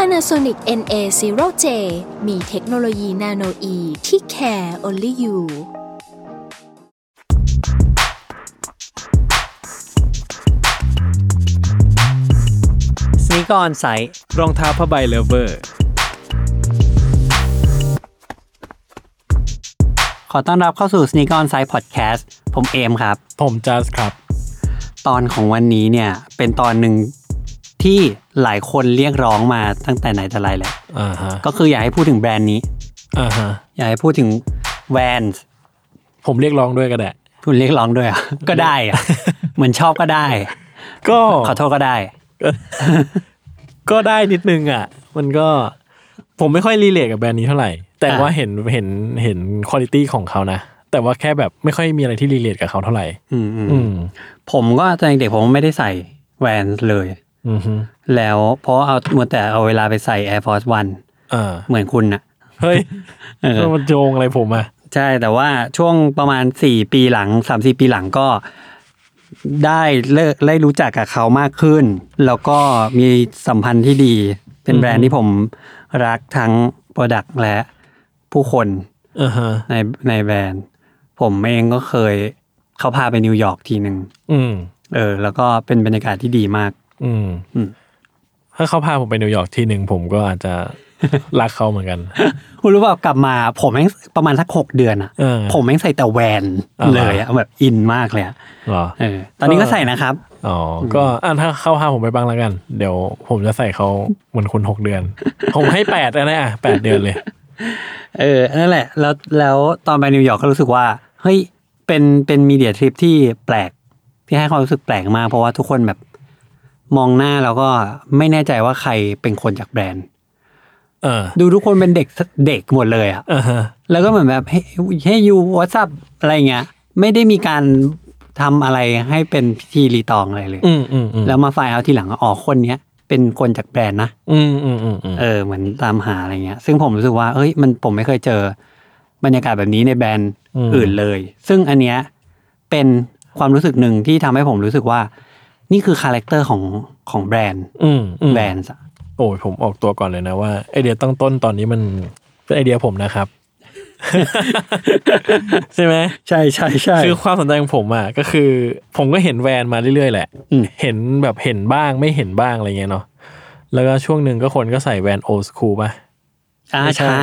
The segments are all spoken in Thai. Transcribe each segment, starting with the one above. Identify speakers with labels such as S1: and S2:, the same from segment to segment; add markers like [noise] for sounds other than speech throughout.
S1: Panasonic NA0J มีเทคโนโลยีนาโนอีที่ care only you
S2: สนิกออนไซต์
S3: รองเท้าผ้าใบเลเวอร์
S2: ขอต้อนรับเข้าสู่สนิกออนไซต์พอดแคสต์ผมเอมครับ
S3: ผมจัสครับ
S2: ตอนของวันนี้เนี่ย เป็นตอนหนึ่งที่หลายคนเรียกร้องมาตั้งแต่ไหนแต่ไรแล้ว
S3: อ่าฮะ
S2: ก็คืออยากให้พูดถึงแบรนด์นี้
S3: อ่าฮะ
S2: อยากให้พูดถึงแวน
S3: ผมเรียกร้องด้วยก็ได้
S2: คุณเรียกร้องด้วยเหรอ่ะ [laughs] ก็ได้อ่ะ เหมือนชอบก็ได้
S3: ก็
S2: ขอโทษก็ได้
S3: ก็ได้นิดนึงอ่ะ มันก็ ผมไม่ค่อยรีเลทกับแบรนด์นี้เท่าไหร่ แต่ว่า
S2: อ่ะ
S3: เห็น เห็น เห็นคุณภาพของเขานะ แต่ว่าแค่แบบไม่ค่อยมีอะไรที่รีเลทกับเขาเท่าไหร่
S2: อืมอืม
S3: อืม
S2: ผมก็ตอนเด็กๆผมไม่ได้ใส่แวนเลย
S3: อืมฮึ
S2: แล้วเพราะเอามัวแต่เอาเวลาไปใส่ Air Force One
S3: อ่า
S2: เหมือนคุณน่ะ
S3: เฮ้ย
S2: เออ
S3: แล้วมันโยงอะไรผมอ่ะ
S2: ใช่แต่ว่าช่วงประมาณ 4 ปีหลัง 3-4 ปีหลังก็ได้เลิกได้รู้จักกับเขามากขึ้น แล้วก็มีสัมพันธ์ที่ดี เป็นแบรนด์ที่ผมรักทั้ง Product และผู้คน
S3: อ่าฮะ
S2: ในในแบรนด์ ผมเองก็เคยเขาพาไปนิวยอร์กทีหนึ่ง
S3: อืม
S2: เออ แล้วก็เป็นบรรยากาศที่ดีมาก
S3: อืม
S2: อืม
S3: ถ้าเขาพาผมไปนิวยอร์กที่หนึ่งผมก็อาจจะ รักเขาเหมือนกัน
S2: คุณรู้เปล่ากลับมาผมแม่งประมาณสักหกเดือนอะ
S3: เออ
S2: ผมแม่งใส่แต่แวน
S3: อ่า
S2: เลยอะแบบอินมากเลยอะ
S3: เหรอ
S2: เออ ตอนนี้ก็ใส่นะครับ
S3: อ๋อ ก็อ่ะถ้าเข้าห้าผมไปบ้างแล้วกัน เดี๋ยวผมจะใส่เขาเหมือนคุณหกเดือน ผมให้แปดนะอ่ะแปดเดือนเลย
S2: เออ นั่นแหละ แล้ว แล้วตอนไปนิวยอร์กก็รู้สึกว่า เฮ้ย เป็น เป็นมีเดียทริปที่แปลก ที่ให้ความรู้สึกแปลกมาก เพราะว่าทุกคนแบบมองหน้าแล้วก็ไม่แน่ใจว่าใครเป็นคนจากแบรนด์
S3: เออ
S2: ดูทุกคนเป็นเด็ก เด็กหมดเลยอะ
S3: อ่าฮะ
S2: แล้วก็เหมือนแบบ เฮ้ยเฮ้ยยูวอทซับอะไรเงี้ย ไม่ได้มีการทำอะไรให้เป็นพิธีรีตองอะไรเลย
S3: อืมอืมอืม
S2: แล้วมาไฟล์เอาทีหลังว่าอ๋อ คนเนี้ย เป็นคนจากแบรนด์นะ
S3: อืมอืมอืมอืม
S2: เออเหมือนตามหาอะไรเงี้ย ซึ่งผมรู้สึกว่าเฮ้ยมันผมไม่เคยเจอบรรยากาศแบบนี้ในแบรนด์อื่นเลย ซึ่งอันเนี้ยเป็นความรู้สึกหนึ่งที่ทำให้ผมรู้สึกว่า นี่คือคาแรคเตอร์ของของแบรนด์
S3: อืมอืม
S2: แบรนด์อะ
S3: โอ้ยผมออกตัวก่อนเลยนะว่าไอเดียตั้งต้นตอนนี้มันเป็นไอเดียผมนะครับ [laughs] ใช่ไหม
S2: ใช่ใช่ใช่
S3: คือความสนใจของผมอ่ะก็คือ ผมก็เห็นแวนมาเรื่อยๆแหละ
S2: อืม
S3: เห็นแบบเห็นบ้างไม่เห็นบ้างอะไรเงี้ยเนาะแล้วก็ช่วงหนึ่งก็คนก็ใส่แวนโอสคูป่ะ
S2: อ่า
S3: ไม่ใช่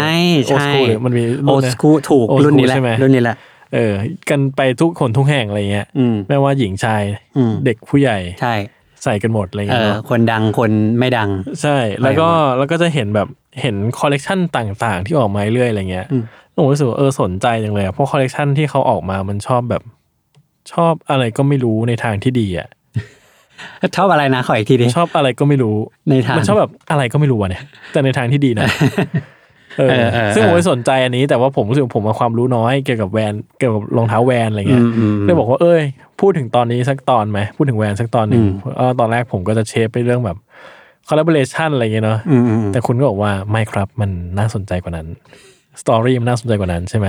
S2: ใช่ใช่
S3: Old school หรือมันมีรุ่
S2: โอน
S3: นะ
S2: สกูถูก
S3: Old school
S2: รุ่นนี้แหละ
S3: ใช่ไหม
S2: รุ่นนี้แหละ
S3: เออ กันไปทุกคนทุกแห่งอะไรเงี้ย
S2: อืม
S3: ไม่ว่าหญิงชาย
S2: อืม
S3: เด็กผู้ใหญ่
S2: ใช่
S3: ใส่กันหมดอะไร
S2: เอ
S3: เงี้ย
S2: อ
S3: เนาะ
S2: คนดังคนไม่ดัง
S3: ใช่แล้วก็
S2: ไปหมด
S3: แล้วก็จะเห็นแบบเห็นคอลเลกชันต่างๆ ที่ออกมาเรื่อยๆอะไรเงี้ย
S2: อืม
S3: ผมรู้สึกว่าเออสนใจจังเลยอะเพราะคอลเลกชันที่เขาออกมามันชอบแบบ ชอบอะไรก็ไม่รู้ในทางที่ดีอ่ะ
S2: ชอบอะไรนะขออีกทีดิ
S3: ชอบอะไรก็ไม่รู้
S2: ในทาง
S3: มันชอบแบบอะไรก็ไม่รู้อะเนี่ย แต่ในทางที่ดีนะเออ
S2: เออเออ
S3: ซึ่งผม
S2: เออ
S3: ไม่สนใจอันนี้แต่ว่าผมรู้สึกว่าผมมาความรู้น้อยเกี่ยวกับแวนเกี่ยวกับรองเท้าแวนอะไรเงี้ย
S2: อืมอืมอืม
S3: เลยบอกว่าเอ้ย พูดถึงตอนนี้สักตอนไหมพูดถึงแวนสักตอนหนึ่ง
S2: อืม
S3: เออตอนแรกผมก็จะเชฟไปเรื่องแบบ collaboration อะไรเงี้ยเนาะ
S2: อืมอืม
S3: แต่คุณก็บอกว่าไม่ครับมันน่าสนใจกว่านั้นสตอรี่มันน่าสนใจกว่านั้นใช่ไหม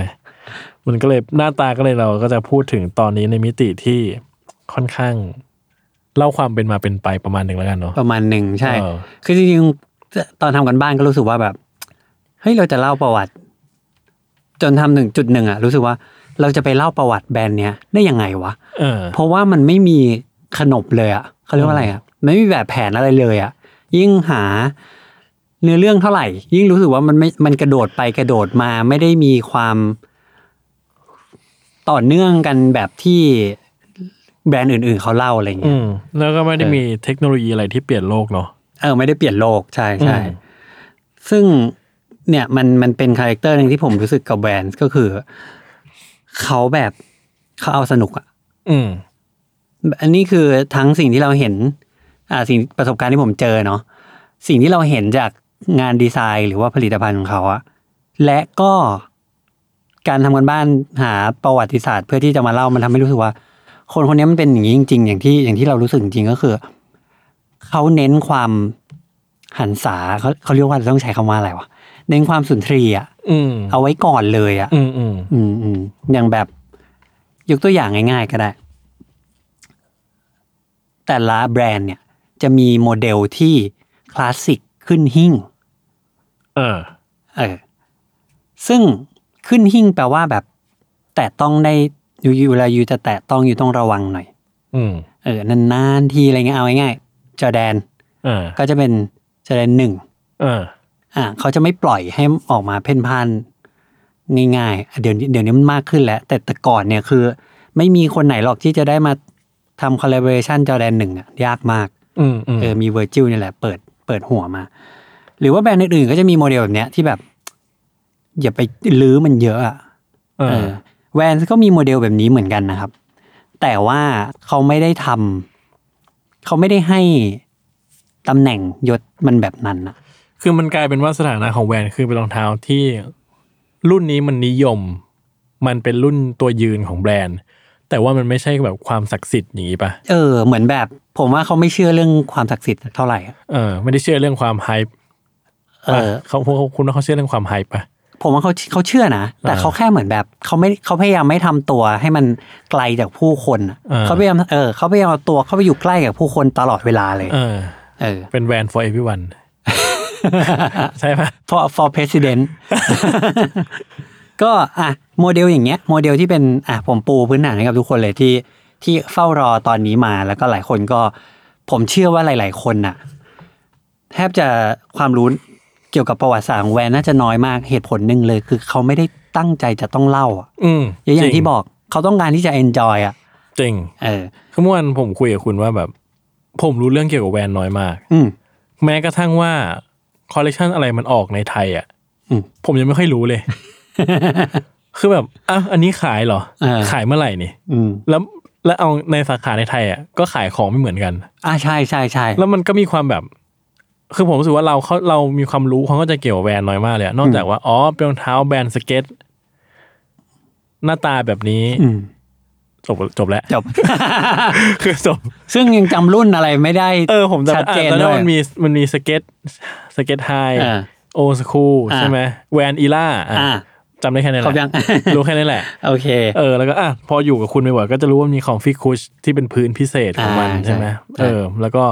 S3: มันก็เลยหน้าตาก็เลยเราก็จะพูดถึงตอนนี้ในมิติที่ค่อนข้าง เล่าความเป็นมาเป็นไปประมาณหนึ่งแล้วกันเนาะ
S2: ประมาณหนึ่งใช่
S3: เออ
S2: คือจริงๆตอนทำกันบ้านก็รู้สึกว่าแบบเฮ้ยเราจะเล่าประวัติ จนทำหนึ่งจุดหนึ่งอะรู้สึกว่าเราจะไปเล่าประวัติแบรนด์เนี้ยได้ยังไงวะ
S3: เออ
S2: เพราะว่ามันไม่มีขนบเลยอะเขาเรียกว่าอะไรอะไม่มีแบบแผนอะไรเลยอะยิ่งหาเนื้อเรื่องเท่าไหร่ ยิ่งรู้สึกว่ามันไม่มันกระโดดไปกระโดดมาไม่ได้มีความต่อเนื่องกันแบบที่แบรนด์อื่น ๆ เขาเล่าอะไรอย่างเงี้ย
S3: อืมแล้วก็ไม่ได้
S2: เออ
S3: มีเทคโนโลยีอะไรที่เปลี่ยนโลกเนาะ
S2: เออไม่ได้เปลี่ยนโลกใช่ใช่
S3: อืม
S2: ซึ่งเนี่ยมันมันเป็นคาแรคเตอร์หนึ่งที่ผมรู้สึกกับแบรนด์ก็คือ เขาแบบเขาเอาสนุกอะ
S3: อืม
S2: อันนี้คือทั้งสิ่งที่เราเห็น อ่าสิ่งประสบการณ์ที่ผมเจอเนาะสิ่งที่เราเห็นจาก งานดีไซน์หรือว่าผลิตภัณฑ์ของเขาอะและก็การทำกันบ้านหาประวัติศาสตร์ เพื่อที่จะมาเล่ามันทำให้รู้สึกว่า คนคนนี้มันเป็นอย่างนี้จริง ๆ อย่างที่อย่างที่เรารู้สึกจริงๆก็คือ เขาเน้นความหันษาเขาเขาเรียกว่าต้องใช้คำว่าอะไรวะเน้นความสุนทรีย์อะ
S3: อืม
S2: เอาไว้ก่อนเลยอะ
S3: อืมอืม
S2: อืมอืมอย่างแบบ ยกตัวอย่างง่ายๆก็ได้ แต่ละแบรนด์เนี่ย จะมีโมเดลที่คลาสสิกขึ้นหิ้ง
S3: เออ
S2: เออซึ่งขึ้นหิ้งแปลว่าแบบ แตะต้องได้อยู่อยู่เวลาอยู่จะแตะต้องอยู่ต้องระวังหน่อย
S3: อืม
S2: เออนานๆทีอะไรเงี้ยเอาง่ายๆจอร์แดน
S3: อ่า
S2: ก็จะเป็นจอร์แดนหนึ่ง
S3: อ่า
S2: อ่าเขาจะไม่ปล่อยให้ออกมาเพ่นพ่านง่ายๆอ่ะเดี๋ยวนี้เดี๋ยวนี้มันมากขึ้นแล้ว แต่แต่ก่อนเนี่ยคือ ไม่มีคนไหนหรอกที่จะได้มาทำคอล l a b o r a t i o n จอแดนหนึ่งอ่ะยากมาก
S3: อืมอืม
S2: เออมีเวอร์จิลนี่ยแหละเปิดเปิดหัวมา หรือว่าแบรนด์อื่นๆก็จะมีโมเดลแบบเนี้ยที่แบบ อย่าไปลื้อมันเยอะอ่ะ
S3: เอ
S2: เอ
S3: อ
S2: อแวนก็มีโมเดลแบบนี้เหมือนกันนะครับ แต่ว่าเขาไม่ได้ทำเขาไม่ได้ให้ตำแหน่งยศมันแบบนั้นอ่ะ
S3: คือมันกลายเป็นว่าสถานะของแวนคือเป็นรองเท้าที่รุ่นนี้มันนิยม มันเป็นรุ่นตัวยืนของแบรนด์ แต่ว่ามันไม่ใช่แบบความศักดิ์สิทธิ์อย่างนี้ปะ
S2: เออเหมือนแบบผมว่าเขาไม่เชื่อเรื่องความศักดิ์สิทธิ์เท่าไหร่อะ
S3: เออไม่ได้เชื่อเรื่องความไฮป์
S2: เออ
S3: เขาพวกเขาคุณว่าเขาเชื่อเรื่องความไฮป์ปะ
S2: ผมว่าเขาเขาเชื่อนะ แต่
S3: อ่า
S2: เขาแค่เหมือนแบบเขาไม่เขาพยายามไม่ทำตัวให้มันไกลจากผู้คนอะ
S3: อ่า
S2: เขาพยายามเออเขาพยายามเอาตัวเข้าไปอยู่ใกล้กับผู้คนตลอดเวลาเลย
S3: เออ
S2: เออ
S3: เป็นแวน for
S2: [laughs]
S3: everyone ใช่ปะ
S2: for for president [laughs] ก็อ่ะโมเดลอย่างเงี้ยโมเดลที่เป็นอ่ะผมปูพื้นฐานให้กับทุกคนเลยที่ที่เฝ้ารอตอนนี้มาแล้วก็หลายคนก็ ผมเชื่อว่าหลาย ๆ คนน่ะ แทบจะความรู้เกี่ยวกับประวัติศาสตร์ของแวนน่าจะน้อยมากเหตุผลหนึ่งเลย คือเขาไม่ได้ตั้งใจจะต้องเล่าอ่ะ
S3: อืม
S2: อย่างอย่าง
S3: จริ
S2: ที่บอกเขาต้องการที่จะ enjoy อ่ะ
S3: จริง
S2: เออ
S3: คือเมื่อวานผมคุยกับคุณว่าแบบ ผมรู้เรื่องเกี่ยวกับแวนน้อยมาก
S2: อืม
S3: แม้กระทั่งว่าคอลเลกชันอะไรมันออกในไทยอ่ะ
S2: อืม
S3: ผมยังไม่ค่อยรู้เลย
S2: [laughs]
S3: คือแบบอ่ะอันนี้ขายเหรอ
S2: เออ
S3: ขายเมื่อไหร่นี่
S2: อืม
S3: แล้วแล้วเอาในสาขาในไทยอ่ะก็ขายของไม่เหมือนกัน
S2: อ่าใช่ใช่ใช่
S3: แล้วมันก็มีความแบบ คือผมรู้สึกว่าเราเขาเรามีความรู้เขาก็จะเกี่ยวกับแบรนด์น้อยมากเลยอะนอกจากว่า อ๋อเป็นรองเท้าแบรนด์สเก็ต หน้าตาแบบนี้
S2: อืม
S3: จบจบแล้ว [laughs]
S2: จบ [laughs]
S3: คือจบ
S2: ซึ่งยังจำรุ่นอะไรไม่ได้
S3: เออ ผมจำ
S2: ชัดเจน
S3: อ่ะตอนนั้
S2: ด้
S3: น
S2: วย
S3: มันมีมันมีสเก็ตสเก็ตไฮ
S2: อ่า
S3: โอสคูล
S2: อ่า
S3: ใช่ไหมแวนอีล่าอ่ะ
S2: อ่า
S3: จำได้แค่นั้นแห
S2: ครบยั
S3: ละ
S2: ง
S3: รู้แค่นั้นแหละ
S2: [laughs] โอเค
S3: เออแล้วก็อ่ะพออยู่กับคุณไปบ่อยๆก็จะรู้ว่ามีของฟิกคุชที่เป็นพื้นพิเศษของมัน
S2: อ่า
S3: ใช่ไหม
S2: ใช่
S3: เออ แล้วก็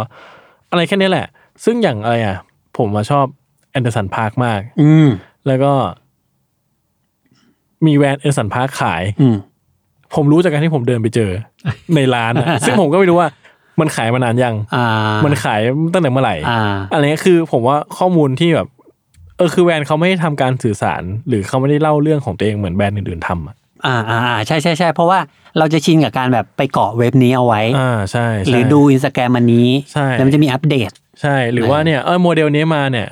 S3: อะไรแค่นี้แหละ ซึ่งอย่างอะไรอ่ะ ผมมาชอบแอนเดอร์สันพาร์คมาก
S2: อืม
S3: แล้วก็ มีแวนแอนเดอร์สันพาร์คขาย
S2: อืม
S3: ผมรู้จากการที่ผมเดินไปเจอ ในร้านอะ
S2: [laughs]
S3: ซึ่งผมก็ไม่รู้ว่ามันขายมานานยัง
S2: อ่า
S3: มั
S2: มัน
S3: ขายตั้งแต่เมื่อไหร่
S2: อ่า
S3: อะไรเงี้ยคือผมว่าข้อมูลที่แบบ เออคือแวนเขาไม่ได้ทำการสื่อสาร หรือเขาไม่ได้เล่าเรื่องของตัวเองเหมือนแบรนด์อื่นๆทำอะ
S2: อ่าอ่าอ่าใช่ใช่ใช่เพราะว่าเราจะชินกับการแบบไปเกาะเว็บนี้เอาไว้
S3: อ่าใช่ใช่
S2: หรือดูอินสตาแกรมอันนี้
S3: ใช่
S2: แล้วมันจะมีอัปเดต
S3: ใช่หรือว่าเนี่ยเออโมเดลนี้มาเนี่ย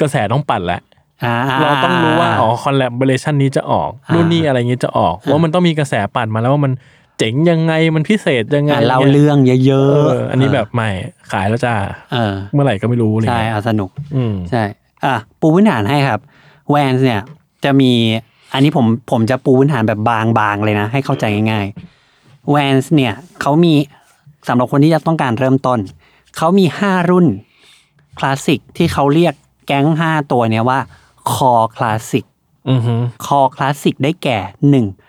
S3: กระแสต้องปั่นแล้ว
S2: อ่า
S3: เราต้องรู้ว่า อ๋อคอลแลบเรชันนี้จะออกนู่นนี่อะไรเงี้ยจะออก ว่ามันต้องมีกระแสปั่นมาแล้วว่ามันเจ๋งยังไงมันพิเศษยังไง
S2: อ่าเล่า
S3: นี่ย
S2: เรื่องเย
S3: เอ
S2: อะ
S3: อ อันนี้แบบใหม่ขายแล้วจ้า
S2: เออ
S3: เมื่อไหร่ก็ไม่รู้อะไร
S2: ใช่
S3: เลย
S2: เอาสนุก
S3: อืม
S2: ใช่ อ่ะปูพื้นฐานให้ครับ แวนเนี่ย จะมี อันนี้ผมผมจะปูพื้นฐานแบบบางๆเลยนะ ให้เข้าใจง่ายๆ แวนเนี่ยเขามีสำหรับคนที่จะต้องการเริ่มต้น เขามี 5 รุ่นคลาสสิกที่เขาเรียกแก๊ง 5 ตัวเนี่ยว่าคอคลาสสิก
S3: อือหือ
S2: คอคลาสสิกได้แก่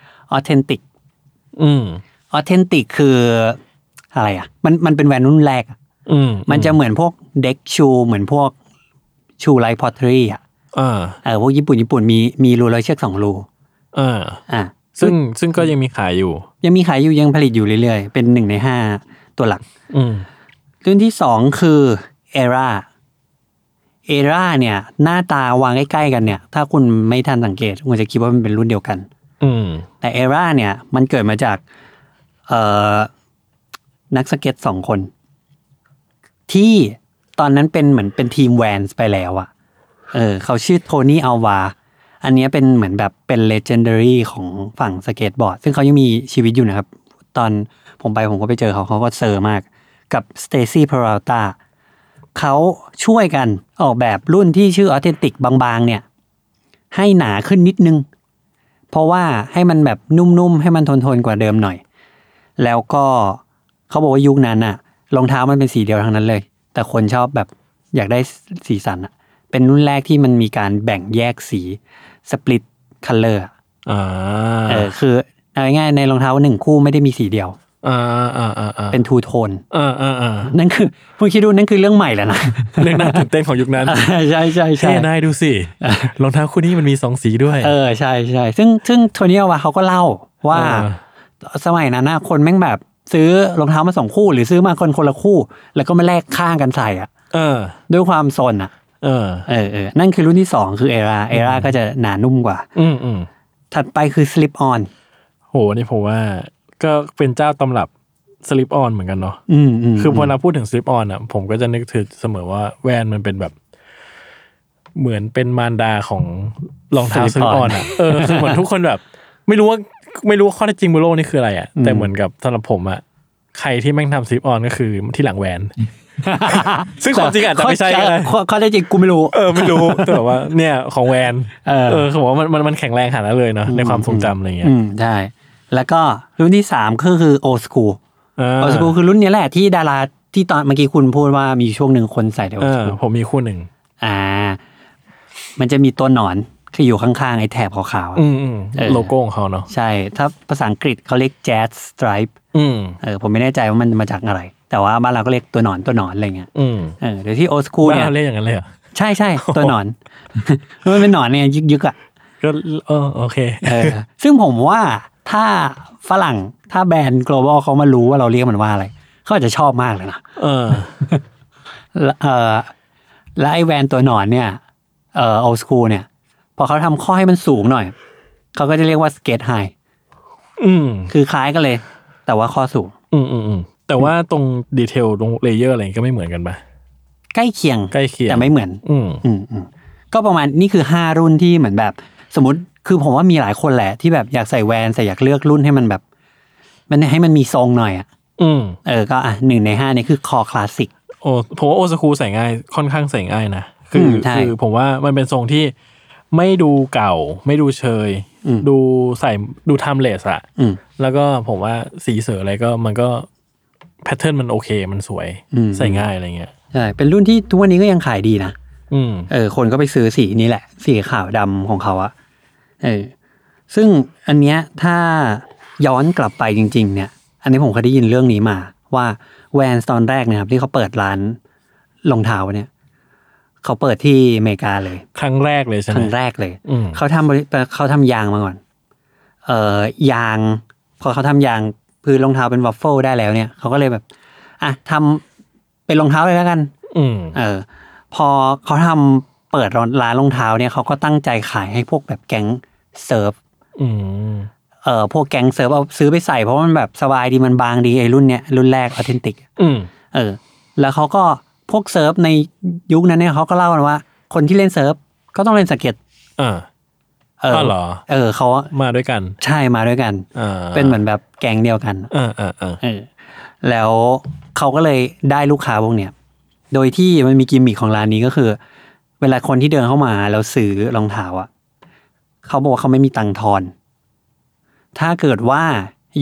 S2: 1. Authentic
S3: อืม
S2: Authentic คืออะไรอ่ะ มันมันเป็นแวนรุ่นแรกอะ
S3: อืม
S2: มันจะเหมือนพวกเด็กชู เหมือนพวกชูไลพอทรีอ่ะ
S3: อ่า
S2: เออพวกญี่ปุ่นญี่ปุ่นมีมีรูร้อยเชือกสองรู
S3: อ่า
S2: อ่ะ
S3: ซึ่งซึ่งก็ยังมีขายอยู่
S2: ยังมีขายอยู่ยังผลิตอยู่เรื่อยๆ เป็นหนึ่งในห้าตัวหลัก
S3: อืม
S2: รุ่นที่สองคือเอราเอราเนี่ย หน้าตาวางใกล้ๆกันเนี่ย ถ้าคุณไม่ทันสังเกต คุณจะคิดว่ามันเป็นรุ่นเดียวกัน
S3: อืม
S2: แต่เอราเนี่ย มันเกิดมาจากเอ่อนักสเก็ตสองคน ที่ตอนนั้นเป็นเหมือนเป็นทีมแวนส์ไปแล้วอะเออเขาชื่อโทนี่อัลวา อันเนี้ยเป็นเหมือนแบบเป็นเลเจนด a รีของฝั่งสเก็ตบอร์ด ซึ่งเขายังมีชีวิตอยู่นะครับ ตอนผมไปผมก็ไปเจอเขาเขาก็เซอร์มาก กับสเตซี่พาราตา เขาช่วยกันออกแบบรุ่นที่ชื่อออเทนติกบางๆ เนี่ย ให้หนาขึ้นนิดนึง เพราะว่าให้มันแบบนุ่มๆ ให้มันทนๆ กว่าเดิมหน่อย แล้วก็เขาบอกว่ายุคนั้นอะรองเท้ามันเป็นสีเดียวทั้งนั้นเลย แต่คนชอบแบบอยากได้สีสันอะเป็นรุ่นแรกที่มันมีการแบ่งแยกสีสปลิตคัลเลอร์
S3: อ่า
S2: เออคือเอาง่ายๆในรองเท้าหนึ่งคู่ไม่ได้มีสีเดียว
S3: อ่าอ่าอ่าอ่า
S2: เป็นทูโทน
S3: อ่าอ่าอ่า
S2: นั่นคือคุณคิดดูนั่นคือเรื่องใหม่แล้วนะ
S3: เรื่องน่าตื่นเต้นของยุคนั้น
S2: ใช่ [laughs] ใช่ใช่
S3: เท่
S2: ใช่
S3: นายดูสิ รองเท้าคู่นี้มันมีสองสีด้วย
S2: เออใช่ใช่ซึ่งซึ่งโทนี่อวาเขาก็เล่าว่า
S3: เอ
S2: สมัยนั้นนะคนแม่งแบบซื้อรองเท้ามาสองคู่ หรือซื้อมาคนคนละคู่ แล้วก็มาแลกข้างกันใส่อ่ะ
S3: เออ
S2: ด้วยความซนอ่ะ
S3: เออ
S2: เออเออนั่นคือรุ่นที่สองคือเอราเอราก็จะหนานุ่มกว่า
S3: อืมอืม
S2: ถัดไปคือสลิปออน
S3: โหนี่ผมว่า ก็เป็นเจ้าตำรับสลิปออนเหมือนกันเนาะ
S2: อืมอืม
S3: คือพอเราพูดถึงสลิปออนอ่ะ ผมก็จะนึกถึงเสมอว่าแว่นมันเป็นแบบ เหมือนเป็นมารดาของรองเท้าสลิปออนอ่ะ เออคือเหมือนทุกคนแบบ ไม่รู้ว่าไม่รู้ว่าข้อเท็จจริงบนโลกนี่คืออะไรอ่ะ แต่เหมือนกับสำหรับผมอ่ะ ใครที่แม่งทำสลิปออนก็คือที่หลังแหวน [laughs] ซึ่งความจริงอาจจะไม่ใช่ก็ได้
S2: ข้อข้อเท็จจริงกูไม่รู้
S3: เออไม่รู้ แต่แบบว่าเนี่ยของแวน
S2: เออ
S3: เขาบอกว่ามันมันมันแข็งแรงขนาดนั้นเลยเนาะในความทรงจำอะไรเงี้ย
S2: อืมใช่แล้วก็รุ่นที่สามก็คือโอสกู
S3: เออ
S2: โอสกูคือรุ่นเนี้ยแหละที่ดาราที่ตอนเมื่อกี้คุณพูดว่ามีช่วงหนึ่งคนใส่แต่โอ
S3: เอ
S2: ส
S3: อ
S2: กู
S3: ผมมีคู่หนึ่ง
S2: อ่า มันจะมีตัวหนอนคืออยู่ข้างๆ ไอ้แถบขาวๆอะ
S3: อืมอืม
S2: เออ
S3: โลโก้ของเขาเนาะ
S2: ใช่ ถ้าภาษาอังกฤษเขาเรียก jazz stripe
S3: อืม
S2: เออผมไม่แน่ใจว่ามันมาจากอะไร แต่ว่าบ้านเราก็เรียกตัวหนอนตัวหนอนอะไรเงี้ย
S3: อืม
S2: เออโดยที่โอสกู
S3: บ้าน
S2: เนี่ย
S3: เราเรียกอย่างนั้นเลยเหรอ
S2: ใช่ใช่ตัวหนอน [laughs] มันเป็นหนอนเนี่ยยึกๆอ่ะ
S3: ก็เออโอเค
S2: เออ [laughs] ซึ่งผมว่าถ้าฝรั่งถ้าแบรนด์ global เขามารู้ว่าเราเรียกมันว่าอะไร เขาอาจจะชอบมากเลยนะ
S3: เออ
S2: และเออและไอแวนตัวหนอนเนี่ยเออโอสคูเนี่ย พอเขาทำข้อให้มันสูงหน่อย เขาก็จะเรียกว่าสเกตไฮ
S3: อืม
S2: คือคล้ายกันเลย แต่ว่าข้อสูง
S3: อืมอืมอืมแต่ว่าตรงดีเทลตรงเลเยอร์อะไรก็ไม่เหมือนกันปะ
S2: ใกล้เคียง
S3: ใกล้เคียง
S2: แต่ไม่เหมือน
S3: อืม
S2: อืมอืมก็ประมาณนี่คือห้ารุ่นที่เหมือนแบบ สมมติคือผมว่ามีหลายคนแหละ ที่แบบอยากใส่แวนแต่อยากเลือกรุ่นให้มันแบบ มันให้มันมีทรงหน่อยอ่ะ
S3: อืม
S2: เออก็อ่ะหนึ่งในห้านี่คือคอคลาสสิก
S3: โอผมว่าโอสคูใส่ง่ายค่อนข้างใส่ง่ายนะคื
S2: มใช่
S3: คือผมว่ามันเป็นทรงที่ไม่ดูเก่า ไม่ดูเชย
S2: อืม
S3: ดูใส่ดูไทม์เลสอะ
S2: อืม
S3: แล้วก็ผมว่าสีเสืออะไรก็มันก็แพทเทิร์นมันโอเคมันสวย
S2: อืม
S3: ใส่ง่ายอะไรเงี้ย
S2: ใช่เป็นรุ่นที่ทุกวันนี้ก็ยังขายดีนะ
S3: อืม
S2: เออ คนก็ไปซื้อสีนี้แหละ สีขาวดำของเขาอะเออ ซึ่งอันเนี้ยถ้าย้อนกลับไปจริง ๆ เนี่ย อันนี้ผมเคยได้ยินเรื่องนี้มา ว่าแวนตอนแรกนะครับ ที่เขาเปิดร้านรองเท้าเนี่ย เขาเปิดที่อเมริกาเลย
S3: ครั้งแรกเลยใช่
S2: ค
S3: ไหม
S2: รั้งแรกเลย
S3: อืม
S2: เขาทำบริเขาทำยางมาก่อน เอ่อยาง พอเขาทำยางพื้นรองเท้าเป็นวัฟเฟิลได้แล้วเนี่ยเขาก็เลยแบบอ่ะทำเป็นรองเท้าเลยแล้วกัน
S3: อืม
S2: เออพอเขาทำเปิดร้านรองเท้าเนี่ยเขาก็ตั้งใจขายให้พวกแบบแก๊งเซิร์ฟ
S3: อืม
S2: เออพวกแก๊งเซิร์ฟเอาซื้อไปใส่เพราะมันแบบสบายดีมันบางดีไอ้รุ่นเนี้ยรุ่นแรกออเทนติก
S3: อืม
S2: เออ แล้วเขาก็พวกเซิร์ฟในยุคนั้นเนี่ยเขาก็เล่ากันว่า คนที่เล่นเซิร์ฟก็ต้องเล่นสเก็ต
S3: อ่า
S2: เออ
S3: วเหรอ
S2: เออเขา
S3: มาด้วยกัน
S2: ใช่มาด้วยกัน
S3: อ่า
S2: เป็นเหมือนแบบแก๊งเดียวกัน
S3: อ่าอ่าอ่า
S2: เออแล้วเขาก็เลยได้ลูกค้าพวกเนี้ยโดยที่มันมีกิมมิคของร้านนี้ก็คือ เวลาคนที่เดินเข้ามาแล้วซื้อรองเท้าอ่ะเขาบอกว่าเขาไม่มีตังค์ทอน ถ้าเกิดว่า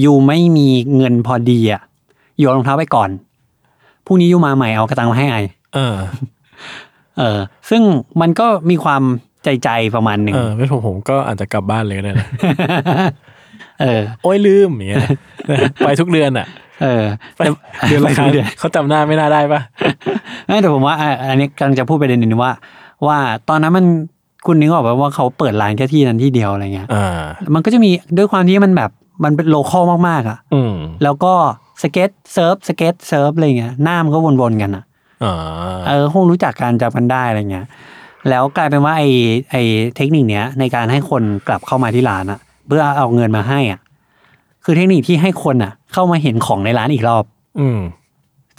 S2: ยูไม่มีเงินพอดีอ่ะยูเอารองเท้าไปก่อนพรุ่งนี้ยูมาใหม่เอากระตังมาให้ไอ
S3: อ่า
S2: เออ ซึ่งมันก็มีความใจใจประมาณหนึ่ง
S3: เออไม่ถูกผมก็อาจจะกลับบ้านเลยก็ได้นะ
S2: เออ
S3: โอ้ยลืมอย่างเงี้ยไปทุกเดือนอ่ะ
S2: เออ
S3: ไปเดือนละครั้ง
S2: ไปเดือน
S3: เขาจำหน้าไม่น่าได้ปะ
S2: ไม่แต่ผมว่าอ่ะอันนี้กำลังจะพูดประเด็นหนึงว่า ว่าตอนนั้นมันคุณนึกออกไหมว่าเขาเปิดร้านแค่ที่นั้นที่เดียวอะไรเงี้ย
S3: อ่า
S2: มันก็จะมีด้วยความที่มันแบบมันเป็นโลคอลมากๆอ่ะ
S3: อืม
S2: แล้วก็สเก็ตเซิร์ฟสเก็ตเซิร์ฟอะไรเงี้ยหน้ามันก็วนๆกันอ่ะ
S3: อ่า
S2: เออคงรู้จักการจำกันได้อะไรเงี้ยแล้วกลายเป็นว่าไอไอเทคนิคเนี้ยในการให้คนกลับเข้ามาที่ร้านอ่ะ เพื่อเอาเงินมาให้อ่ะคือเทคนิคที่ให้คนอ่ะ เข้ามาเห็นของในร้านอีกรอบ
S3: อืม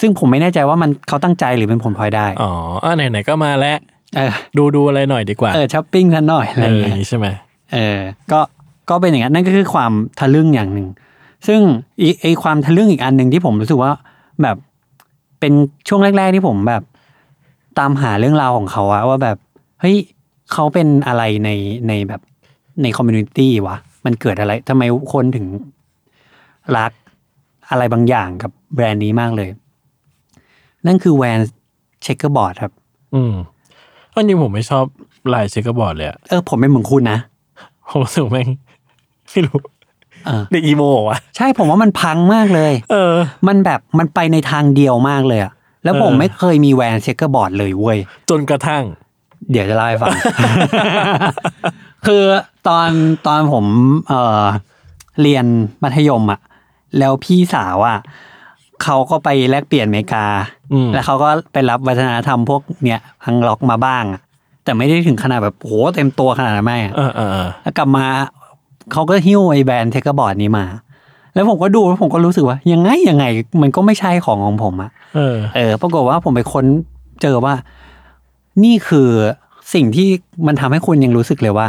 S2: ซึ่งผมไม่แน่ใจว่ามันเขาตั้งใจหรือเป็นผลพลอยได้
S3: อ๋ออ่าไหนไหนๆก็มาแล้ว
S2: เออ
S3: ดูดูอะไรหน่อยดีกว่า
S2: เออช้อปปิ้งกันหน่อยอะไร
S3: เอ
S2: อย่าง
S3: อ
S2: เงี้
S3: อย่าง
S2: ย
S3: งี้ใช่ไหม
S2: เออ ก็ก็เป็นอย่างนั้นนั่นก็คือความทะลึ่งอย่างหนึ่ง ซึ่งอีไอความทะลึ่งอีกอันหนึ่งที่ผมรู้สึกว่าแบบเป็นช่วงแรก ๆที่ผมแบบ ตามหาเรื่องราวของเขาอะว่าแบบ เฮ้ยเขาเป็นอะไรในในแบบในคอมมูนิตี้วะ มันเกิดอะไรทำไมคนถึงรักอะไรบางอย่างกับแบรนด์นี้มากเลย นั่นคือแวนเชคเกอร์บอร์ดครับ
S3: อืมอันนี้ผมไม่ชอบลายเชคเกอร์บอร์ดเลยอะ [laughs]
S2: เออ ผมเป็นเหมือนคุณนะ
S3: ผมรู้สึกแม่ง [laughs] ไม่รู้
S2: เออ
S3: เด็กอีโมเหรอวะ
S2: ใช่ผมว่ามันพังมากเลย
S3: เออ
S2: มันแบบมันไปในทางเดียวมากเลยอะแล้วผม
S3: เออ
S2: ไม่เคยมีแวนเชคเกอร์บอร์ดเลยเว้ย
S3: จนกระทั่ง
S2: เดี๋ยวจะเล่าให้ฟัง [laughs] คือตอนตอนผมเอ่อเรียนมัธยมอะแล้วพี่สาวอะเขาก็ไปแลกเปลี่ยนอเมริกา
S3: อืม
S2: แล้วเขาก็ไปรับวัฒนธรรมพวกเนี้ยพังล็อกมาบ้างอะแต่ไม่ได้ถึงขนาดแบบโหเต็มตัวขนาดนั้นไม่อะ
S3: เออเออเออ
S2: แล้วกลับมาเขาก็หิ้วไอ้แบรนด์เทคบอร์ดนี้มา แล้วผมก็ดูแล้วผมก็รู้สึกว่า ยังไงยังไง มันก็ไม่ใช่ของของผมอะ
S3: เออ
S2: เออปรากฏว่าผมไปค้นเจอว่า นี่คือสิ่งที่มันทำให้คุณยังรู้สึกเลยว่า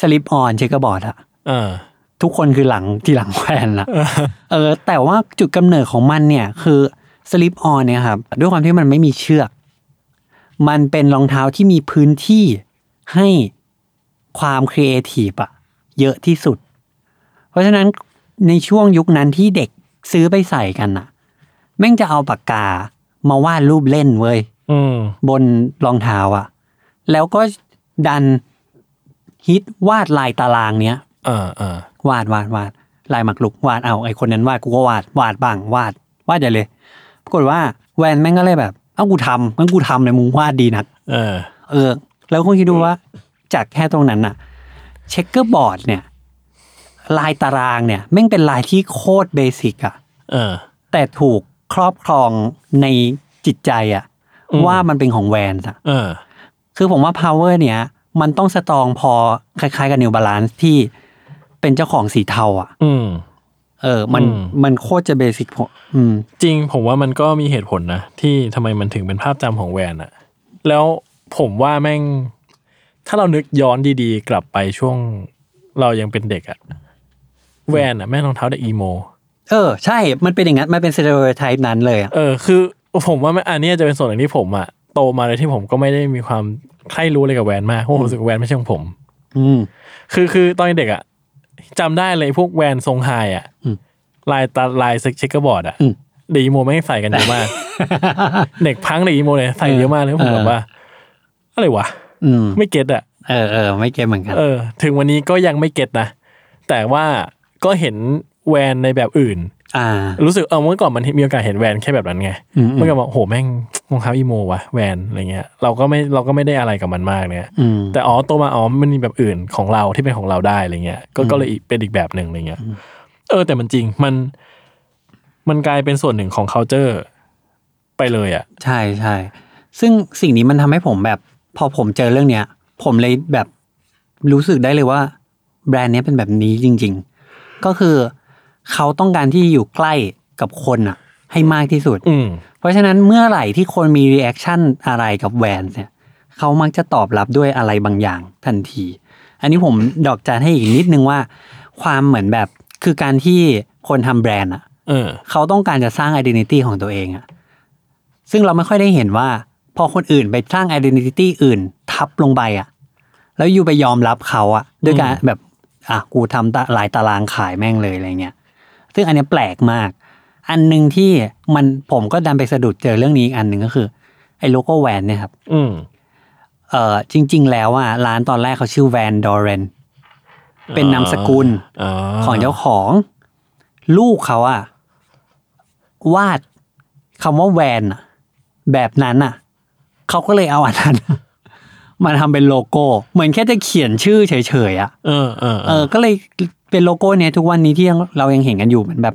S2: สลิปออนเชคบอร์ดอะ
S3: เออ
S2: ทุกคนคือหลังที่หลังแควนละเออ แต่ว่าจุดกำเนิดของมันเนี่ย คือสลิปออนเนี่ยครับ ด้วยความที่มันไม่มีเชือก มันเป็นรองเท้าที่มีพื้นที่ให้ความครีเอทีฟอะเยอะที่สุด เพราะฉะนั้นในช่วงยุคนั้นที่เด็กซื้อไปใส่กันอะแม่งจะเอาปากกามาวาดรูปเล่นเว้ย
S3: อืม
S2: บนรองเท้าอะแล้วก็ดันฮิตวาดลายตารางเนี้ย
S3: เออเออ
S2: วาดวาดวาดลายหมักลุกวาดเอาไอคนนั้นวาดกูก็วาดวาดบ้างวาดวาดใหญ่เลยปรากฏว่าแวนแม่งก็เลยแบบ เอ้ากูทำงั้นกูทำเลยมึงวาดดีนัก
S3: เออ
S2: เออ แล้วคุณคิดดูว่า จากแค่ตรงนั้นน่ะ เช็คเกอร์บอร์ดเนี่ย ลายตารางเนี่ยแม่งเป็นลายที่โคตรเบสิกอะ
S3: เออ
S2: แต่ถูกครอบครองในจิตใจอะ
S3: อืม
S2: ว่ามันเป็นของแวนอะ
S3: เออ
S2: คือผมว่า power เนี้ยมันต้องสตรองพอคล้ายๆกับ New Balance ที่เป็นเจ้าของสีเทาอ่ะ
S3: อืม
S2: เออ มัน
S3: อืม
S2: มันโคตรจะเบสิกผมอืม
S3: จริงผมว่ามันก็มีเหตุผลนะ ที่ทำไมมันถึงเป็นภาพจำของแวนอะแล้วผมว่าแม่ง ถ้าเรานึกย้อนดีๆ กลับไปช่วงเรายังเป็นเด็กอะแวนอะแม่งรองเท้าเด็กอีโม
S2: เออ ใช่ มันเป็นอย่างนั้น มันเป็น stereotype นั้นเลยอะ
S3: เออคือผมว่ามันอันเนี้ยจะเป็นส่วนหนึ่งที่ผมอะโตมาเลยที่ผมก็ไม่ได้มีความใคร่รู้เลยกับแวนมากเพราะผมรู้สึกแวนไม่ใช่ของผม
S2: อืม
S3: คือคือตอนเด็กอะจำได้เลยพวกแวนทรงไฮอะ
S2: อืม
S3: ลายตาลายเช็คเกอร์บอร์ดอะ
S2: อืม
S3: เด็กอีโมไม่งใส่กันเยอะ
S2: [laughs]
S3: มาก เด็กพังเด็กอีโมเนี่ยใส่เยอะมากเลยผมแบบว่าอะไรวะ
S2: อืม
S3: ไม่เก็ตอะ
S2: เออเออไม่เก็ตเหมือนกัน
S3: เออ ถึงวันนี้ก็ยังไม่เก็ตนะแต่ว่าก็เห็นแวนในแบบอื่น
S2: อ่า
S3: รู้สึกเออเมื่อก่อนมันมีโอกาสเห็นแวนแค่แบบนั้นไง
S2: อืมอืม
S3: เมื่อก่อนบอกโหแม่งรองเท้าอีโมวะแวนอะไรเงี้ยเราก็ไม่เราก็ไม่ได้อะไรกับมันมากเนี่ย
S2: อืม
S3: แต่อ๋อโตมาอ๋อมันมีแบบอื่นของเราที่เป็นของเราได้อะไรเงี้ยก็ก็เลยอีกเป็นอีกแบบหนึ่งอะไรเงี้ยเออ แต่มันจริงมันมันกลายเป็นส่วนหนึ่งของ culture ไปเลยอ่ะ
S2: ใช่ใช่ ซึ่งสิ่งนี้มันทำให้ผมแบบ พอผมเจอเรื่องเนี้ย ผมเลยแบบรู้สึกได้เลยว่า แบรนด์เนี้ยเป็นแบบนี้จริง ๆ ก็คือเขาต้องการที่อยู่ใกล้กับคนอะให้มากที่สุด
S3: อืม
S2: เพราะฉะนั้นเมื่อไหร่ที่คนมีรีแอคชั่นอะไรกับแวนเนี่ยเขามักจะตอบรับด้วยอะไรบางอย่างทันที อันนี้ผมดอกจันให้อีกนิดนึงว่า ความเหมือนแบบคือการที่คนทำแบรนด์อะ
S3: เออ
S2: เขาต้องการจะสร้าง identity ของตัวเองอะซึ่งเราไม่ค่อยได้เห็นว่า พอคนอื่นไปสร้าง identity อื่น ทับลงไปอะแล้วอยู่ไปยอมรับเขาอะด้วยการ
S3: อืม
S2: แบบ อ่ะกูทำตาลายตารางขายแม่งเลยอะไรเงี้ย ซึ่งอันเนี้ยแปลกมาก อันหนึ่งที่มันผมก็ดันไปสะดุดเจอเรื่องนี้อีกอันหนึ่งก็คือ ไอ้โลโก้แวนเนี่ยครับ
S3: อืม
S2: เออจริง ๆ แล้วอะร้านตอนแรกเขาชื่อแวนดอเรนเป็นนามสกุล
S3: อ่า
S2: ของเจ้าของลูกเขาอะวาดคำว่าแวนอะแบบนั้นอะเขาก็เลยเอาอันนั้น [laughs] มาทำเป็นโลโก้ เหมือนแค่จะเขียนชื่อเฉยๆอะ
S3: เออเออเอ
S2: เออ
S3: อ
S2: ก็เลยเป็นโลโก้เนี้ยทุกวันนี้ที่ยังเรายังเห็นกันอยู่เหมือนแบบ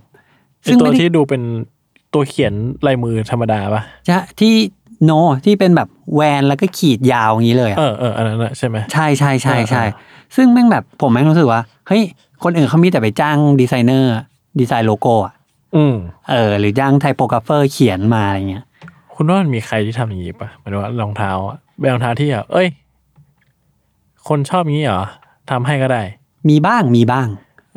S3: ไอ
S2: ซึ่ง
S3: ตั
S2: ไม่
S3: ว
S2: ได้
S3: ที่ดูเป็นตัวเขียนลายมือธรรมดาปะ
S2: จะที่โนที่เป็นแบบแวนแล้วก็ขีดยาวอย่างนี้เลยอะ
S3: เออเอออันนั้นอะใช่ไหม
S2: ใช่ใช่ใช่ใช่
S3: เออ
S2: ซึ่งแม่งแบบผมแม่งรู้สึกว่าเฮ้ยคนอื่นเขามีแต่ไปจ้างดีไซเนอร์ดีไซน์โลโก้อะ
S3: อืม
S2: เออหรือจ้างไทโปกราฟเฟอร์เขียนมาอะไรเงี้ย
S3: คุณว่ามันมีใครที่ทำอย่างนี้ปะหมายถึงว่ารองเท้าอะเป็นรองเท้าที่แบบเอ้ย คนชอบงี้เหรอทำให้ก็ได้
S2: มีบ้างมีบ้าง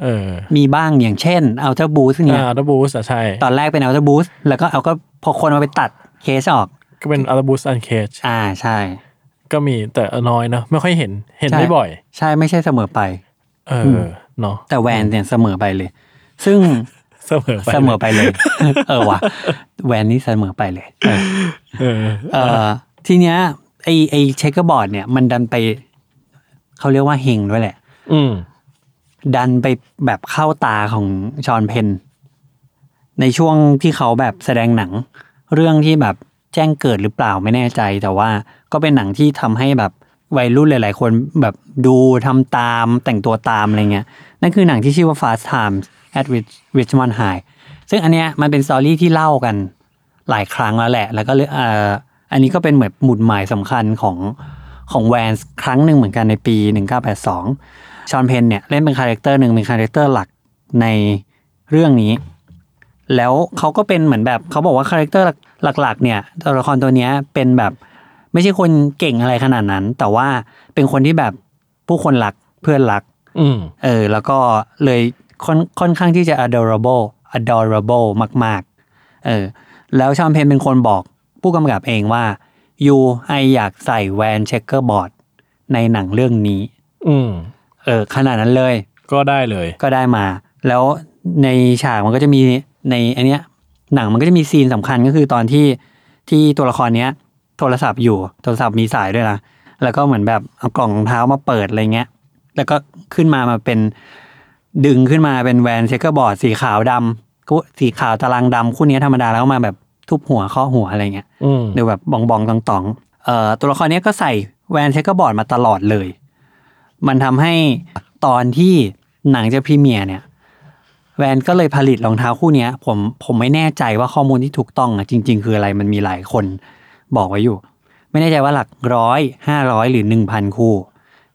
S3: เออ
S2: มีบ้างอย่างเช่นเอาเทอร์บูสเนี่ย
S3: อ่าดับบูสอะใช่
S2: ตอนแรกเป็นเอาเทอร์บูสแล้วก็เอาก็พอคนมาไปตัดเคสออก
S3: ก็เป็นอาราบูสอันเคช
S2: อ่าใช่
S3: ก็มีแต่น้อยเนอะไม่ค่อยเห็นเห็น
S2: ใช่
S3: ไม่บ่อย
S2: ใช่ไม่ใช่เสมอไป
S3: เอออเนาะ
S2: แต่แวนเนี่ยเสมอไปเลย [laughs] ซึ่ง
S3: เสมอไป
S2: เสมอไปเลย เออว่ะแวนนี่เสมอไปเลย เออ
S3: เออ
S2: เออทีเนี้ยไอไอเช็คเกอร์บอร์ดเนี่ยมันดันไป เขาเรียกว่าเฮงด้วยแหละ
S3: อืม
S2: ดันไปแบบเข้าตาของชอนเพนในช่วงที่เขาแบบแสดงหนัง เรื่องที่แบบแจ้งเกิดหรือเปล่าไม่แน่ใจ แต่ว่าก็เป็นหนังที่ทำให้แบบวัยรุ่นหลาย ๆ คนแบบดูทำตามแต่งตัวตามอะไรเงี้ย นั่นคือหนังที่ชื่อว่า Fast Times at Rich- Richmond High ซึ่งอันเนี้ยมันเป็นสตอรี่ที่เล่ากันหลายครั้งแล้วแหละ แล้วก็เลยเอ่ออันนี้ก็เป็นเหมือนหมุดหมายสำคัญของของแวนครั้งหนึ่งเหมือนกันในปี 1982 ชอนเพนเนี่ยเล่นเป็นคาแรคเตอร์หนึ่งเป็นคาแรคเตอร์หลักในเรื่องนี้ แล้วเขาก็เป็นเหมือนแบบเขาบอกว่าคาแรคเตอร์หลักๆ เนี่ยตัวละครตัวเนี้ยเป็นแบบไม่ใช่คนเก่งอะไรขนาดนั้น แต่ว่าเป็นคนที่แบบผู้คนรักเพื่อนรัก
S3: อืม
S2: เออแล้วก็เลยค่อนค่อนข้างที่จะ adorable adorable มาก ๆ เออแล้วชอนเพนเป็นคนบอกผู้กำกับเองว่ายูไออยากใส่แวนเช็คเกอร์บอร์ดในหนังเรื่องนี้
S3: อืม
S2: เออขนาดนั้นเลย
S3: ก็ได้เลย
S2: ก็ได้มา แล้วในฉากมันก็จะมีในอันเนี้ยหนังมันก็จะมีซีนสำคัญก็คือตอนที่ที่ตัวละครเนี้ย โทรศัพท์อยู่โทรศัพท์มีสายด้วยนะ แล้วก็เหมือนแบบเอากล่องรองเท้ามาเปิดอะไรเงี้ย แล้วก็ขึ้นมามาเป็นดึงขึ้นมาเป็นแวนเชคเกอร์บอร์ดสีขาวดำคู่สีขาวตารางดำคู่นี้ธรรมดาแล้วก็มาแบบทุบหัวข้อหัวอะไรเงี้ย
S3: อืม
S2: หรือแบบบองบองๆตองตองๆเอ่อตัวละครเนี้ยก็ใส่แวนเชคเกอร์บอร์ดมาตลอดเลย มันทำให้ตอนที่หนังจะพรีเมียร์เนี่ย แวนก็เลยผลิตรองเท้าคู่เนี้ย ผมผมไม่แน่ใจว่าข้อมูลที่ถูกต้องอะจริง ๆ คืออะไรมันมีหลายคนบอกไว้อยู่ ไม่แน่ใจว่าหลักร้อยห้าร้อยหรือหนึ่งพันคู่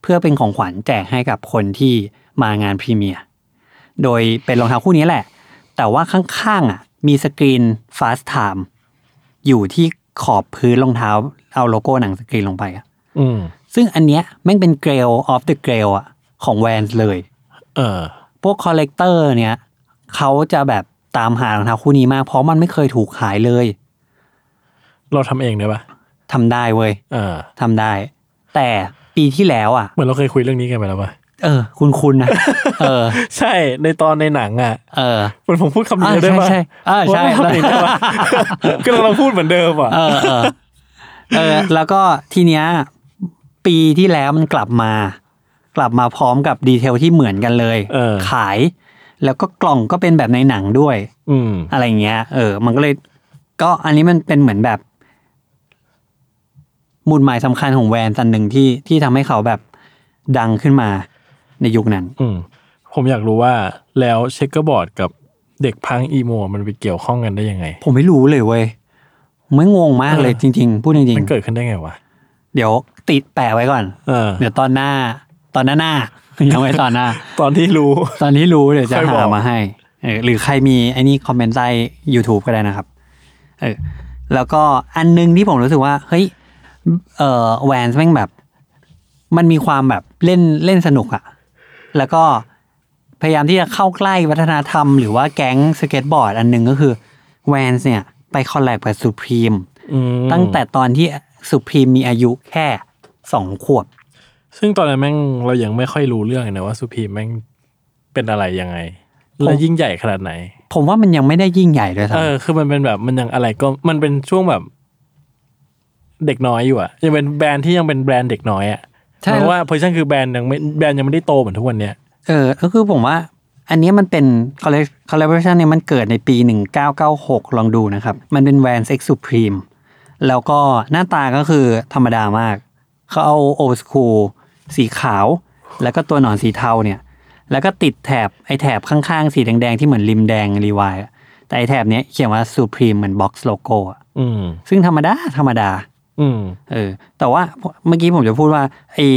S2: เพื่อเป็นของขวัญแจกให้กับคนที่มางานพรีเมียร์โดยเป็นรองเท้าคู่นี้แหละ แต่ว่าข้างๆอ่ะมีสกรีน Fast Time อยู่ที่ขอบพื้นรองเท้าเอาโลโก้หนังสกรีนลงไปอะ
S3: อืม
S2: ซึ่งอันเนี้ยแม่งเป็นเกรล of the grail อ่ะของแวนเลย
S3: เออ
S2: พวกคอลเลกเตอร์เนี่ยเขาจะแบบตามหารองเท้าคู่นี้มาก เพราะมันไม่เคยถูกขายเลย
S3: เราทำเองได้ปะ
S2: ทำได้เว้ย
S3: เออ
S2: ทำได้ แต่ปีที่แล้วอ่ะ
S3: เหมือนเราเคยคุยเรื่องนี้กันไปแล้วปะ [laughs]
S2: เออ คุณคุณนะ เออ
S3: ใช่ในตอนในหนังอ่ะ
S2: เออ
S3: เหมันผมพูดคำนี้ได้ปะ
S2: อ่าใช่ใช่อ่าใช่
S3: ว่าเราทำเอง
S2: [laughs]
S3: ได้ปะ ก็เราพูดเหมือนเดิมอ่ะ
S2: เออเออเออ แล้วก็ทีเนี้ยปีที่แล้วมันกลับมา กลับมาพร้อมกับดีเทลที่เหมือนกันเลย
S3: เออ
S2: ขาย แล้วก็กล่องก็เป็นแบบในหนังด้วย
S3: อืม
S2: อะไรเงี้ย เออ มันก็เลย ก็อันนี้มันเป็นเหมือนแบบหมุดหมายสำคัญของแวนตันหนึ่งที่ที่ทำให้เขาแบบดังขึ้นมาในยุคนั้น
S3: อืม ผมอยากรู้ว่าแล้วเช็คเกอร์บอร์ดกับเด็กพังอีโมมันไปเกี่ยวข้องกันได้ยังไง
S2: ผมไม่รู้เลยเว้ยผมไม่งงมากเลย
S3: เออ
S2: จริง ๆ พูดจริง
S3: มันเกิดขึ้นได้ไงวะ
S2: ๆ เดี๋ยวติดแปะไว้ก่อน
S3: เออ
S2: เดี๋ยวตอนหน้า ตอนหน้าหน้า ยังไม่ตอนหน้า
S3: ตอนที่รู้
S2: ตอนที่รู้เดี๋ยวจะ
S3: ค่อยบ
S2: หา
S3: อก
S2: มาให้เออหรือใครมีไอ้นี่คอมเมนต์ใต้ YouTube ก็ได้นะครับเออแล้วก็อันนึงที่ผมรู้สึกว่า เฮ้ยเออแวนแม่งแบบ มันมีความแบบเล่นเล่นสนุกอะแล้วก็พยายามที่จะเข้าใกล้วัฒนธรรมหรือว่าแก๊งสเก็ตบอร์ดอันหนึงก็คือแวนเนี่ย ไปคอลแลบกับสุพรีม
S3: อืม
S2: ตั้งแต่ตอนที่สุพรีมมีอายุแค่สองขวบ
S3: ซึ่งตอนนั้นแม่งเรายังไม่ค่อยรู้เรื่องเลยนะว่าสุพีมแม่งเป็นอะไรยังไง
S2: ผม
S3: และยิ่งใหญ่ขนาดไหน
S2: ผมว่ามันยังไม่ได้ยิ่งใหญ่ด้วย
S3: เอ
S2: ซ้ำ
S3: อ คือมันเป็นแบบมันยังอะไรก็มันเป็นช่วงแบบ เด็กน้อยอยู่อะยังเป็นแบรนด์ที่ยังเป็นแบรนด์เด็กน้อยอะ
S2: ใช่
S3: เพราะว่าโพซิชันคือแบรนด์ยังไม่แบรนด์ยังไม่ได้โตเหมือนทุกวันเนี้ย
S2: เออก็คือผมว่า อันเนี้ยมันเป็น collect- collaboration เนี่ยมันเกิดในปี 1996 ลองดูนะครับ มันเป็น Vans X Supreme แล้วก็หน้าตาก็คือธรรมดามาก เขาเอา old school สีขาว แล้วก็ตัวหนอนสีเทาเนี่ย แล้วก็ติดแถบ ไอแถบข้างๆ สีแดงๆ ที่เหมือนริมแดงรีวายอะแต่ไอแถบเนี้ยเขียนว่า Supreme เหมือน box logo อะ
S3: อืม
S2: ซึ่งธรรมดา ธรรมดา
S3: อืม
S2: เออแต่ว่าเมื่อกี้ผมจะพูดว่าไอ้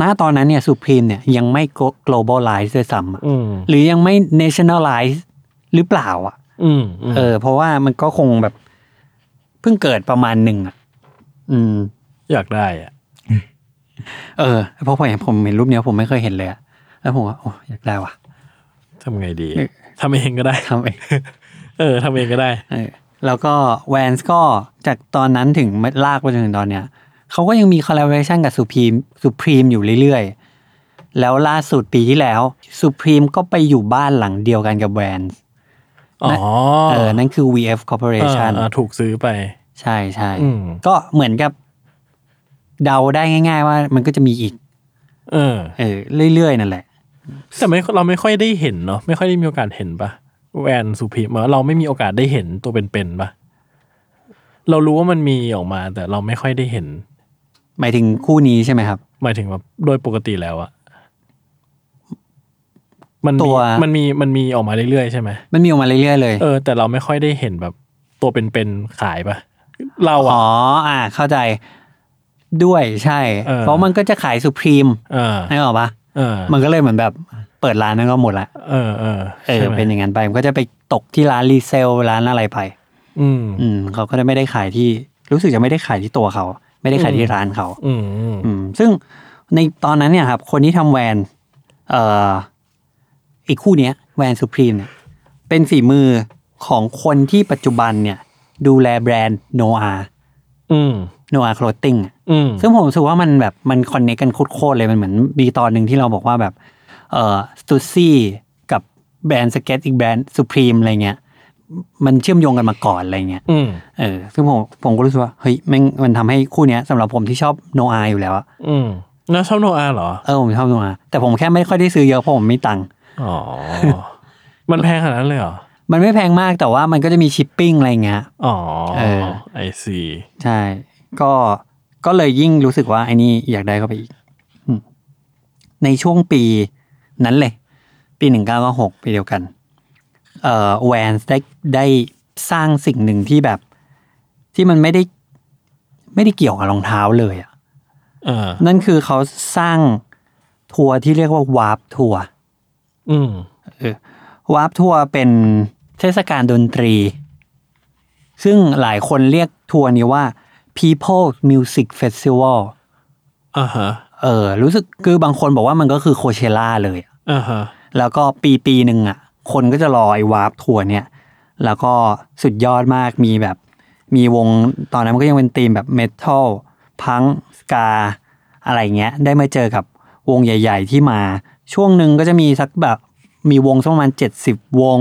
S2: ณตอนนั้นเนี่ยสุพรีมเนี่ยยังไม่ glo- globalize ด้วยซ้ำอะ
S3: อืม
S2: หรือยังไม่ nationalize หรือเปล่าอ่ะ
S3: อืมอืม
S2: เออเพราะว่ามันก็คงแบบเพิ่งเกิดประมาณหนึ่งอ่ะ อืม
S3: อยากได้อ่ะ
S2: เออเพราะผมเห็นผมเห็นรูปเนี้ยผมไม่เคยเห็นเลยอะแล้วผมว่าโอ้อยากได้ว่ะ
S3: ทำไงดี
S2: เออ
S3: ทำเองก็ได้
S2: ทำเอง
S3: เออทำเองก็ได้
S2: เออ แล้วก็แวนส์ก็จากตอนนั้นถึงลากไปจนถึงตอนเนี้ยเขาก็ยังมีคอล a b o r a t i o n กับสุพรีมสุพรีมอยู่เรื่อยๆ แล้วล่าสุดปีที่แล้วสุพรีมก็ไปอยู่บ้านหลังเดียวกันกับแวนส์
S3: อ๋อ
S2: เออนั่นคือ VF Corporation
S3: อ่าถูกซื้อไป
S2: ใช่ใช่
S3: อืม
S2: ก็เหมือนกับเดาได้ง่าย ๆ ว่ามันก็จะมีอีก
S3: เออ
S2: เออเรื่อยๆ นั่นแหละ
S3: แต่ไม่เราไม่ค่อยได้เห็นเนาะไม่ค่อยได้มีโอกาสเห็นปะแวนสุพีมาเราไม่มีโอกาสได้เห็นตัวเป็นๆปะเรารู้ว่ามันมีออกมา แต่เราไม่ค่อยได้เห็น
S2: หมายถึงคู่นี้ใช่ไหมครับ
S3: หมายถึงแบบโดยปกติแล้วอะมันมี
S2: ตัว
S3: มันมีมันมีออกมาเรื่อยๆใช่ไหม
S2: มันมีออกมาเรื่อยๆเลย
S3: เออ แต่เราไม่ค่อยได้เห็นแบบ ตัวเป็นๆขายปะเรา
S2: อ๋
S3: อะ
S2: อ อ่า เข้าใจ ด้วยใช่
S3: เออ
S2: เพราะมันก็จะขายสุพรีม
S3: เออ
S2: ไม่ออกปะ
S3: เออ
S2: มันก็เลยเหมือนแบบเปิดร้านนั้นก็หมดละ
S3: เออเออ
S2: เออ
S3: ใช่ไหม
S2: เป็นอย่างนั้นไป มันก็จะไปตกที่ร้านรีเซลร้านอะไรไป
S3: อืม
S2: อืม เขาก็จะไม่ได้ขายที่ รู้สึกจะไม่ได้ขายที่ตัวเขา ไม่ได้ขายที่
S3: อืม
S2: ร้านเขา
S3: อืม
S2: อืม ซึ่งในตอนนั้นเนี่ยครับ คนที่ทำแวน เอ่อ อีกคู่เนี้ย แวนสุพรีมเนี่ย เป็นฝีมือของคนที่ปัจจุบันเนี่ย ดูแลแบรนด์โนอา
S3: อืม
S2: โนอาโคลติ้ง
S3: อืม
S2: ซึ่งผมรู้สึกว่ามันแบบมันคอนเนคกันโคตรๆเลยมันเหมือนมีตอนหนึ่งที่เราบอกว่าแบบเอ่อสตูซี่กับแบรนด์สเก็ตอีกแบรนด์สุพรีมอะไรเงี้ย มันเชื่อมโยงกันมาก่อนอะไรเงี้ย
S3: อืม
S2: เออซึ่งผมผมก็รู้สึกว่าเฮ้ยแม่งมันทำให้คู่เนี้ยสำหรับผมที่ชอบโนอาอยู่แล้วอะ
S3: อืมน่าชอบโนอาเหรอ
S2: เออผมชอบโนอาแต่ผมแค่ไม่ค่อยได้ซื้อเยอะเพราะผมไม่ตังค์
S3: อ๋อ [laughs] มันแพงขนาดนั้นเลยเหรอ
S2: มันไม่แพงมากแต่ว่ามันก็จะมีชิปปิ้งอะไรเงี้ย
S3: อ๋อ
S2: เออ
S3: ไอซี
S2: ใช่ ก็ก็เลยยิ่งรู้สึกว่าไอ้นี่อยากได้เข้าไปอีกอืมในช่วงปีนั้นเลย ปีหนึ่งเก้าก็หกปีเดียวกัน เอ่อแวนได้ได้สร้างสิ่งหนึ่งที่แบบ ที่มันไม่ได้ ไม่ได้เกี่ยวกับรองเท้าเลยอะ
S3: เออ
S2: นั่นคือเขาสร้างทัวร์ที่เรียกว่าวาร์ปทัวร์
S3: อืม
S2: วาร์ปทัวร์เป็นเทศกาลดนตรี ซึ่งหลายคนเรียกทัวร์นี้ว่า People Music Festival
S3: อ่าฮะ
S2: เออรู้สึกคือบางคนบอกว่ามันก็คือโคเชล่าเลยอะ
S3: อ่าฮะ
S2: แล้วก็ปีปีหนึ่งอ่ะ คนก็จะรอไอ้วาร์ปทัวร์เนี่ย แล้วก็สุดยอดมากมีแบบ มีวงตอนนั้นมันก็ยังเป็นธีมแบบเมทัลพังสกาอะไรเงี้ย ได้มาเจอกับวงใหญ่ ๆ ที่มาช่วงหนึ่งก็จะมีสักแบบ มีวงสักประมาณ 70 วง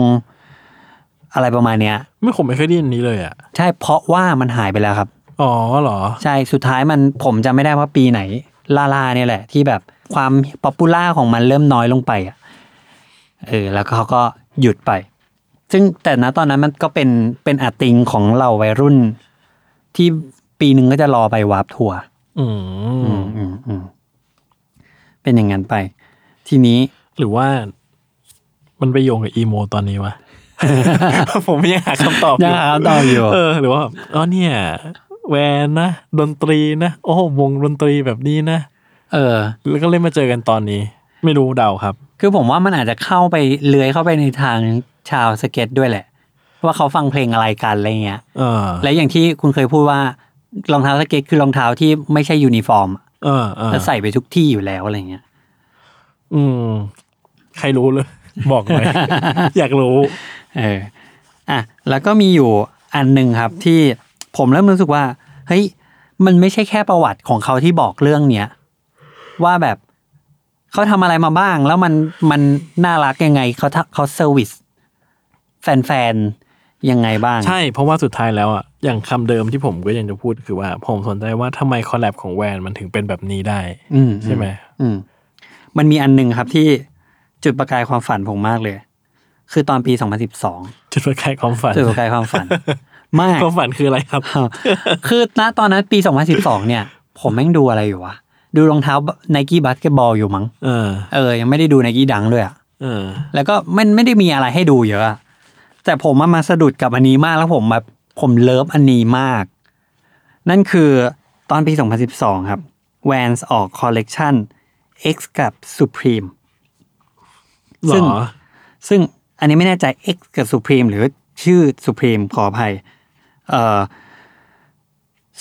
S2: อะไรประมาณเนี้ย
S3: ไม่ผมไม่เคยได้ยินนี้เลยอ่ะ
S2: ใช่เพราะว่ามันหายไปแล้วครับ
S3: อ๋อเหรอ
S2: ใช่ สุดท้ายมันผมจำไม่ได้ว่าปีไหน ลาลาเนี่ยแหละ ที่แบบความป๊อปปูล่าของมันเริ่มน้อยลงไปอ่ะเออแล้วเขาก็หยุดไป ซึ่งแต่ณตอนนั้นมันก็เป็นเป็นอาติงของเราวัยรุ่น ที่ปีหนึ่งก็จะรอไปวาร์ปทัวร์
S3: อืม
S2: อืมอืมอืมเป็นอย่างนั้นไป ทีนี้
S3: หรือว่า มันไปโยงกับอีโมตอนนี้วะ [laughs] ผมยังหาคำตอบอยู่
S2: ยังหาคำตอบอยู่
S3: เออ หรือว่าแบบอ๋อเนี่ย แวนนะ ดนตรีนะ โอ้วงดนตรีแบบนี้นะ
S2: เออ
S3: แล้วก็เลยมาเจอกันตอนนี้ ไม่รู้เดาครับ
S2: คือผมว่ามันอาจจะเข้าไปเลื้อยเข้าไปในทางชาวสเก็ตด้วยแหละ ว่าเขาฟังเพลงอะไรกันอะไรเงี้ย
S3: เออ
S2: และอย่างที่คุณเคยพูดว่ารองเท้าสเก็ตคือรองเท้าที่ไม่ใช่ยูนิฟอร์มอะ
S3: เออเออ
S2: แล้วใส่ไปทุกที่อยู่แล้วอะไรเงี้ย
S3: อืม ใครรู้เลย [laughs] บอกหน่อย อยากรู้
S2: เอออ่ะแล้วก็มีอยู่อันหนึ่งครับที่ผมเริ่มรู้สึกว่า เฮ้ย มันไม่ใช่แค่ประวัติของเขาที่บอกเรื่องเนี้ย ว่าแบบเขาทำอะไรมาบ้าง แล้วมันมันน่ารักยังไงเขาทำเขาเซอร์วิสแฟนๆ ยังไงบ้าง
S3: ใช่เพราะว่าสุดท้ายแล้วอ่ะอย่างคำเดิมที่ผมก็ยังจะพูดคือว่า ผมสนใจว่าทำไมคอลแลบของแวนมันถึงเป็นแบบนี้ได้
S2: อืม
S3: ใช่ไหม
S2: อืมมันมีอันหนึ่งครับที่จุดประกายความฝันผมมากเลย คือตอนปี [laughs] 2012
S3: จุดประกายความฝัน
S2: จุดประกายความ [laughs] ฝัน มาก
S3: ความฝันคืออะไรครับ
S2: คือณตอนนั้นปี 2012 เนี่ย ผมแม่งดูอะไรอยู่วะ ดูรองเท้าไนกี้บาสเกตบอลอยู่มั้ง
S3: เออ
S2: เออ ยังไม่ได้ดูไนกี้ดังด้วยอะ
S3: เออ
S2: แล้วก็มันไม่ได้มีอะไรให้ดูเยอะอะแต่ผมมามาสะดุดกับอันนี้มากแล้วผมแบบผมเลิฟอันนี้มาก นั่นคือตอนปี 2012 ครับ Vans ออกคอลเลกชัน X กับ Supreme
S3: หร
S2: ซึ่ง
S3: อ
S2: ซึ่งอันนี้ไม่แน่ใจ X กับ Supreme หรือชื่อ Supreme ขออภัย เอ่อ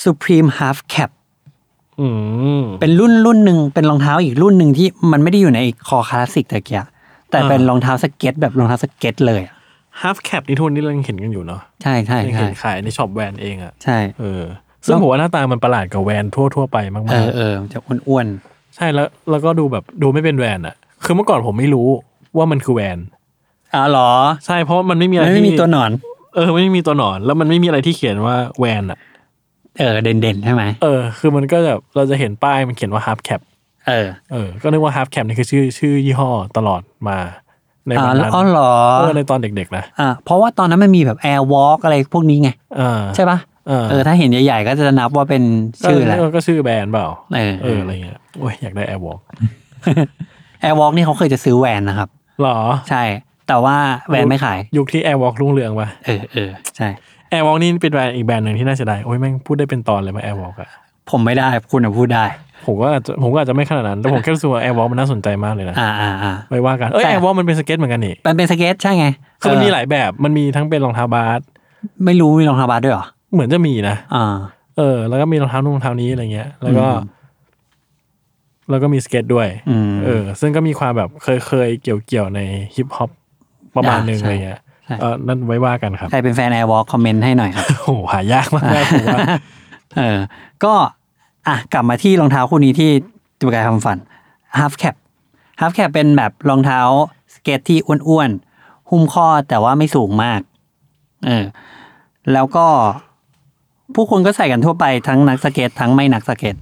S2: Supreme Half Cap
S3: อืม
S2: เป็นรุ่นรุ่นหนึ่งเป็นรองเท้าอีกรุ่นหนึ่งที่มันไม่ได้อยู่ในคอคลาสสิกตะเกียะแต่เป็น
S3: อ่าร ร
S2: องเท้าสเก็ตแบบรองเท้าสเก็ตเลยอะ
S3: half cap นี่ทุกวันนี้เรายังเห็นกันอยู่เนาะ
S2: ใช่ใช่
S3: ยั
S2: ใช่
S3: เห็นขายในช็อปแวนเองอะ
S2: ใช่
S3: เออ ซึ่งผมว่าหน้าตามันประหลาดกว่าแวนทั่วๆไปมา
S2: เอก อเออจะอ้วน
S3: ๆ ใช่แล้วแล้วก็ดูแบบดูไม่เป็นแวนอะคือเมื่อก่อนผมไม่รู้ว่ามันคือแวน
S2: ๆอ๋อเหรอ
S3: ใช่เพราะมันไม่มีอะไร
S2: ไม่
S3: ที่
S2: มีตัวหนอน
S3: เออไม่มีตัวหนอน แล้วมันไม่มีอะไรที่เขียนว่าแวนอะ
S2: เออเด่นเด่นๆใช่ไหม
S3: เออ คือมันก็แบบเราจะเห็นป้ายมันเขียนว่า half cap
S2: เออ
S3: เออ ก็นึกว่า half cap นี่คือชื่อชื่อยี่ห้อตลอดมาใน
S2: อ๋
S3: วั
S2: อน แล้ว
S3: นั้น
S2: อ๋อเหรอ
S3: เออในตอนเด็กๆนะ
S2: อ่าเพราะว่าตอนนั้นมันมีแบบแอร์วอล์กอะไรพวกนี้ไง
S3: อ่า
S2: ใช่ปะ
S3: เออ
S2: เออ ถ้าเห็นใหญ่ๆ ก็จะนับว่าเป็นชื่อแหละ
S3: เก็ชื่อแบรนด์เปล่า
S2: เออ
S3: เอ
S2: เอ
S3: อ
S2: อ
S3: อะไรเงี้ยโอ้ยอยากได้แอร์วอล์ก
S2: แอร์วอล์กนี่เขาเคยจะซื้อแหวนนะครับ
S3: หรอ
S2: ใช่ แต่ว่าแหวนไม่ขาย
S3: ยุคที่แอร์วอล์กรุ่งเรืองปะ
S2: เออเออใช่
S3: แอร์วอล์กนี่เป็นแบรนด์อีกแบรนด์หนึ่งที่น่าเสียดายโอ้ยแม่งพูดได้เป็นตอนเลยมาแอร์วอล์กอะ
S2: ผมไม่ได้คุณอะพูดได้
S3: ผมก็อาจจะผมก็อาจจะไม่ขนาดนั้น แต่ผมแค่รู้สึกว่าแอร์วอล์กมันน่าสนใจมากเลยนะ
S2: อ่าอ่าอ่า
S3: ไว้ว่ากันเอ้ย
S2: แต่
S3: แอร์วอล์กมันเป็นสเก็ตเหมือนกันนี่
S2: มันเป็นสเก็ตใช่ไง
S3: คือมันมี
S2: เล
S3: หายแบบมันมีทั้งเป็นรองเท้าบาส
S2: ไม่รู้มีรองเท้าบาสด้วยเหรอ
S3: เหมือนจะมีนะ
S2: อ่า
S3: เออ แล้วก็มีรองเท้านู่นรองเท้านี้อะไรเงี้ย แล้วก็
S2: อืม
S3: แล้วก็มีสเก็ตด้วย
S2: อืม
S3: เออ ซึ่งก็มีความแบบเคยเคยเกี่ยวเกี่ยวๆในฮิปฮอปประมาณหนึ่ง
S2: อ่าใช่
S3: อะไรเงี้ย
S2: ใช่
S3: เออนั่นไว้ว่ากันครับ
S2: ใครเป็นแฟนแอร์วอล์กคอมเมนต์ให้หน่อยครับ
S3: โอ้โหหายากมากเลยผมว่า
S2: เออ ก็อ่ะกลับมาที่รองเท้าคู่นี้ที่ตุกกายทำฟัน half cap half cap เป็นแบบรองเท้าสเก็ตที่อ้วนๆ หุ้มข้อแต่ว่าไม่สูงมาก เออ แล้วก็ผู้คนก็ใส่กันทั่วไปทั้งนักสเก็ตทั้งไม่นักสเก็ต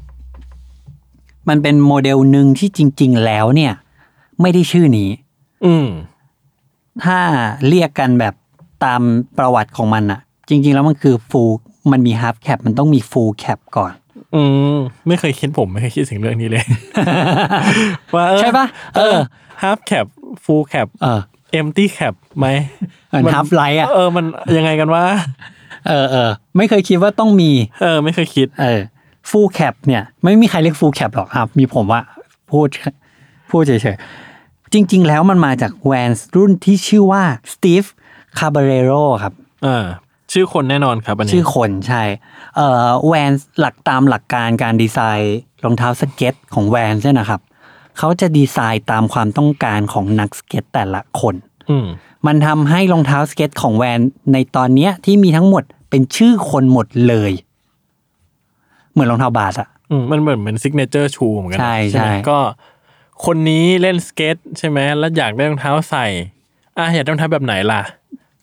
S2: มันเป็นโมเดลหนึ่งที่จริง ๆ แล้วเนี่ย ไม่ได้ชื่อนี้
S3: อืม
S2: ถ้าเรียกกันแบบตามประวัติของมันอะจริง ๆ แล้วมันคือฟูมันมี half cap มันต้องมี full cap ก่อน
S3: อืม ไม่เคยคิดผมไม่เคยคิดถึงเรื่องนี้เลย
S2: [laughs]
S3: ว่า
S2: ใช่ปะ
S3: เอ
S2: เอ
S3: อ
S2: อ
S3: ฮาร์ฟแคปฟูลแคป
S2: เออ
S3: เอมตี้แคปไหม
S2: เหมือน half light อะ
S3: เออมันยังไงกันวะ
S2: เออเออไม่เคยคิดว่าต้องมี
S3: เออ ไม่เคยคิด
S2: เออ full cap เนี่ย ไม่มีใครเรียก full cap หรอกครับ มีผมว่าพูดพูดเฉยๆ จริง ๆ แล้วมันมาจากแวนรุ่นที่ชื่อว่า Steve Caballero ครับ
S3: อ่า ชื่อคนแน่นอนครับอันนี้
S2: ชื่อคนใช่ เอ่อแวนหลักตามหลักการการดีไซน์รองเท้าสเก็ตของแวนใช่ยนะครับ เขาจะดีไซน์ตามความต้องการของนักสเก็ตแต่ละคน
S3: อืม
S2: มันทำให้รองเท้าสเก็ตของแวนในตอนเนี้ยที่มีทั้งหมดเป็นชื่อคนหมดเลย เหมือนรองเท้าบาสอะ
S3: อืมมันเหมือนเป็นซิกเนเจอร์ชูเหมือนกั
S2: ใช่
S3: ไหม
S2: ใช่
S3: ก็ คนนี้เล่นสเก็ตใช่ไหมแล้วอยากได้รองเท้าใส่อ่ะอยากได้รองเท้าแบบไหนล่ะ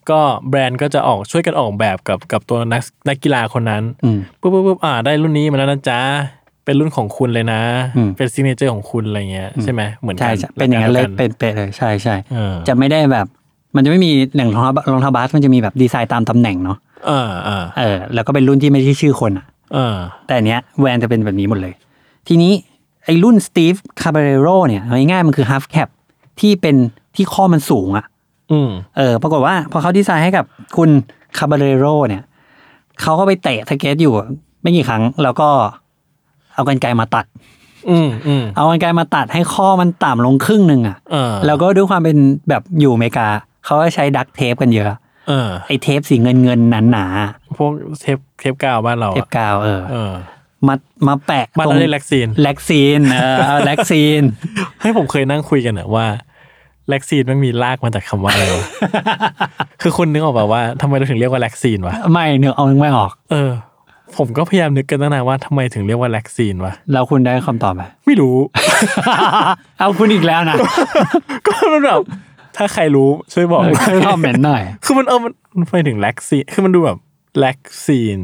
S3: ก็แบรนด์ก็จะออกช่วยกันออกแบบกับกับตัวนักนักกีฬาคนนั้น
S2: อืม
S3: ปุ๊บปุ๊บปุ๊บอ่าได้รุ่นนี้มาแล้วนะจ๊ะ เป็นรุ่นของคุณเลยนะ
S2: อืม
S3: เป็นซิกเนเจอร์ของคุณอะไรเงี้ยใช่ไหมเหมือนกั
S2: ใช่
S3: น
S2: ใช่เป็นอย่างนั้นเลย
S3: หกการดีวกั
S2: เป็นเป๊ะเลยใช่ใช่
S3: เออ
S2: จะไม่ได้แบบ มันจะไม่มีหนึ่งรองเท้ารองเท้าบาสมันจะมีแบบดีไซน์ตามตำแหน่งเนาะ
S3: เออเออ
S2: เออแล้วก็เป็นรุ่นที่ไม่ใช่ชื่อคนอะ
S3: เออ
S2: แต่อันเนี้ยแวนจะเป็นแบบนี้หมดเลย ทีนี้ไอ้รุ่นสตีฟคาเบเรโรเนี่ยเอาง่ายๆมันคือ half cap ที่เป็นที่ข้อมันสูงอะ่ะ
S3: อืม
S2: เออปรากฏว่าพอเขาดีไซน์ให้กับคุณคาเบเรโรเนี่ยเขาก็ไปเตะสเก็ตอยู่ไม่กี่ครั้ง แล้วก็เอากันไกรมาตัด
S3: อืมอืม
S2: เอากันไกรมาตัดให้ข้อมันต่ำลงครึ่งหนึ่งอะ่ะ
S3: เออ
S2: แล้วก็ด้วยความเป็นแบบอยู่อเมริกา เขาก็ใช้ดักเทปกันเยอะ
S3: เออ
S2: ไอ้เทปสีเงินเงินๆหนา
S3: พวกเทปเทปกาวบ้านเรา
S2: ๆเทป
S3: อะ
S2: กาวเออ
S3: เออ
S2: มามาแปะ
S3: บ้าน
S2: ตร
S3: เรา
S2: ง
S3: ได้แล็กซีน
S2: แล็กซีนเออ
S3: [laughs]
S2: เอาแล็กซีน
S3: ให้ผมเคยนั่งคุยกันอะว่าแล็กซีนมันมีลากมาจากคำว่าอะไร
S2: [laughs]
S3: วะ คือคุณนึกออกป่าว่าทำไมเราถึงเรียกว่าแล็กซีนวะ
S2: ไม่เนื้อเอาไม่ออก
S3: เออ ผมก็พยายามนึกกันตั้งนานว่าทำไมถึงเรียกว่าแล็กซีนวะ
S2: แล้วคุณได้คำต
S3: [laughs]
S2: อบไหม
S3: ไม่รู้
S2: เอาคุณอีกแล้วนะ
S3: ก็มันแบบถ้าใครรู้ช่วยบอก
S2: คอมเมนต์หน่อย
S3: [laughs] คือมันเออมันมันไปถึงแล็กซีนคือมันดูแบบแล็กซีน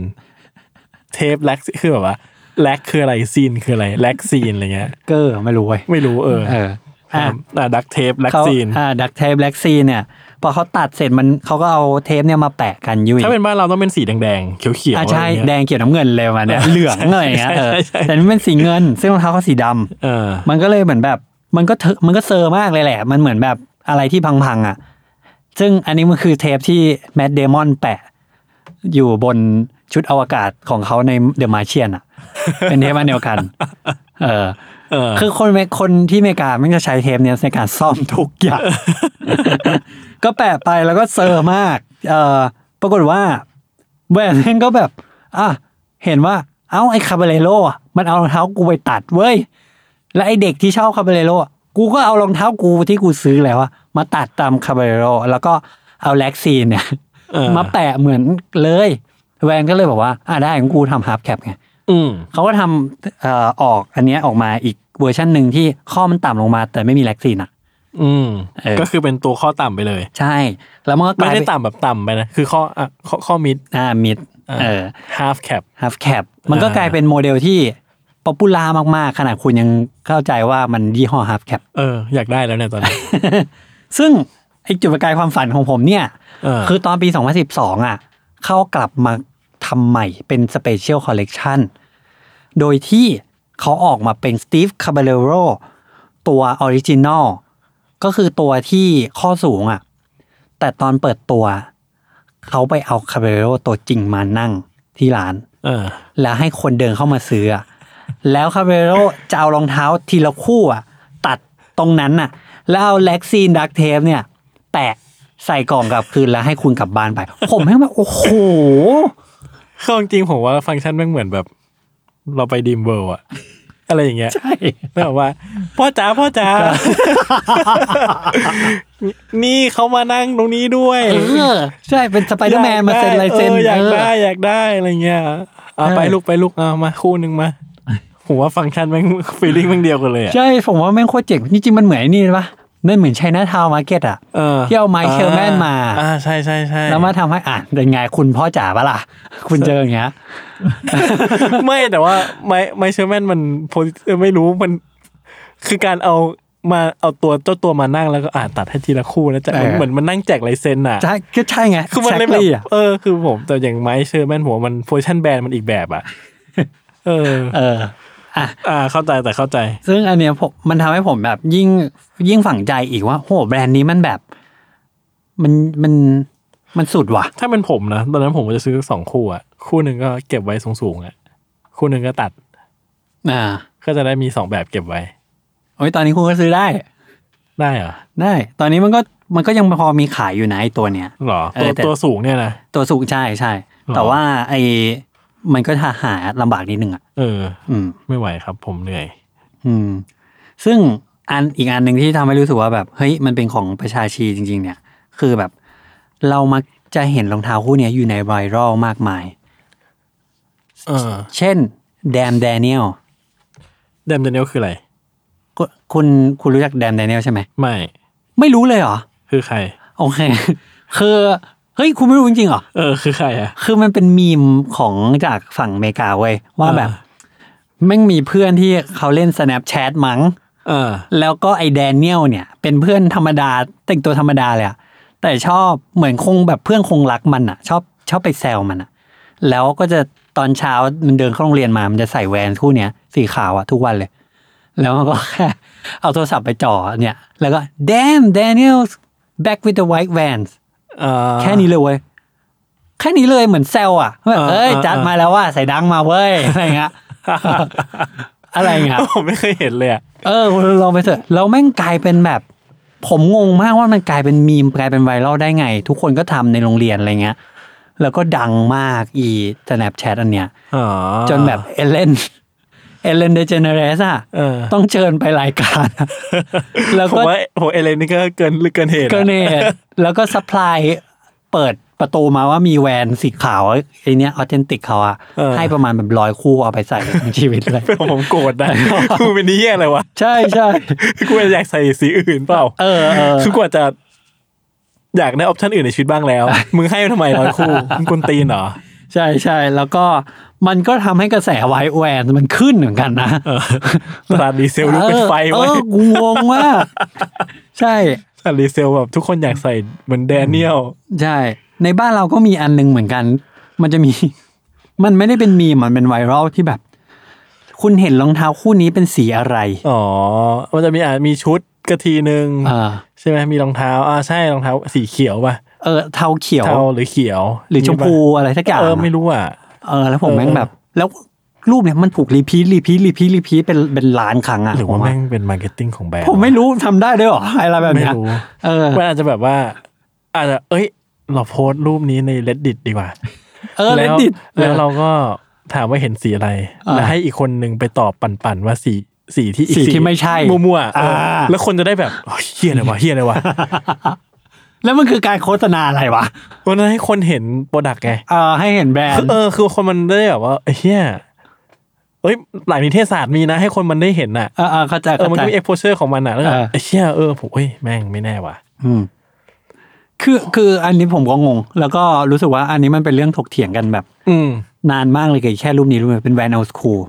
S3: เทปแล็กซีนคือแบบว่าแล็กคืออะไรซีนคืออะไรแล็กซีนอะไรเงี้ย
S2: เกอร์ไม่รู้เว้ย
S3: ไม่รู้เออ
S2: เออ
S3: อ่ะ
S2: อ่ะ
S3: อ่ะดักเทปแล็ก
S2: เขา
S3: ซีน
S2: อ่าดักเทปแล็กซีนเนี่ย พอเขาตัดเสร็จมันเขาก็เอาเทปเนี่ยมาแปะกันยุ้ย
S3: ถ้าเป็นบ้านเราต้องเป็นสีแดงๆ เขียวๆ
S2: อ่า
S3: อะไร
S2: ใช่
S3: เงี้ย
S2: แดงเขียวน้ำเงินเลยมาเนี่ย เหลืองอะไรอย่างเงี้ยเออ
S3: ใช่ใช่ใช่
S2: แต่นี่เป็นสีเงิน ซึ่งรองเท้าเขาสีดำ
S3: เออ
S2: มันก็เลยเหมือนแบบ มันก็เถอะมันก็เซอร์มากเลยแหละ มันเหมือนแบบอะไรที่พังๆอ่ะ ซึ่งอันนี้มันคือเทปที่แมดเดมอนแปะ อยู่บนชุดอวกาศของเขาในเดอะมาเชียนอ่ะ เป็นเทปอันเดียวกัน เออ
S3: เออ
S2: คือคนเมคนที่อเมริกามันจะใช้เทปเนี้ยในการซ่อมทุกอย่าง ก็แปะไปแล้วก็เซอร์มาก เออปรากฏว่าแวนแม่งก็แบบอ่ะเห็นว่า เอ้าไอ้คาเบเรโร่อะมันเอารองเท้ากูไปตัดเว้ย และไอ้เด็กที่ชอบคาเบเรโร่อะกูก็เอารองเท้ากูที่กูซื้อแล้วอะมาตัดตามคาเบเรโร่แล้วก็ เอาแล็กซีนเนี่ย
S3: เออ
S2: มาแปะเหมือนเลย แวนก็เลยบอกว่า อ่าได้ของกูทำฮาร์ c แคปไง
S3: อืม
S2: เขาก็ทำเอ่อออกอันเนี้ยออกมาอีกเวอร์ชันหนึ่งที่ข้อมันต่ำลงมา แต่ไม่มีแล็กซีนอ่ะ
S3: อืม
S2: เออ
S3: ก็คือเป็นตัวข้อต่ำไปเลย
S2: ใช่ แล้วมันก็ก
S3: ไม่
S2: ลาย
S3: ได้
S2: เป็น
S3: ต่ำแบบต่ำไปนะ คือข้ออ่ะข้อข้อมิด
S2: อ่ามิด
S3: อ่า
S2: เออ
S3: half cap
S2: ฮาร์ฟแคปมันก็
S3: อ่า
S2: กลายเป็นโมเดลที่ป๊อปปูล่ามากๆ ขนาดคุณยังเข้าใจว่ามันยี่ห้อฮาร์ฟแคป
S3: เออ อยากได้แล้วเนี่ยตอนนี้
S2: ซึ่งไอจุดประกายความฝันของผมเนี่ย
S3: เออ
S2: คือตอนปี 2012 อ่ะ เข้ากลับมาทำใหม่เป็นสเปเชียลคอลเล t ชันโดยที่เขาออกมาเป็นสตีฟคาบ a เ e โรตัวออริจินอลก็คือตัวที่ข้อสูงอ่ะ แต่ตอนเปิดตัว เขาไปเอาคาบ a เ e โรตัวจริงมานั่งที่ร้าน
S3: เออ
S2: แล้วให้คนเดินเข้ามาซื้ออะแล้วคาเบโรจะเอารองเท้าทีละคู่อะตัดตรงนั้นน่ะ แล้วเอาแล็กซีนดักเทปเนี่ย แปะใส่กล่องกลับคืนแล้วให้คุณกลับบ้านไป ผมให้มาโอ้โห
S3: คือเอาจริงๆผมว่าฟังก์ชันแม่งเหมือนแบบ เราไปดีมเวิลด์อะอะไรอย่างเงี้ย
S2: ใช่
S3: แล้วแบบว่า พ่อจ๋าพ่อจ๋า นี่เขามานั่งตรงนี้ด้วย
S2: เออ ใช่เป็นสไปเดอร์แมนมาเซ็นลายเซ็น
S3: อออยากได้
S2: เออ
S3: อยากได้อะไรเงี้ยเอา
S2: เออ
S3: ไปลูกไปลูกเอามาคู่หนึ่งมาผมว่าฟังก์ชันแม่งฟีลลิ่งแม่งเดียวกันเลยอะ
S2: ใช่ ผมว่าแม่งโคตรเจ๋งจริงๆมันเหมือนไอ้นี่ปะมันเหมือนไชน่าทาวน์มาร์เก็ตอะ
S3: เออ
S2: ที่เอาไมเคิลแมนมา
S3: อ่าใช่ใช่ใช่
S2: แล้วมาทำให้อ่านเป็นไงคุณพ่อจ๋าปะล่ะ คุณเจออย่างเงี้ย
S3: [laughs] ไม่แต่ว่าไมไมเชลแมนมัน posi- เออไม่รู้มัน คือการเอามาเอาตัวเจ้าตัวมานั่งแล้วก็อ่าตัดให้ทีละคู่นะจ๊ะเหมือน
S2: เออ
S3: เหมือนมันนั่งแจกลายเซ็นอ่ะ
S2: ใช่ก็ใช่ไง
S3: คือมันเลยแบ
S2: Exactly
S3: บเออคือผมแต่อย่างไมเชอร์แมนหัวมันโพชั่นแบนมันอีกแบบอ่ะ เออ
S2: เออ
S3: อ่า เข้าใจแต่เข้าใจ
S2: ซึ่งอันเนี้ยผมมันทำให้ผมแบบยิ่งยิ่งฝังใจอีกว่าโหแบรนด์นี้มันแบบ มันมันมันสุดว่ะ
S3: ถ้าเป็นผมนะ ตอนนั้นผมก็จะซื้อสองคู่อ่ะ คู่หนึ่งก็เก็บไว้สูงๆอ่ะ คู่หนึ่งก็ตัด
S2: อ่า
S3: ก็จะได้มีสองแบบเก็บไว้
S2: โอ้ยตอนนี้คุณก็ซื้อได้
S3: ได้เหรอ
S2: ได้ ตอนนี้มันก็มันก็ยังพอมีขายอยู่นะไอตัวเนี้ย
S3: หรอ
S2: เอ
S3: ตัว
S2: อแต่
S3: ตัวสูงเนี่ยนะ
S2: ตัวสูงใช่ใช่
S3: หรอ
S2: แต่ว่าไอมันก็หาลำบากนิดนึงอ่ะ
S3: เออ
S2: อืม
S3: ไม่ไหวครับ ผมเหนื่อย
S2: อืม ซึ่งอันอีกอันหนึ่งที่ทำให้รู้สึกว่าแบบเฮ้ยมันเป็นของประชาชีจริง ๆ เนี่ย คือแบบ เรามักจะเห็นรองเท้าคู่เนี้ยอยู่ในไวรัลมากมาย
S3: เออ
S2: เช่นแดมแดเนียล
S3: เดมเดนิลคืออะไร
S2: คุณคุณคุณรู้จักแดมแดเนียลใช่ไหม
S3: ไม่
S2: ไม่รู้เลยเหรอ
S3: คือใคร
S2: โอเค [laughs] คือเฮ้ย คุณไม่รู้จริงๆเหรอ
S3: เออ คือใครอ่ะ
S2: คือมันเป็นมีมของจากฝั่งอเมริกาเว้ย ว่าแบบ
S3: อ่า
S2: แม่งมีเพื่อนที่เขาเล่น Snapchat มั้ง
S3: เออ
S2: แล้วก็ไอ้แดเนียลเนี่ย เป็นเพื่อนธรรมดา แต่งตัวธรรมดาเลยอะแต่ชอบเหมือนคงแบบเพื่อนคงรักมันอะชอบชอบไปแซวมันอะแล้วก็จะตอนเช้ามันเดินเข้าโรงเรียนมา มันจะใส่แวนคู่เนี้ยสีขาวอะทุกวันเลย แล้วมันก็แค่ [laughs] เอาโทรศัพท์ไปจ่อเนี่ย แล้วก็ damn Daniel back with the white vans
S3: เออ
S2: แค่นี้เลยเว้ย แค่นี้เลยเหมือนแซวอะแบบ
S3: อ่า
S2: เอ้ย
S3: อ่า
S2: จัด
S3: อ่าม
S2: มาแล้วว่าใส่ดังมาเว้ยอะไรเงี้ย
S3: [laughs]
S2: อะไรเงี้ย
S3: ผมไม่เคยเห็นเลยอ่ะ
S2: เออลองไปเถอะแล้วแม่งกลายเป็นแบบ ผมงงมากว่ามันกลายเป็นมีมกลายเป็นไวรัลได้ไง ทุกคนก็ทำในโรงเรียนอะไรเงี้ย แล้วก็ดังมากอี Snapchat อันเนี้ย
S3: อ๋อ
S2: จนแบบเอ [laughs] เลนเอเลนเดเจเนเรสอะ
S3: เออ
S2: ต้องเชิญไปรายการ
S3: [laughs]
S2: แล้ว
S3: ผม
S2: ก็
S3: ว่าโหเอเลนนี่ก็เกินลึกเกินเหตุอะ
S2: เกเนตแล้วก็ซัพพลายเปิดประตูมาว่ามีแวนสีขาวไอเนี้ยออเทนติกเขาอะให้ประมาณแบบร้อยคู่เอาไปใส่ในชีวิตเลย
S3: เป็นผมโกรธ [laughs] นะ กูเป็นนี่อะไรวะ
S2: ใช่ใช่
S3: กูอยากใส่สีอื่นเปล่า
S2: เออเออ
S3: คือกว่าจะ อยากได้ออปชันอื่นในชีวิตบ้าง [laughs] แล้ว มึงให้ทำไมร้อยคู่ มึงกุนตีนเหรอ
S2: ใช่ใช่แล้วก็มันก็ทำให้กระแสไวแวนมันขึ้นเหมือนกันนะ
S3: เออตลาดดีเซลลุกเป็นไฟ
S2: เอ
S3: ไว้
S2: อกูงงว่าก [laughs] ใช่
S3: ตลาดดีเซลแบบทุกคนอยากใส่เหมือนแดเนียล
S2: ใช่ ในบ้านเราก็มีอันหนึงเหมือนกัน มันจะมี [laughs] มันไม่ได้เป็นมีมมันเป็นไวรัลที่แบบ คุณเห็นรองเท้าคู่นี้เป็นสีอะไร
S3: อ๋อ มันจะมีอ่ะมีชุดกะทีหนึ่ง
S2: เออ
S3: ใช่ไหมมีรองเท้า อ่าใช่รองเท้าสีเขียวป่ะ
S2: เออเทาเขียว
S3: เทาหรือเขียว
S2: หรือชมพูอะไรสักอย่าง
S3: เออไม่รู้อ่ะ
S2: เออแล้วผม
S3: เออ
S2: แม่งแบบ แล้วรูปเนี่ยมันถูกรีพีทรีพีทรีพีทรีพีทเป็นเป็นล้านครั้งอะ
S3: หรือว่าแม่งเป็นมาร์เก็ตติ้งของแบรนด์
S2: ผมไม่รู้ทำได้ด้วยเหรออะไรแบบ
S3: ไม่
S2: เนี้ย
S3: รู้
S2: เออ
S3: มันอาจจะแบบว่าอาจจะเอ้ย เราโพสต์รูปนี้ใน reddit ดีกว่า
S2: เออ
S3: แล้ว
S2: Reddit
S3: แล้วเราก็ถามว่าเห็นสีอะไร
S2: อ่า
S3: แล้วให้อีกคนหนึ่งไปตอบปั่นๆว่าสีสีที่อีก
S2: สีที่ไม่ใช่
S3: มั่วๆเอออา
S2: [laughs]
S3: แล้วคนจะได้แบบเฮ้ยเฮียอะไรวะเฮียอะไรวะ
S2: แล้วมันคือการโฆษณาอะไรวะ
S3: วันนั้นให้คนเห็นโปรดักต์ไง
S2: เออให้เห็นแบรน
S3: คือ
S2: ด์
S3: เออคือคนมันได้แบบว่าเฮียเอ้ยหลายนิเทศศาสตร์มีนะ ให้คนมันได้เห็นน่ะ
S2: เออเออเข้าใจ
S3: เออ
S2: เข้า
S3: มัน
S2: ใจ
S3: ก็มีเอ็กโพเชอร์ของมันน่ะแล้วก็
S2: เออ
S3: ไอ้เฮียเออผมเอ้ยแม่งไม่แน่ว่ะ
S2: อืมคือคืออันนี้ผมก็งง แล้วก็รู้สึกว่าอันนี้มันเป็นเรื่องถกเถียงกันแบบ
S3: อืม
S2: นานมากเลยกับแค่รูปนี้รูปนี้เป็นแวนเอาสคูล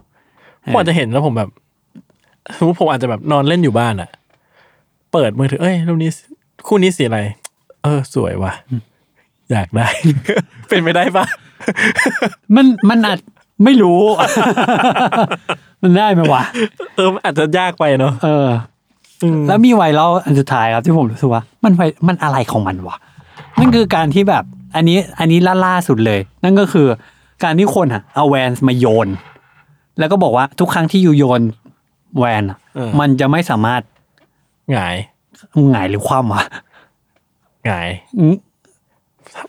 S3: ผมอาจจะเห็นแล้วผมแบบสมมติผมอาจจะแบบนอนเล่นอยู่บ้านอ่ะ เปิดมือถือเอ้ยรูปนี้คู่นี้สีอะไร เออ สวยว่ะ อยากได้ [laughs] เป็นไปได้ปะ
S2: มันมันอาจไม่รู้ [laughs] มันได้ไหมวะ
S3: เออมันอาจจะยากไปเนาะ
S2: เออ
S3: อืม
S2: แล้วมีไวรัลอันสุดท้ายครับที่ผมรู้สึกว่า มันไวมันอะไรของมันวะนั่นคือการที่แบบอันนี้อันนี้ล่าล่าสุดเลย นั่นก็คือการที่คนอะเอาแวนมาโยน แล้วก็บอกว่าทุกครั้งที่อยู่โยนแวนอะมันจะไม่สามารถ
S3: หงาย
S2: หงายหรือคว่ำอะ
S3: หงาย
S2: อืม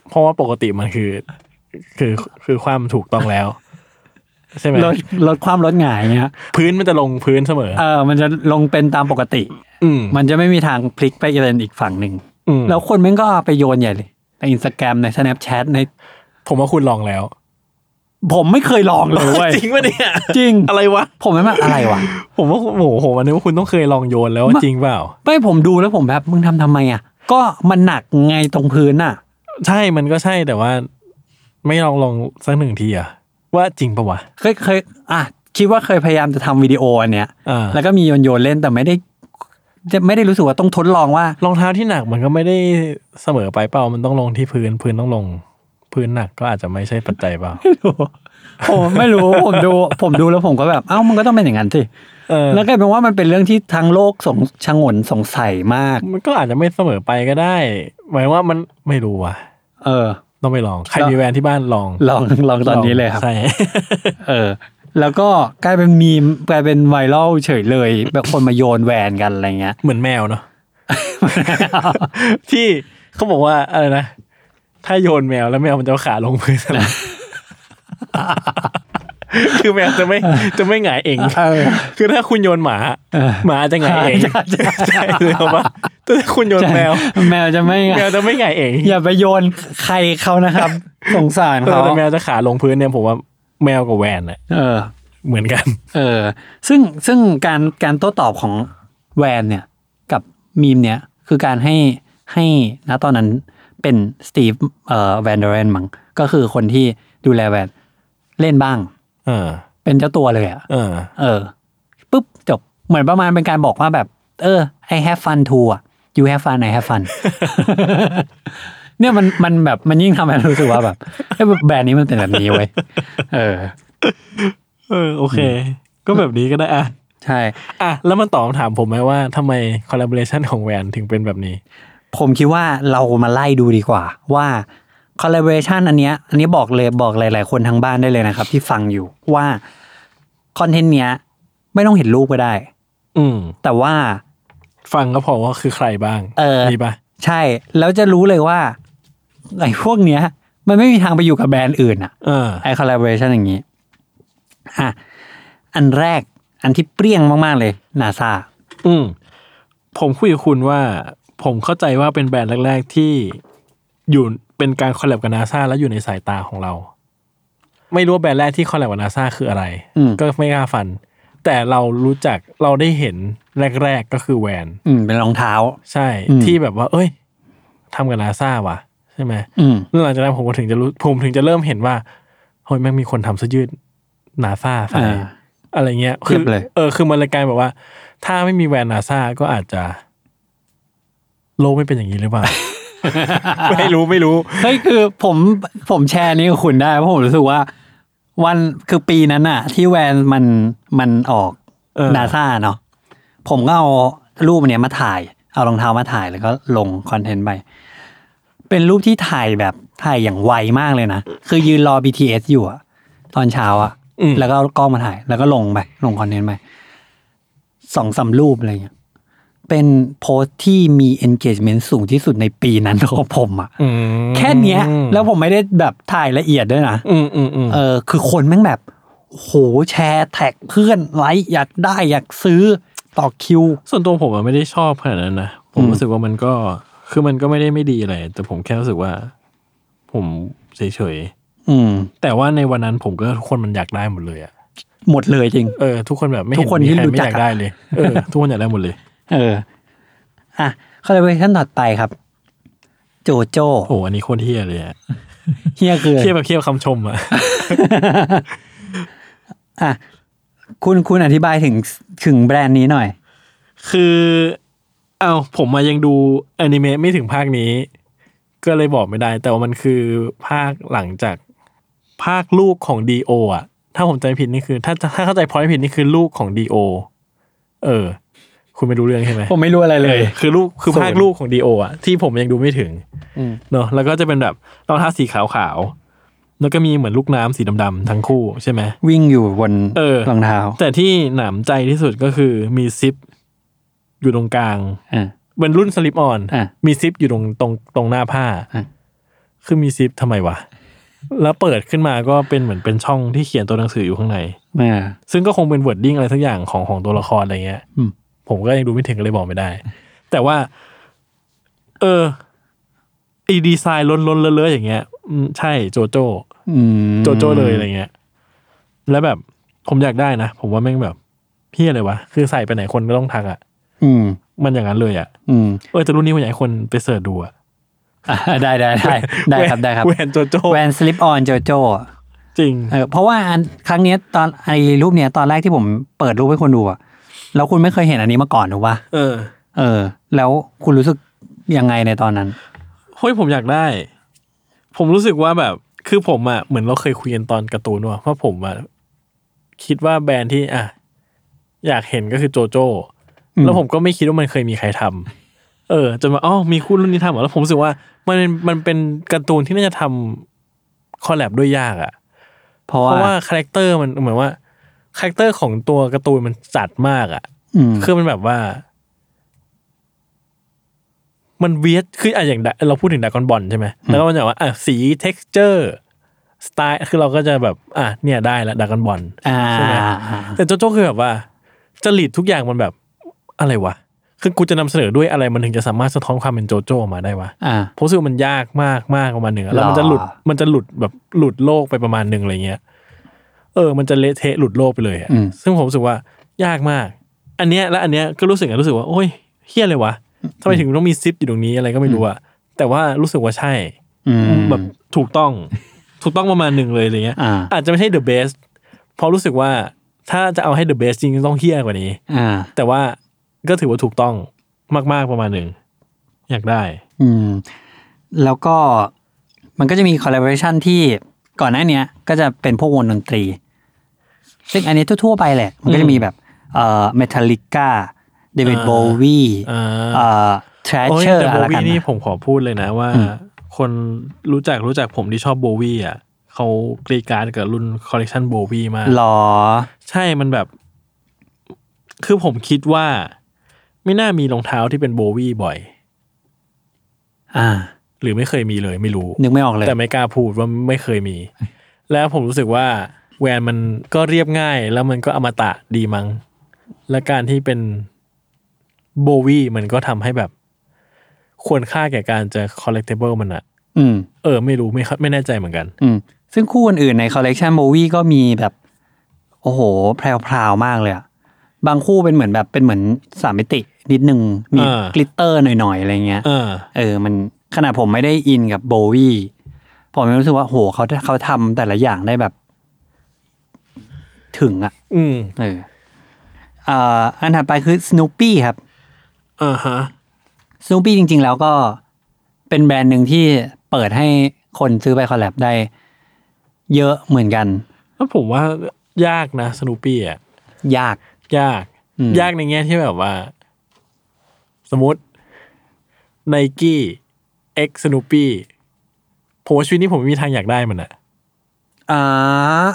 S3: เพราะว่าปกติมันคือ คือคือความถูกต้องแล้ว ใช่ไหม
S2: ลดลดความลดหงายเนี้ย
S3: พื้นมันจะลงพื้นเสมอ
S2: เออมันจะลงเป็นตามปกติ
S3: อืม
S2: มันจะไม่มีทางพลิกไปเป็นอีกฝั่งหนึ่ง
S3: อืม
S2: แล้วคนแม่งก็ไปโยนใหญ่เลย ในอินสตาแกรมใน Snapchat ใน
S3: ผมว่าคุณลองแล้ว
S2: ผมไม่เคยลองเลยเว้ย
S3: จริงปะเนี่ย
S2: จริง
S3: อะไรวะ
S2: ผมไม่มาอะไรวะ
S3: ผมว่าโอ้โหวันนี้ว่าคุณต้องเคยลองโยนแล้ว
S2: มา
S3: จริงเปล่า
S2: ไม่ผมดูแล้วผมแบบมึงทำทำไมอ่ะ ก็มันหนักไงตรงพื้นน่ะ
S3: ใช่มันก็ใช่แต่ว่า ไม่ลองลองสักหนึ่งทีอะว่าจริงปะวะ
S2: เคยเคยอ่ะคิดว่าเคยพยายามจะทำวิดีโออันเนี้ย
S3: อ่า
S2: แล้วก็มีโยนโยนๆเล่นแต่ไม่ได้ จะไม่ได้รู้สึกว่าต้องทดลองว่าร
S3: องเท้าที่หนักมันก็ไม่ได้เสมอไปเปล่ามันต้องลงที่พื้นพื้นต้องลง พื้นหนักก็อาจจะไม่ใช่ปัจจัยเปล่า
S2: ไม่รู้ผมไม่รู้ผมดู ผมดูแล้วผมก็แบบเอ้ามันก็ต้องเป็นอย่างนั้นสิ
S3: เออ
S2: แล้วก็เป็นว่ามันเป็นเรื่องที่ทางโลกสงชงนสงสัยมาก
S3: มันก็อาจจะไม่เสมอไปก็ได้ หมายว่ามันไม่รู้ว่ะ
S2: เออ
S3: ต้องไปลอง ใครมีแวนที่บ้านลอง
S2: ลองลองตอนนี้เลยครับ
S3: ใช่
S2: เออ แล้วก็กลายเป็นมีมกลายเป็นไวรัลเฉยเลย แบบคนมาโยนแวนกันอะไรเงี้ย
S3: เหมือนแมวเนาะ ที่เขาบอกว่าอะไรนะ ถ้าโยนแมวแล้วแมวมันจะเอาขาลงพื้น [laughs] คือแมวจะไม่จะไม่หงายเอง
S2: เออ
S3: คือถ้าคุณโยนหมา
S2: เออ
S3: หมาจะหงายเอง
S2: ใช่ใช่
S3: ใช่เลยครับว่าแต่ถ้าคุณโยนแมว
S2: แมวจะไม่
S3: แมวจะไม่หงายเอง
S2: อย่าไปโยนใครเขานะครับ [laughs] สงสาร
S3: เอ
S2: เขา
S3: อแต่แมวจะขาลงพื้นเนี่ยผมว่าแมวกับแวนน่ะ
S2: เออ
S3: เหมือนกัน
S2: เออ ซึ่งซึ่งการการโต้ตอบของแวนเนี่ย กับมีมเนี่ย คือการให้ให้ณตอนนั้นเป็นสตีฟเอ่อแวนเดอร์เรนมังก็คือคนที่ดูแลแวนเล่นบ้าง
S3: เออ
S2: เป็นเจ้าตัวเลยอะ
S3: เออ
S2: เออปุ๊บจบเหมือนประมาณเป็นการบอกว่าแบบ เออ I have fun too อะ you have fun I have fun [laughs] เนี่ยมันมันแบบมันยิ่งทำให้รู้สึกว่าแบบเอ้ยแบรนด์นี้มันเป็นแบบนี้เว้ยเออ
S3: เออโอเค ก็แบบนี้ก็ได้อะ
S2: ใช่
S3: อ่ะแล้วมันตอบคำถามผมไหมว่าทำไม collaboration ของแวนถึงเป็นแบบนี้
S2: ผมคิดว่าเรามาไล่ดูดีกว่า ว่า collaboration อันเนี้ย อันนี้บอกเลยบอกหลาย ๆ คนทางบ้านได้เลยนะครับ ที่ฟังอยู่ว่าคอนเทนต์เนี้ย ไม่ต้องเห็นรูปก็ได้
S3: อืม
S2: แต่ว่า
S3: ฟังก็พอว่าคือใครบ้าง
S2: เออ
S3: มีปะ
S2: ใช่ แล้วจะรู้เลยว่าไอ้พวกเนี้ย มันไม่มีทางไปอยู่กับแบรนด์อื่นอะ
S3: เออ
S2: ไอ้ collaboration อย่างนี้อ่ะอันแรกอันที่เปรี้ยงมาก ๆ เลยนาซา
S3: อืม ผมคุยกับคุณว่า ผมเข้าใจว่าเป็นแบรนด์แรก ๆ ที่อยู่เป็นการคอลแลบกับนาซาแล้วอยู่ในสายตาของเรา ไม่รู้ว่าแบรนด์แรกที่คอลแลบกับนาซาคืออะไร
S2: อืม
S3: ก็ไม่กล้าฟัน แต่เรารู้จักเราได้เห็นแรก ๆ ก็คือแวน
S2: อืมเป็นรองเท้า
S3: ใช่
S2: อืม
S3: ที่แบบว่า เอ้ยทำกับนาซาว่ะ ใช่ไหม
S2: อืม
S3: แล้วหลังจากนั้นผมก็ถึงจะรู้ผมถึงจะเริ่มเห็นว่าเฮ้ยแม่งมีคนทำเสื้อยืดนาซาใส่
S2: อ่า
S3: อะไรเงี้ยคื
S2: เพียบเลย
S3: เออคือมันเลยกลายแบบว่า ถ้าไม่มีแวนนาซาก็อาจจะ โลกไม่เป็นอย่างนี้
S2: [laughs]
S3: หรือเปล่า ไม่รู้ไม่รู้
S2: เฮ้ยคือผมผมแชร์นี้กับคุณได้เพราะผมรู้สึกว่า วันคือปีนั้นอะที่แวนมันมันออก
S3: เออ
S2: นาซาเนาะผมก็เอารูปอันเนี้ยมาถ่าย เอารองเท้ามาถ่ายแล้วก็ลงคอนเทนต์ไป เป็นรูปที่ถ่ายแบบถ่ายอย่างไวมากเลยนะ คือยืนรอ BTS อยู่อะตอนเช้าอะ
S3: อืม
S2: แล้วก็เอากล้องมาถ่าย แล้วก็ลงไป ลงคอนเทนต์ไปสองสามรูปอะไรอย่างเงี้ยเป็นโพสต์ที่มี engagement สูงที่สุดในปีนั้นของผมอะ
S3: อืม
S2: แค่เนี้ยแล้วผมไม่ได้แบบถ่ายละเอียดด้วยนะ
S3: อืมอืมอืม
S2: เออ คือคนแม่งแบบโหแชร์แท็กเพื่อนไลค์อยากได้อยากซื้อต่อคิว
S3: ส่วนตัวผมอะไม่ได้ชอบขนาดนั้นนะผม
S2: อืม
S3: รู้สึกว่ามันก็ คือมันก็ไม่ได้ไม่ดีอะไร แต่ผมแค่รู้สึกว่า ผมเฉย
S2: อืม
S3: ๆ แต่ว่าในวันนั้นผมก็ทุกคนมันอยากได้หมดเลยอะ
S2: หมดเลยจริง
S3: เออทุกคนแบบไม่
S2: ทุ
S3: เห็น
S2: กคน
S3: มี
S2: ที่
S3: ใคร
S2: รู้
S3: ไม่
S2: จั
S3: อก ยา
S2: อะ
S3: กได้เลย เอ
S2: [laughs]
S3: อ ทุกคนอยากได้หมดเลย
S2: เออ อ่ะคอลลาเบชั่นถัดไปครับ โจโจ้
S3: โอ้โหอันนี้โคตรเฮี้ยเลยอะ
S2: เฮียคือ
S3: เทียบแบบเทียบคำชมอะ
S2: อ่ะคุณคุณอธิบายถึงถึงแบรนด์นี้หน่อย
S3: คือเอาผมมายังดูอนิเมะไม่ถึงภาคนี้ ก็เลยบอกไม่ได้ แต่ว่ามันคือภาคหลังจากภาคลูกของดีโออ่ะ ถ้าผมใจำผิดนี่คือ ถ้าถ้าเข้าใจพอยผิดนี่คือลูกของดีโอเออ คุณไม่รู้เรื่องใช่ไหม
S2: ผมไม่รู้อะไรเลย
S3: ออคือลูกคือภาค
S2: ศูนย์
S3: ลูกของดีโออ่ะ ที่ผมยังดูไม่ถึง
S2: อืม
S3: เนอะแล้วก็จะเป็นแบบรองเท้าสีขาวๆแล้วก็มีเหมือนลูกน้ำสีดำๆทั้งคู่ใช่ไหม
S2: วิ่งอยู่บน
S3: เออ
S2: รองเท้า
S3: แต่ที่หนามใจที่สุดก็คือมีซิปอยู่ตรงกลาง
S2: อ่ะ
S3: เป็นรุ่นสลิปออน
S2: อ่ะ
S3: มีซิปอยู่ตรงตรงตรงหน้าผ้า
S2: อ่ะ
S3: คือมีซิปทำไมวะ แล้วเปิดขึ้นมาก็เป็นเหมือนเป็นช่องที่เขียนตัวหนังสืออยู่ข้างใน
S2: เออ
S3: ซึ่งก็คงเป็นวอร์ดดิ้งอะไรสักอย่างของของตัวละครอะไรเงี้ย
S2: อืม
S3: ผมก็ยังดูไม่ถึงก็เลยบอกไม่ได้ แต่ว่า เออไอดีไซน์ล้นๆเลอะๆอย่างเงี้ยอืมใช่โจโจ
S2: อืม
S3: โจโจ้เลยอะไรเงี้ย แล้วแบบผมอยากได้นะ ผมว่าแม่งแบบพี่อะไรวะ คือใส่ไปไหนคนก็ต้องทักอ่ะ
S2: อืม
S3: มันอย่างนั้นเลยอ่ะ
S2: อืม
S3: เออแต่รุ่นนี้ผมอยากให้คนไปเสิร์ชดูอ่ะ
S2: อ่ะได้ได้ได้ได้ครับได้ครับ
S3: แหวนโจโจ้
S2: แวนสลิปออนโจโจ้
S3: จริง
S2: เออเพราะว่าอันครั้งเนี้ยตอนไอ้รูปเนี้ยตอนแรกที่ผมเปิดรูปให้คนดูอะแล้วคุณไม่เคยเห็นอันนี้มาก่อนหรือวะ
S3: เออ
S2: เออ แล้วคุณรู้สึกยังไงในตอนนั้น
S3: เฮ้ยผมอยากได้ ผมรู้สึกว่าแบบคือผมอ่ะเหมือนเราเคยคุยกันตอนการ์ตูนว่าเพราะผมอ่ะคิดว่าแบรนด์ที่อ่ะอยากเห็นก็คือโจโจ้
S2: อืม
S3: แล้วผมก็ไม่คิดว่ามันเคยมีใครทำเออจนมาอ๋อมีคู่รุ่นนี้ทำเหรอแล้วผมรู้สึกว่า มันเป็นมันเป็นการ์ตูนที่น่าจะทำคอลแลบด้วยยากอ่ะ
S2: เพราะ
S3: เพ
S2: ว่า
S3: ราะว่าคาแรคเตอร์มันเหมือนว่าคาแรคเตอร์ของตัวการ์ตูนมันจัดมากอ่ะ
S2: อืม
S3: คือมันแบบว่า มันเวียดคืออ่ะอย่าง Dra- เราพูดถึงดากอนบอลใช่ไหมแล้วก็มันจะว่าอ่ะสี texture สไตล์คือเราก็จะแบบ อ่ะเนี่ยได้ละดากอนบอล
S2: อ่า
S3: ใช่ไหมแต่โจโจ้คือแบบว่าจริตทุกอย่างมันแบบอะไรวะ คือกูจะนำเสนอด้วยอะไรมันถึงจะสามารถสะท้อนความเป็นโจโจ้ออกมาได้วะ
S2: อ่า
S3: ผมรู้สึกว่ามันยากมากมากประมาณหนึ่งอะแล้วมั
S2: หร
S3: น
S2: อ
S3: จะหลุดมันจะหลุดแบบหลุดโลกไปประมาณหนึ่งอะไรเงี้ยเออ มันจะเละเทะหลุดโลกไปเลยอะ
S2: อืม
S3: ซึ่งผมรู้สึกว่ายากมาก อันเนี้ยและอันเนี้ยก็รู้สึกอย่างรู้สึกว่าโอ้ยเฮี้ยเลยวะทำไมถึงต้องมีซิปอยู่ตรงนี้อะไรก็ไม่รู้อะแต่ว่ารู้สึกว่าใช่
S2: อืม
S3: แบบถูกต้อง ถูกต้องประมาณหนึ่งเลยอะไรเงี้ย
S2: อ่า
S3: อาจจะไม่ใช่ the best เพราะรู้สึกว่าถ้าจะเอาให้ the best จริงต้องเฮี้ยกว่านี้
S2: อ่า
S3: แต่ว่าก็ถือว่าถูกต้องมาก ๆประมาณหนึ่งอยากได้
S2: อืม แล้วก็มันก็จะมีคอล l a b o r a t i o n ที่ก่อนหน้าเนี้ย ก็จะเป็นพวกวงดนตรี ซึ่งอันนี้ทั่วๆไปแหละ มันก็จะมีแบบเอ่อเมทัลลิก้าเดวิด
S3: อ่า
S2: โบวี
S3: อ่า
S2: เอ่อทรช
S3: โอ้ย
S2: เชอร์
S3: แต่
S2: อะ
S3: โบ
S2: ไรกั
S3: วี่
S2: น
S3: นี่
S2: นะ
S3: ผมขอพูดเลยนะว่า
S2: อืม
S3: คนรู้จักรู้จักผมที่ชอบโบวี่อ่ะเขากรีดกรารกับรุ่นคอลเลกชันโบวี่มาก
S2: หรอ
S3: ใช่มันแบบ คือผมคิดว่า ไม่น่ามีรองเท้าที่เป็นโบวี่บ่อย
S2: อ่า
S3: หรือไม่เคยมีเลยไม่รู้
S2: นึกไม่ออกเลย
S3: แต่ไม่กล้าพูดว่าไม่เคยมี แล้วผมรู้สึกว่าแวนมันก็เรียบง่าย แล้วมันก็อมตะดีมัง้งและการที่เป็นโบวี่มันก็ทำให้แบบ ควรค่าแก่การจะ collectible มันอะ
S2: อืม
S3: เออ ไม่รู้ไม่เข้าไม่แน่ใจเหมือนกัน
S2: อืม ซึ่งคู่อื่นๆในคอลเล t ชันโบวีก็มีแบบ โอ้โห แพรวๆมากเลยอะบางคู่เป็นเหมือนแบบเป็นเหมือนสามมิตินิดนึง มี
S3: อ่า
S2: กลิตเตอร์หน่อยๆ อะไรเงี้ย
S3: เออ
S2: เออ มันขนาดผมไม่ได้อินกับโบวีผมยังรู้สึกว่าโหเขาเขาทำแต่ละอย่างได้แบบ ถึงอะ
S3: อืม
S2: เออเอ่ออันถัดไปคือ Snoopy ครับ
S3: อ่าฮะ
S2: Snoopy จริง ๆ แล้วก็เป็นแบรนด์หนึ่งที่เปิดให้คนซื้อไปคอลแลบได้ เยอะเหมือนกัน
S3: แล้วผมว่ายากนะสนูปี้อะ
S2: ยาก
S3: ยาก
S2: อืม
S3: ยากในแง่ที่แบบว่า สมมติไนกี้เอ็กซ์สนูปี้ผมว่าชีวิตนี้ผมไม่มีทางอยากได้มันอะ
S2: อ่า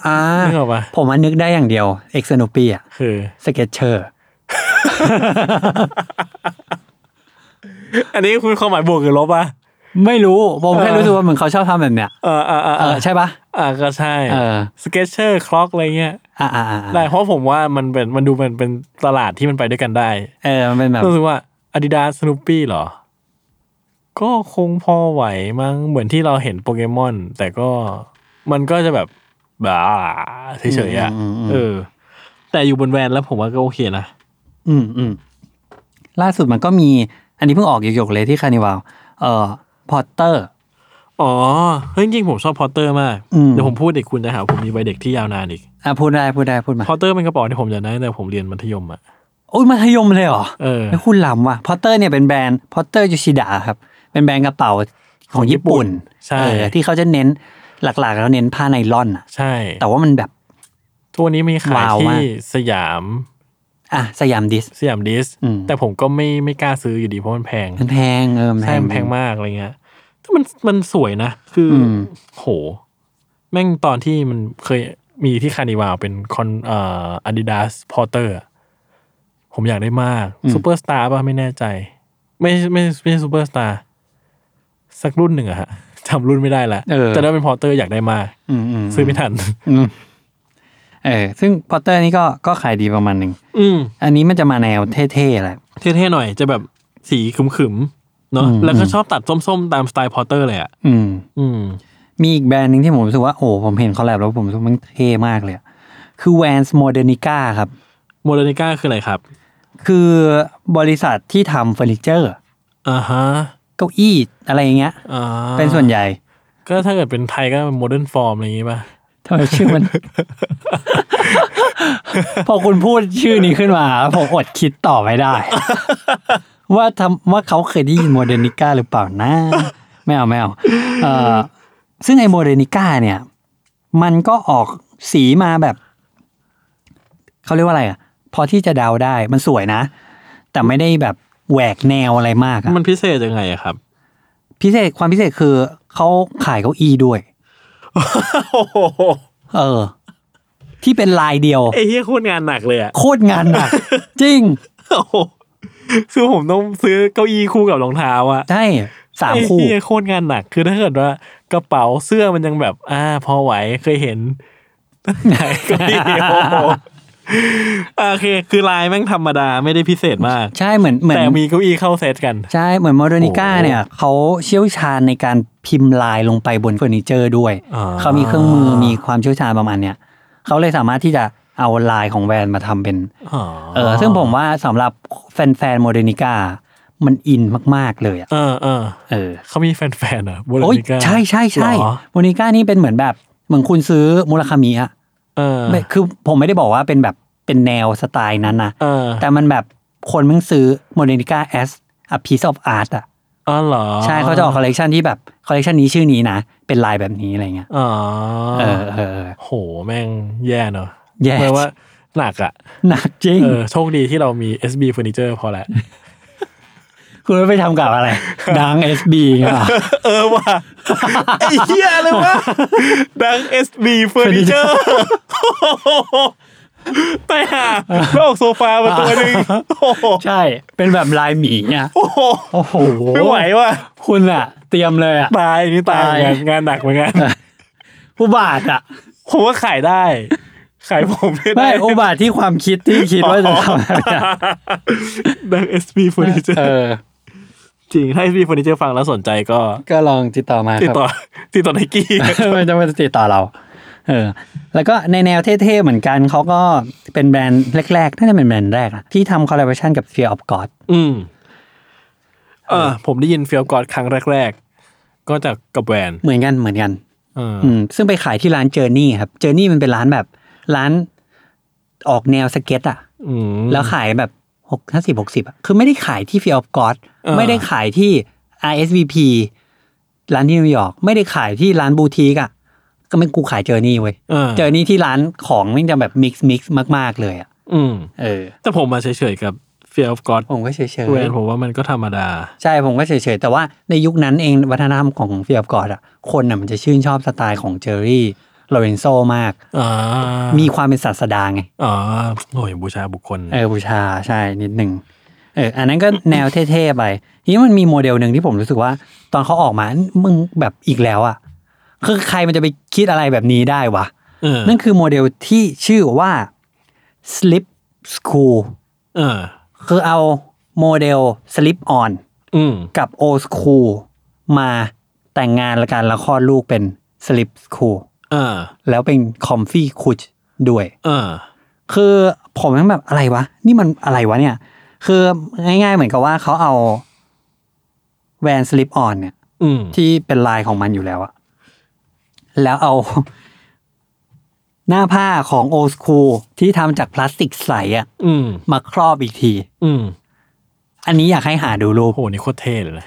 S2: อ่า
S3: นึกออกปะ
S2: ผมว่านึกได้อย่างเดียว เอ็กซ์ n o นปีอะ
S3: คือ
S2: สเก็ตเชอร์
S3: อันนี้คุณความหมายบวกหรือลบอะ
S2: ไม่รู้ ผมแค่รู้สึกว่าเหมือนเขาชอบทำแบบเนี้ย
S3: เออเออเออ
S2: เออใช่ปะ
S3: อ่าก็ใช่
S2: เออ
S3: สเก็ตเชอร์คล็อกอะไรเงี้ย
S2: อ่าอ่าอ่า
S3: ได้เพราะผมว่ามันเป็นมันดูมันเป็นตลาดที่มันไปด้วยกันได้
S2: เออมันเป็นแบบ
S3: รู้สึกว่าอาดิดาสสนูปี้หรอ ก็คงพอไหวมั้งเหมือนที่เราเห็นโปเกมอน แต่ก็มันก็จะแบบบ้าเฉยๆอ่ะ
S2: อืมอืมอืม
S3: เออ แต่อยู่บนแวนแล้วผมว่าก็โอเคนะ
S2: อืมอืมล่าสุดมันก็มี อันนี้เพิ่งออกหยกๆเลยที่คานิวาลเอ่อพอตเตอร์
S3: อ๋อเฮ้ยจริงๆผมชอบพอตเตอร์มาก
S2: อืม
S3: เดี๋ยวผมพูดเด็กคุณนะฮะผมมีใบเด็กที่ยาว
S2: [laughs]
S3: นานอีก
S2: อ่ะพูดได้พูดได้พูดมา
S3: พอตเตอร์เป็นกระเป๋าที่ผมอยากได้ตั้งแต่ผมเรียนมัธยมอ่ะ
S2: โอ้ยมัธยมเลยเหรอ
S3: เออ
S2: แล้วคุณหลำว่ะพอตเตอร์เนี่ยเป็นแบรนด์พอตเตอร์ยูชิดะครับ เป็นแบรนด์กระเป๋าของญี่ปุ่น
S3: ใช่
S2: เออที่เขาจะเน้นหลักๆ แล้วเน้นผ้าไนล่อนอะ
S3: ใช่
S2: แต่ว่ามันแบบ
S3: ทุกวันนี้มีขาย
S2: ว้าวมา
S3: ที่
S2: ก
S3: สยาม
S2: อ่ะสยามดิส
S3: สยามดิส
S2: อืม
S3: แต่ผมก็ไม่ไม่กล้าซื้ออยู่ดีเพราะมันแพง
S2: มันแพงเออมันแพ
S3: ใช่
S2: ง
S3: มันแพงมากอะไรเงี้ยแต่มันมันสวยนะ คืออ
S2: ม
S3: โห แม่งตอนที่มันเคยมีที่คานิวาลเป็นคอนเอ่ออาดิดาสพอเตอร์ผมอยากได้มากซูเปอร์สตาร์ป่ะไม่แน่ใจ ไม่ไม่ไม่ใช่ซูเปอร์สตาร์สักรุ่นหนึ่งอะฮะ [laughs] จำรุ่นไม่ได้ละ
S2: เออ
S3: แต่ได้เป็นพอเตอร์อยากได้มาก
S2: อืมอืม
S3: ซื้อไม่ทัน
S2: อืมเออซึ่งพอตเตอร์นี่ก็ก็ขายดีประมาณหนึ่ง
S3: อืม
S2: อันนี้มันจะมาแนวเท่ๆแหละ
S3: เท่ๆหน่อยจะแบบสีขึมๆเนาะ
S2: อืม
S3: แล้วก็ชอบตัดส้มๆ ตามสไตล์พอตเตอร์เลยอ่ะ
S2: อืม
S3: อืม
S2: มีอีกแบรนด์หนึ่งที่ผมรู้สึกว่าโอ้ผมเห็นคอลแลบแล้วผมรู้สึกมันเท่มากเลยอะคือ Vans Modernica ครับ
S3: โมเดนิก้าคืออะไรครับ
S2: คือบริษัทที่ทำเฟอร์นิเจอร์
S3: อ่าฮะ
S2: เก้าอี้อะไรอย่างเงี้ย
S3: อ่า
S2: เป็นส่วนใหญ่
S3: ก็ถ้าเกิดเป็นไทยก็โมเดิร์นฟอร์มอะไรอย่างงี้ป่ะ
S2: ทำไมชื่อมัน
S3: [laughs]
S2: พอคุณพูดชื่อนี้ขึ้นมา ผมอดคิดต่อไม่ได้ ว่าทำว่าเขาเคยได้ยินโมเดนิก้าหรือเปล่านะไม่เอาไม่เอาเอ่อซึ่งไอโมเดนิก้าเนี่ย มันก็ออกสีมาแบบ เขาเรียกว่าอะไรอ่ะ พอที่จะเดาได้มันสวยนะ แต่ไม่ได้แบบแหวกแนวอะไรมากอะ
S3: มันพิเศษยังไงอะครับ
S2: พิเศษความพิเศษคือเขาขายเก้าอี้ด้วย เออ ที่เป็นลายเดียว
S3: ไอ้เฮียโคตรงานหนักเลยอ่ะ
S2: โคตรงานห
S3: [laughs]
S2: นัก จริง
S3: โอ้โหคือผมต้องซื้อเก้าอี้คู่กับรองเท้าอ่ะ
S2: ใช่สาม
S3: ไอ้
S2: คู่
S3: เฮียโคตรงานหนัก คือถ้าเกิดว่ากระเป๋าเสื้อมันยังแบบ อ่า พอไหวเคยเห็น [laughs] ไหนเก้าอี้โอ้โหอ่าโอเค คือลายแม่งธรรมดาไม่ได้พิเศษมาก
S2: ใช่เหมือนเหมือน
S3: แต่มีเก้าอี้เข้าเซตกัน
S2: ใช่เหมือนโมเดนิก้า
S3: โอ้
S2: เนี่ยเขาเชี่ยวชาญในการพิมพ์ลายลงไปบนเฟอร์นิเจอร์ด้วย
S3: อ่า
S2: เขามีเครื่องมือมีความเชี่ยวชาญประมาณเนี้ยเขาเลยสามารถที่จะเอาลายของแวนมาทำเป็น
S3: อ๋อ
S2: เออซึ่งผมว่าสำหรับแฟนๆโมเดนิก้ามันอินมาก ๆ เลยอ่ะ
S3: เออเออ
S2: เออ
S3: เขามีแฟนๆเหรอ่ะโบรา
S2: โอ้ย
S3: ณิก้า
S2: ใช่ใช่ใช่
S3: เหรอ
S2: โมเดนิก้านี่เป็นเหมือนแบบเหมือนคุณซื้อมูลคามิอะ
S3: เออ
S2: ไม่คือผมไม่ได้บอกว่าเป็นแบบเป็นแนวสไตล์นั้นนะ
S3: เออ
S2: แต่มันแบบคนมึงซื้อโมเดนิก้าแอสอะพีซออฟอาร์ตอ่ะ
S3: อ๋อเหรอ
S2: ใช่เขาจะออกคอลเลกชันที่แบบคอลเลกชันนี้ชื่อนี้นะ เป็นลายแบบนี้อะไรเงี้ย
S3: อ๋อ
S2: เออเออเออ
S3: โหแม่งแย่เนอะ
S2: แย่
S3: แปลว่าหนักอ่ะ
S2: หนักจริง
S3: เออโชคดีที่เรามี SB Furniture พอแล้ว
S2: คุณไม่ไปทำกับ [laughs] อะไร ดังเอสบีเงี้ยเหรอ
S3: เออว่ะไอ้เหี้ยเลยว่ะดัง SB [laughs] Furniture ไปหาไปออกโซฟามาตัวหนึ่งโอ้โห
S2: ใช่ เป็นแบบลายหมีเนี่ย
S3: โอ้โห
S2: โอ้โห
S3: ไม่ไหวว่ะ
S2: คุณอะเตรียมเลยอะ
S3: ตายอันนี่ตาย
S2: ตาย
S3: เหมือนกันงานหนักเหมือนกัน
S2: อุบาทอะ
S3: ผมว่าขายได้ ขายผมไม่ได้
S2: ไม่อุบาทที่ความคิดที่คิดว่าจะทำแบบเนี้ย
S3: ดัง SB Furniture
S2: เออ
S3: จริงถ้า SB Furniture ฟังแล้วสนใจก็
S2: ก็ลองติดต่อมา
S3: ติด
S2: ครับ
S3: ต่อ [laughs] ติดต่อไนกี้
S2: [laughs] มันจะมาติดต่อเรา เออ แล้วก็ในแนวเท่ๆเหมือนกัน เขาก็เป็นแบรนด์แรกๆ น่าจะเป็นแบรนด์แรกอะที่ทำคอลลาบอชันกับ Fear of God
S3: อืมเออผมได้ยินเฟียลกอดครั้งแรก ๆ ก็จากกับแวน
S2: เหมือนกันเหมือนกัน
S3: เออ
S2: อืม ซึ่งไปขายที่ร้านเจอร์นี่ครับ เจอร์นี่มันเป็นร้านแบบร้านออกแนวสเก็ตอะ
S3: อืม
S2: แล้วขายแบบหกห้าสิบหกสิบอะคือไม่ได้ขายที่ Fear of God
S3: เออ
S2: ไม่ได้ขายที่ RSVP ร้านที่นิวยอร์กไม่ได้ขายที่ร้านบูทีกอะก็ไม่กูขายเจอร์นี่เว้ย
S3: เออ
S2: เจอร์นี่ที่ร้านของมันจะแบบมิกซ์มิกซ์มาก ๆเลยอะ
S3: อืม
S2: เออ
S3: แต่ผมมาเฉยๆกับเฟียลกอด
S2: ผมก็เฉย
S3: แวนผมว่ามันก็ธรรมดา
S2: ๆใช่ผมก็เฉยๆ แต่ว่าในยุคนั้นเองวัฒนธรรมของเฟียบกอดอ่ะ คนน่ะมันจะชื่นชอบสไตล์ของเจอรี่โลเรนโซมาก
S3: อ่า
S2: มีความเป็นศาสดาไง
S3: อ่าโอ้ยบูชาบุคคล
S2: เออบูชาใช่นิดหนึ่งเอออันนั้นก็แนวเท่ๆไปทีนี้มันมีโมเดลหนึ่งที่ผมรู้สึกว่า ตอนเขาออกมามึงแบบอีกแล้วอ่ะคือใครมันจะไปคิดอะไรแบบนี้ได้วะ
S3: เออ
S2: นั่นคือโมเดลที่ชื่อว่า slip school
S3: เออ
S2: คือเอาโมเดล slip on
S3: อืม
S2: กับโอสคูมาแต่งงานและการละครลูกเป็นสลิปคู
S3: อ่า
S2: แล้วเป็นคอมฟี่คูชด้วย
S3: อ่า
S2: คือผมยังแบบอะไรวะ นี่มันอะไรวะเนี่ย คือง่ายๆเหมือนกับว่าเขาเอาแวนสลิปออนเนี่ย
S3: อืม
S2: ที่เป็นลายของมันอยู่แล้วอะแล้วเอา [laughs] หน้าผ้าของโอสคูที่ทำจากพลาสติกใสอะ
S3: อืม
S2: มาครอบอีกที
S3: อืม
S2: อันนี้อยากให้หาดูรูป [laughs]
S3: โห นี่โคตรเท่เลยนะ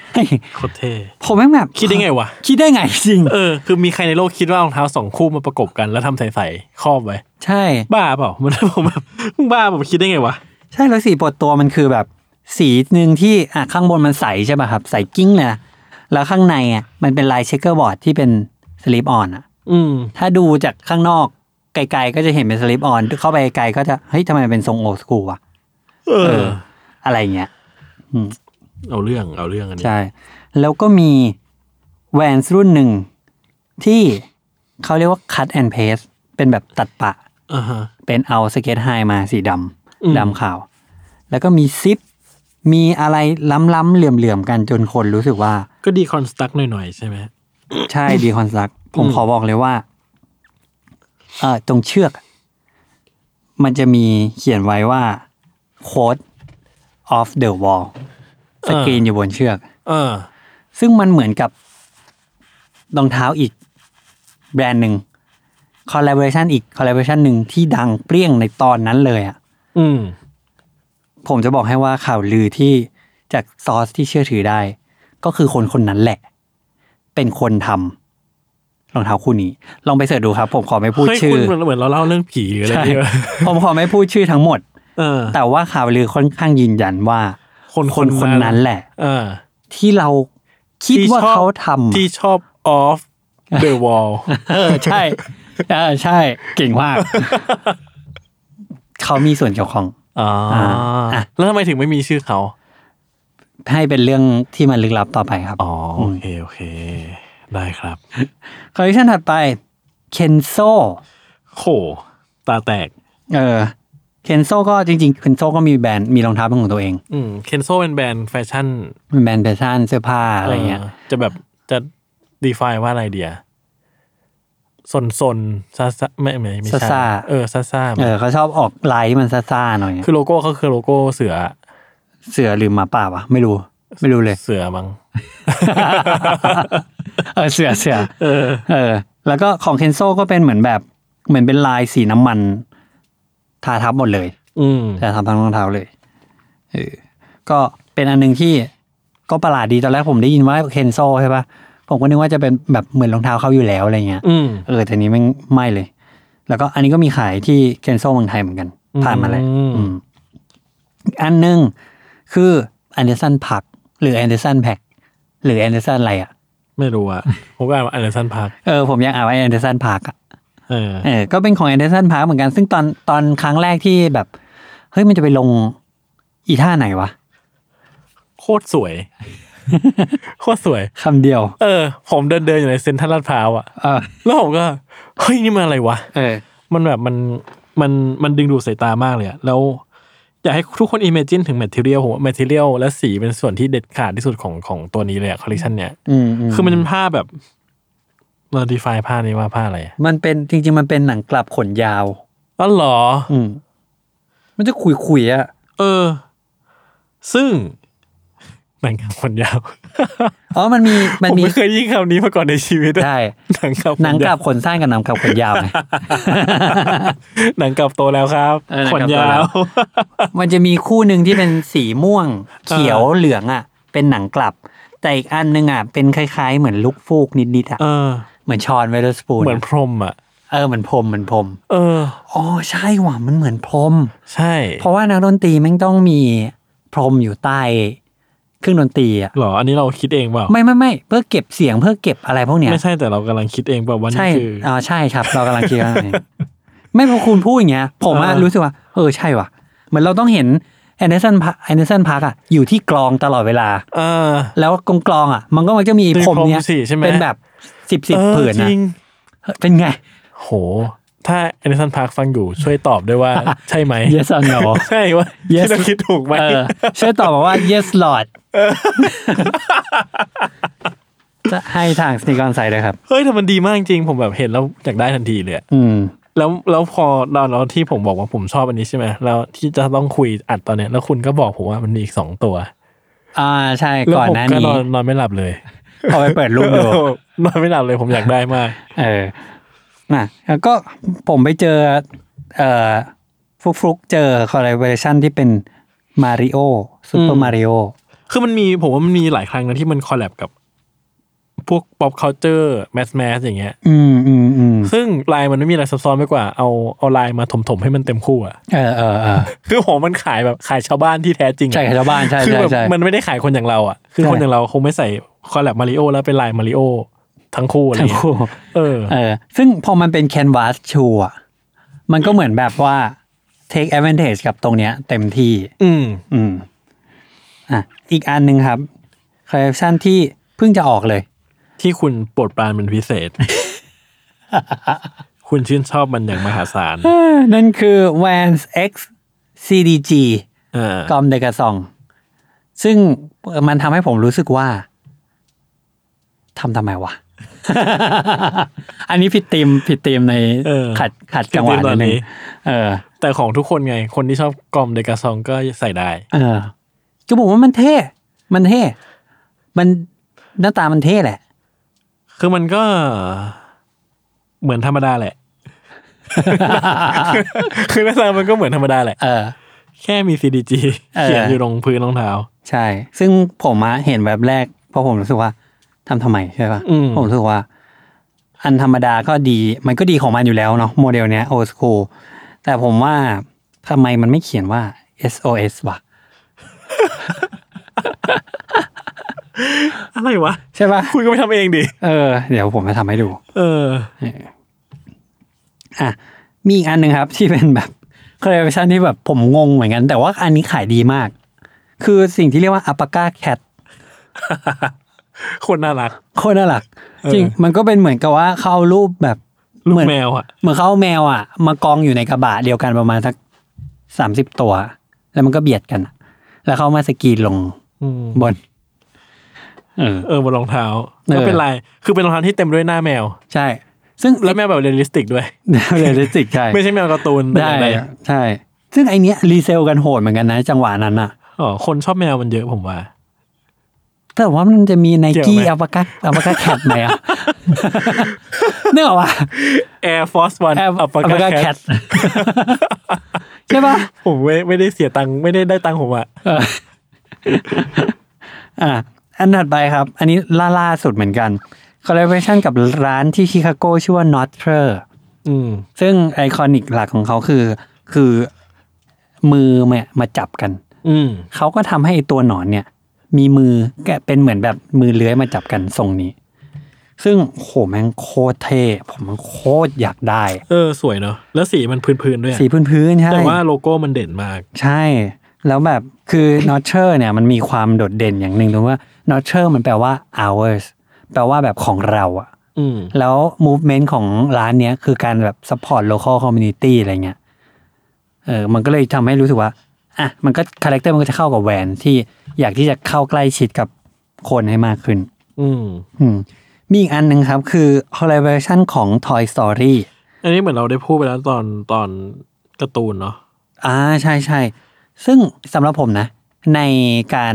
S3: โคตรเท่
S2: ผมแม่งแบบ
S3: คิดได้ไงวะ
S2: คิดได้ไงจริง
S3: เออ คือมีใครในโลกคิดว่ารองเท้าสองคู่มาประกบกันแล้วทำใส่ๆครอบไว้
S2: ใช่
S3: บ้าเปล่า มัน ผมแบบบ้าผมคิดได้ไงวะ
S2: ใช่แล้วสีปวดตัวมันคือแบบ สีหนึ่งที่อ่ะข้างบนมันใสใช่ป่ะครับ ใสกิ้งเลยนะแล้วข้างในอ่ะมันเป็นลายเชคเกอร์บอร์ดที่เป็นสลิปออนอ่ะ
S3: อืม
S2: ถ้าดูจากข้างนอกไกลๆก็จะเห็นเป็นสลิปออนเข้าไปไกลก็จะเฮ้ยทำไมเป็นทรงโอสกูวะ
S3: เออ
S2: อะไรอย่างเงี้ย
S3: เอาเรื่อง เอาเรื่องอันนี้
S2: ใช่ แล้วก็มีแวนรุ่นหนึ่งที่เขาเรียกว่า cut and paste เป็นแบบตัดปะ
S3: อ่าฮะ
S2: เป็นเอาสเก็ตไฮมาสีด
S3: อืม
S2: ำดำขาว แล้วก็มีซิป มีอะไรล้ำๆเหลื่อมๆกันจนคนรู้สึกว่า
S3: ก็ดีคอนสตักหน่อยๆ ใช่ไหม
S2: ใช่ ดีคอนสตรัก
S3: [coughs]
S2: ผมขอบอกเลยว่า เออตรงเชือก มันจะมีเขียนไว้ว่า quote off the wall สกรีนอยู่บนเชือก
S3: เออ
S2: ซึ่งมันเหมือนกับรองเท้าอีก แบรนด์หนึ่ง collaboration อีก collaboration หนึ่งที่ดังเปรี้ยงในตอนนั้นเลยอ่ะ
S3: อืม
S2: ผมจะบอกให้ว่าข่าวลือที่จากซอสที่เชื่อถือได้ ก็คือคนคนนั้นแหละ เป็นคนทำรองเท้าคู่นี้ ลองไปเสิร์ชดูครับ ผมขอไม่พูด
S3: เฮ้ย
S2: ชื่
S3: คุ
S2: อ
S3: ณเหมือนเหมือนเราเล่าเรื่องผีหรืออะไร
S2: ใช่
S3: ที่
S2: ผมขอไม่พูดชื่อทั้งหมด
S3: เออ
S2: แต่ว่าข่าวลือค่อนข้างยืนยันว่า
S3: คนค
S2: คน นคน
S3: นั้น
S2: นั้นแหละ
S3: เออ
S2: ที่เราคิดว่า
S3: ที่ชอบ
S2: เขาทำ
S3: ที่ชอบออฟเดอะวอล
S2: เออใช่เออใช่ เก่งมาก เขามีส่วนเกี่ยวข้อง
S3: อ่า
S2: อ่ะ
S3: แล้วทำไมถึงไม่มีชื่อเขา
S2: ให้เป็นเรื่องที่มันลึกลับต่อไปครับ
S3: อ๋อโอเค โอเค ได้ครับ
S2: คอลเลคชันถัดไปเคนโซ
S3: โขตาแตก
S2: เออเคนโซก็จริงๆเคนโซก็มีแบรนด์มีรองเท้าเป็นของตัวเอง
S3: อืมเคนโซเป็นแบรนด์แฟชั่น
S2: เป็นแบรนด์แฟชั่นเสื้อผ้าอะไรเงี้ย
S3: จะแบบจะดีฟายว่าอะไรเดียสนสนซาซาไม่ไม่ไม่ใช่เออซาซา
S2: เออเขาชอบออกลายที่มันซ่าๆหน่อย
S3: คือโลโก้เขาคือโลโก้เสือ
S2: เสือหรือหมาป่าวะไม่รู้ ไม่รู้เลย [laughs]
S3: เสือมั้ง
S2: เออเสือเสือเออ แล้วก็ของเคนโซก็เป็นเหมือนแบบ เหมือนเป็นลายสีน้ำมันทาทับหมดเลย
S3: อืม
S2: ทาทับทั้งรองเท้าเลยเออก็เป็นอันหนึงที่ก็ประหลาดดีตอนแรกผมได้ยินว่าเคนโซใช่ปะผมก็นึกว่าจะเป็นแบบเหมือนรองเท้าเขาอยู่แล้วอะไรเงี้ย
S3: อืม
S2: เออแต่นี้แม่งไม่เลย แล้วก็อันนี้ก็มีขายที่เคนโซเมืองไทยเหมือนกัน ผ่านมาแล้วอืมอีกอันหนึงคือแอนเดอร์สันพัก หรือแอนเดอร์สันแพ็กหรือแอนเดอร์สันอะไรอ่ะ
S3: ไม่รู้อะผมก็อ่านว่าอันเดอร์สันพาร์ค
S2: เออผมยังอ่านว่าแอนเดอร์สันพักอ่ะ
S3: เออ
S2: เออก็เป็นของแอนเดอร์สันพักเหมือนกัน ซึ่งตอนตอนครั้งแรกที่แบบ เฮ้ยมันจะไปลงอีท่าไหนวะ
S3: โคตรสวย โคตรสวย
S2: คำเดียว
S3: เออ ผมเดินเดินอยู่ในเซ็นทรัลลาดพร้าวอะ
S2: เออ
S3: แล้วผมก็ เฮ้ย นี่มันอะไรวะ
S2: เออ
S3: มันแบบมันมันมันดึงดูดสายตามากเลยอะแล้ว อยากให้ทุกคนอิมเมจินถึงแมทเทียลผมว่าแมทเทียลและสีเป็นส่วนที่เด็ดขาดที่สุดของของตัวนี้เลยอะคอลเลคชันเนี้ย
S2: อืมอืม
S3: คือมันเป็นผ้าแบบเราดีฟายผ้านี้ว่าผ้าอะไรอะ
S2: มันเป็นจริง ๆ มันเป็นหนังกลับขนยาว
S3: อ๋อเหรอ
S2: อืม มันจะคุยๆอ่ะ
S3: เออ ซึ่งหนังกลางคนยาว
S2: อ๋อมันมีมัน
S3: ผม
S2: มี
S3: ไม่เคยได้ยินคำนี้มาก่อนในชีวิตอะ
S2: ได้
S3: หนังกลางค
S2: หนัง
S3: น
S2: กลั
S3: ยา
S2: บ
S3: ว
S2: ขนสั้นกับหนังกลับขนยาวไง
S3: หนังกลับโตแล้วครับ
S2: เออหนัง
S3: ขน
S2: กลับโต
S3: ยา
S2: แล้ว ว [laughs] มันจะมีคู่หนึ่งที่เป็นสีม่วง เขียวเหลืองอ่ะ เป็นหนังกลับ แต่อีกอันหนึงอ่ะ เป็นคล้ายๆ เหมือนลูกฟูกนิดๆอ่ะ
S3: เออ
S2: เหมือนชอนเวลสปูน
S3: เหมือนพรหมอ่ะ
S2: เออเหมือนพรมเหมือนพรม
S3: เออ
S2: อ๋อใช่ว่ะมันเหมือนพรม
S3: ใช่
S2: เพราะว่านักดนตรีแม่งต้องมีพรมอยู่ใต้เครื่องดนตรีอ่ะ
S3: หรอ อันนี้เราคิดเองเปล่า
S2: ไม่ไม่ไม่เพื่อเก็บเสียงเพื่อเก็บอะไรพวกเนี้ย
S3: ไม่ใช่แต่เรากำลังคิดเองเปล่าว่า
S2: ใช่
S3: นี่คือ
S2: อ๋อใช่ครับ เรากำลังคิดว่า [laughs] ไงไม่พอคุณพูดอย่างเงี้ย ผมอะ
S3: เออ
S2: รู้สึกว่า เออ ใช่ว่ะ เหมือนเราต้องเห็นแอนเดอร์สันแอนเดอร์สันพาร์คอะอยู่ที่กลองตลอดเวลา
S3: เออ
S2: แล้วกงกลองอะมันก็มักจะมี
S3: มี
S2: ผ
S3: ผม ม
S2: เนี้ย
S3: สิใช่ไหม
S2: เป็นแบบสิบสิบ
S3: เออ
S2: ผืน
S3: จ
S2: นะ
S3: ริง
S2: เป็น
S3: [laughs]
S2: ไง
S3: โห ถ้าแอนดิสันพาร์คฟังอยู่ช่วยตอบด้วยว่า ใช่ไหม
S2: yes or no
S3: ใช่ว่า
S2: Yes
S3: ที่เราคิดถูกไหม
S2: เออช่วยตอบมาว่า yes lord
S3: [laughs] เ
S2: จะให้ทางสนิกอนไซด์เลยครับ
S3: เฮ้ยแต่มันดีมากจริงผมแบบเห็นแล้วอยากได้ทันทีเลยอะ
S2: อืม
S3: แล้วแล้วพอตอนเราที่ผมบอกว่าผมชอบอันนี้ใช่ไหมแล้วที่จะต้องคุยอัดตอนเนี้ยแล้วคุณก็บอกผมว่ามันมีอีกสองตัว
S2: อ่าใช่
S3: แล้ว
S2: ก่อน
S3: ผม
S2: หน้า
S3: ก็น
S2: นี้
S3: อนนอนไม่หลับเลย [laughs]
S2: พอไปเปิดรูปดู
S3: นอนไม่หลับเลยผมอยากได้มาก
S2: เออน่ะแล้วก็ผมไปเจอ เอ่อฟลุกฟลุกๆเจอคอลเล b เ r ชันที่เป็นมาริโอซูเปอ
S3: อื
S2: ร์
S3: ม
S2: มาริโอ
S3: คือมันมีผมว่ามันมีหลายครั้งนะที่มันคอลแลบกับ พวก pop culture mass mass อย่างเงี้ย
S2: อืมอืมอืม
S3: ซึ่งลายมันไม่มีอะไรซับซ้อนไปกว่าเอาเอาลายมาถมๆให้มันเต็มคู่อะ
S2: เออเออเออ
S3: คือผมมันขายแบบขายชาวบ้านที่แท้จริงอะ
S2: ใช่ชาวบ้านใช่
S3: คือ
S2: ใช่
S3: แบบ
S2: ใช่
S3: มันไม่ได้ขายคนอย่างเราอะคือ
S2: ใช่
S3: คนอย่างเราคงไม่ใส่คอลแลบมาริโอแล้วเป็นลายมาริโอทั้งคู่อะไร
S2: ทั้ง
S3: เงี้ย
S2: คู่
S3: เออ
S2: เออ ซึ่งพอมันเป็นแคนวาสชูอ่ะ มันก็เหมือนแบบว่า take advantage กับตรงเนี้ย เต็มที่
S3: อืม
S2: อืม อ่ะ อีกอันหนึ่งครับคอลเล t ชันที่เพิ่งจะออกเลย
S3: ที่คุณโปรดปรานเป็นพิเศษ [laughs] คุณชื่นชอบมันอย่างมหาศาล
S2: เออนั่นคือ Vans X CDG
S3: อ่าก
S2: อมเดกาซอง ซึ่งมันทำให้ผมรู้สึกว่าทำทำไมวะ อันนี้ผิดธีมผิดธีมใน
S3: เออ
S2: ขัดขัดจังหวะนิดนึงเออ
S3: แต่ของทุกคนไง คนที่ชอบกอมเดกาซองก็ใส่ได้
S2: เออจะบอกว่ามันเท่ มันเท่ มันหน้าตามันเท่แหละ [laughs]
S3: คือมันก็เหมือนธรรมดาแหละ [laughs] คือหน้าตามันก็เหมือนธรรมดาแหละ
S2: เออ
S3: แค่มี CDG
S2: เออ
S3: [laughs] เขียนอยู่ตรงพื้นรองเท้า
S2: ใช่ ซึ่งผมอะเห็นแบบแรก เพราะผมรู้สึกว่าทำทำไมใช่ปะ
S3: อืม
S2: ผมรู้สึกว่า อันธรรมดาก็ดี มันก็ดีของมันอยู่แล้วเนาะโมเดลเนี้ยโอสคูแต่ผมว่าทำไมมันไม่เขียนว่า SOS วะ
S3: อะไรวะ
S2: ใช่ปะ
S3: คุณก็ไปทำเองดิ
S2: เออ เดี๋ยวผมจะทำให้ดู
S3: เออ
S2: อ่ะมีอีกอันหนึ่งครับ ที่เป็นแบบคอลเลคชันที่แบบผมงงเหมือนกัน แต่ว่าอันนี้ขายดีมาก คือสิ่งที่เรียกว่าอัปกาแคท
S3: คนน่ารัก
S2: โคตรน่ารัก
S3: เออ
S2: จริงมันก็เป็นเหมือนกับว่าเขาเอารูปแบบ
S3: ลู
S2: เห
S3: ก
S2: มือน
S3: แมวอ่ะ
S2: เหมือนเขาเอาแมวอ่ะ มากองอยู่ในกระบะเดียวกันประมาณสักสามสิบตัว แล้วมันก็เบียดกันอะแล้วเขาเอามาสกรีนลง
S3: อืม
S2: บน เออ
S3: เออบนรองเท้า
S2: เออ
S3: ก็เป็นลายคือเป็นรองเท้าที่เต็มด้วยหน้าแมว
S2: ใช่ ซึ่ง [laughs]
S3: แล้วแมวแบบเรียลลิสติกด้วย
S2: เรียลลิสติกใช่
S3: ไม่ใช่แมวการ์ตูนแต่
S2: ได้
S3: อย่างใด
S2: ใช่ ซึ่งไอเนี้ยรีเซลกันโหดเหมือนกันนะ จังหวะนั้นอ่ะ
S3: อ๋อคนชอบแมวมันเยอะผมว่า
S2: แต่ว่ามันจะมีไน
S3: เกี่
S2: กี้
S3: ยวไหม
S2: อัปกาอัปกาแคทไหม
S3: [laughs]
S2: อ่ะ เนื่องวะ
S3: Air Force One
S2: แอปอัป
S3: Alpaca
S2: กา
S3: Cat
S2: แคท ใช่ปะ
S3: ผมไม่ไม่ได้เสียตังค์ไม่ได้ได้ตังค์ผมอะ
S2: เอออ่ะอันถัดไปครับ อันนี้ล่าล่าสุดเหมือนกัน คอลเล b เ r ชันกับร้านที่ชิคาโกชื่อว่า n o t r e
S3: อืม
S2: ซึ่งไอคอนิกหลักของเขาคือ คือมือเนี่ยมาจับกัน
S3: อืม
S2: เขาก็ทำให้ไอ้ตัวหนอนเนี่ย มีมือแกะเป็นเหมือนแบบมือเลื้อยมาจับกันทรงนี้ ซึ่งโหแม่งโคตรเท่ผมมันโคตรอยากได้
S3: เออ สวยเนาะแล้วสีมันพื้นๆด้วยอะ
S2: สีพื้นๆใช่
S3: แต่ว่าโลโก้มันเด่นมาก
S2: ใช่ แล้วแบบคือนอเชอร์เนี่ยมันมีความโดดเด่นอย่างหนึ่งตรงว่านอเชอร์มันแปลว่า hours แปลว่าแบบของเราอะ
S3: อืม
S2: แล้ว movement ของร้านเนี้ยคือการแบบ support local community อะไรเงี้ยเออมันก็เลยทำให้รู้สึกว่าอ่ะมันก็คาแรคเตอร์มันก็จะเข้ากับแวนที่อยากที่จะเข้าใกล้ชิดกับคนให้มากขึ้น
S3: อืม
S2: อืมมีอีกอันหนึ่งครับคือ collaboration ของ Toy Story
S3: อันนี้เหมือนเราได้พูดไปแล้วตอนตอนการ์ตูนเนาะ
S2: อ่าใช่ใช่ซึ่งสำหรับผมนะ ในการ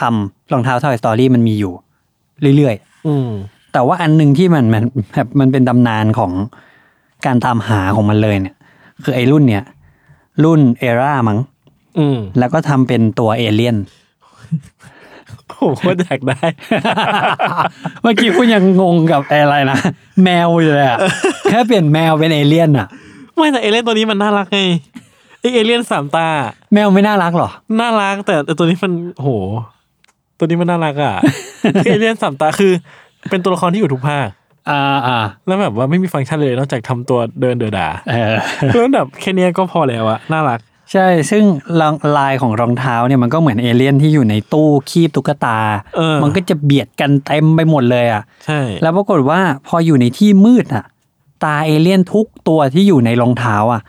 S2: ทำรองเท้า Toy Story มันมีอยู่ เรื่อย
S3: อืม
S2: ๆ แต่ว่าอันหนึ่งที่มันมันแบบมันเป็นตำนานของการตามหาของมันเลยเนี่ย คือไอ้รุ่นเนี่ย รุ่นเอร่ามั้ง
S3: อืม
S2: แล้วก็ทำเป็นตัวเอเลี่ยน
S3: ผมโคตรอยากได้
S2: [laughs] เมื่อกี้คุณยังงงกับอะไรนะ แมวอยู่เลยอะแค่เปลี่ยนแมวเป็นเอเลี่ยนอะ
S3: ไม่แต่เอเลี่ยนตัวนี้มันน่ารักไงไอเอเลี่ยนสามตา
S2: แมวไม่น่ารักหรอ
S3: น่ารักแต่แต่ตัวนี้มันโห ตัวนี้มันน่ารักอ่ะ คือเอเลี่ยนสามตาคือ เป็นตัวละครที่อยู่ทุกภาค
S2: อ่าอ่า
S3: แล้วแบบว่าไม่มีฟังก์ชันเลยนอกจากทำตัวเดินเดือดดา
S2: เออ
S3: แล้วแบบแค่เนี้ยก็พอแล้วอะน่ารัก
S2: ใช่ ซึ่งลองลายของรองเท้าเนี่ยมันก็เหมือนเอเลี่ยนที่อยู่ในตู้คีบตุ๊กตา
S3: เออ
S2: มันก็จะเบียดกันเต็มไปหมดเลยอะ่ะ
S3: ใช่
S2: แล้วปรากฏว่าพออยู่ในที่มืดอ่ะ ตาเอเลี่ยนทุกตัวที่อยู่ในรองเท้าอ่ะ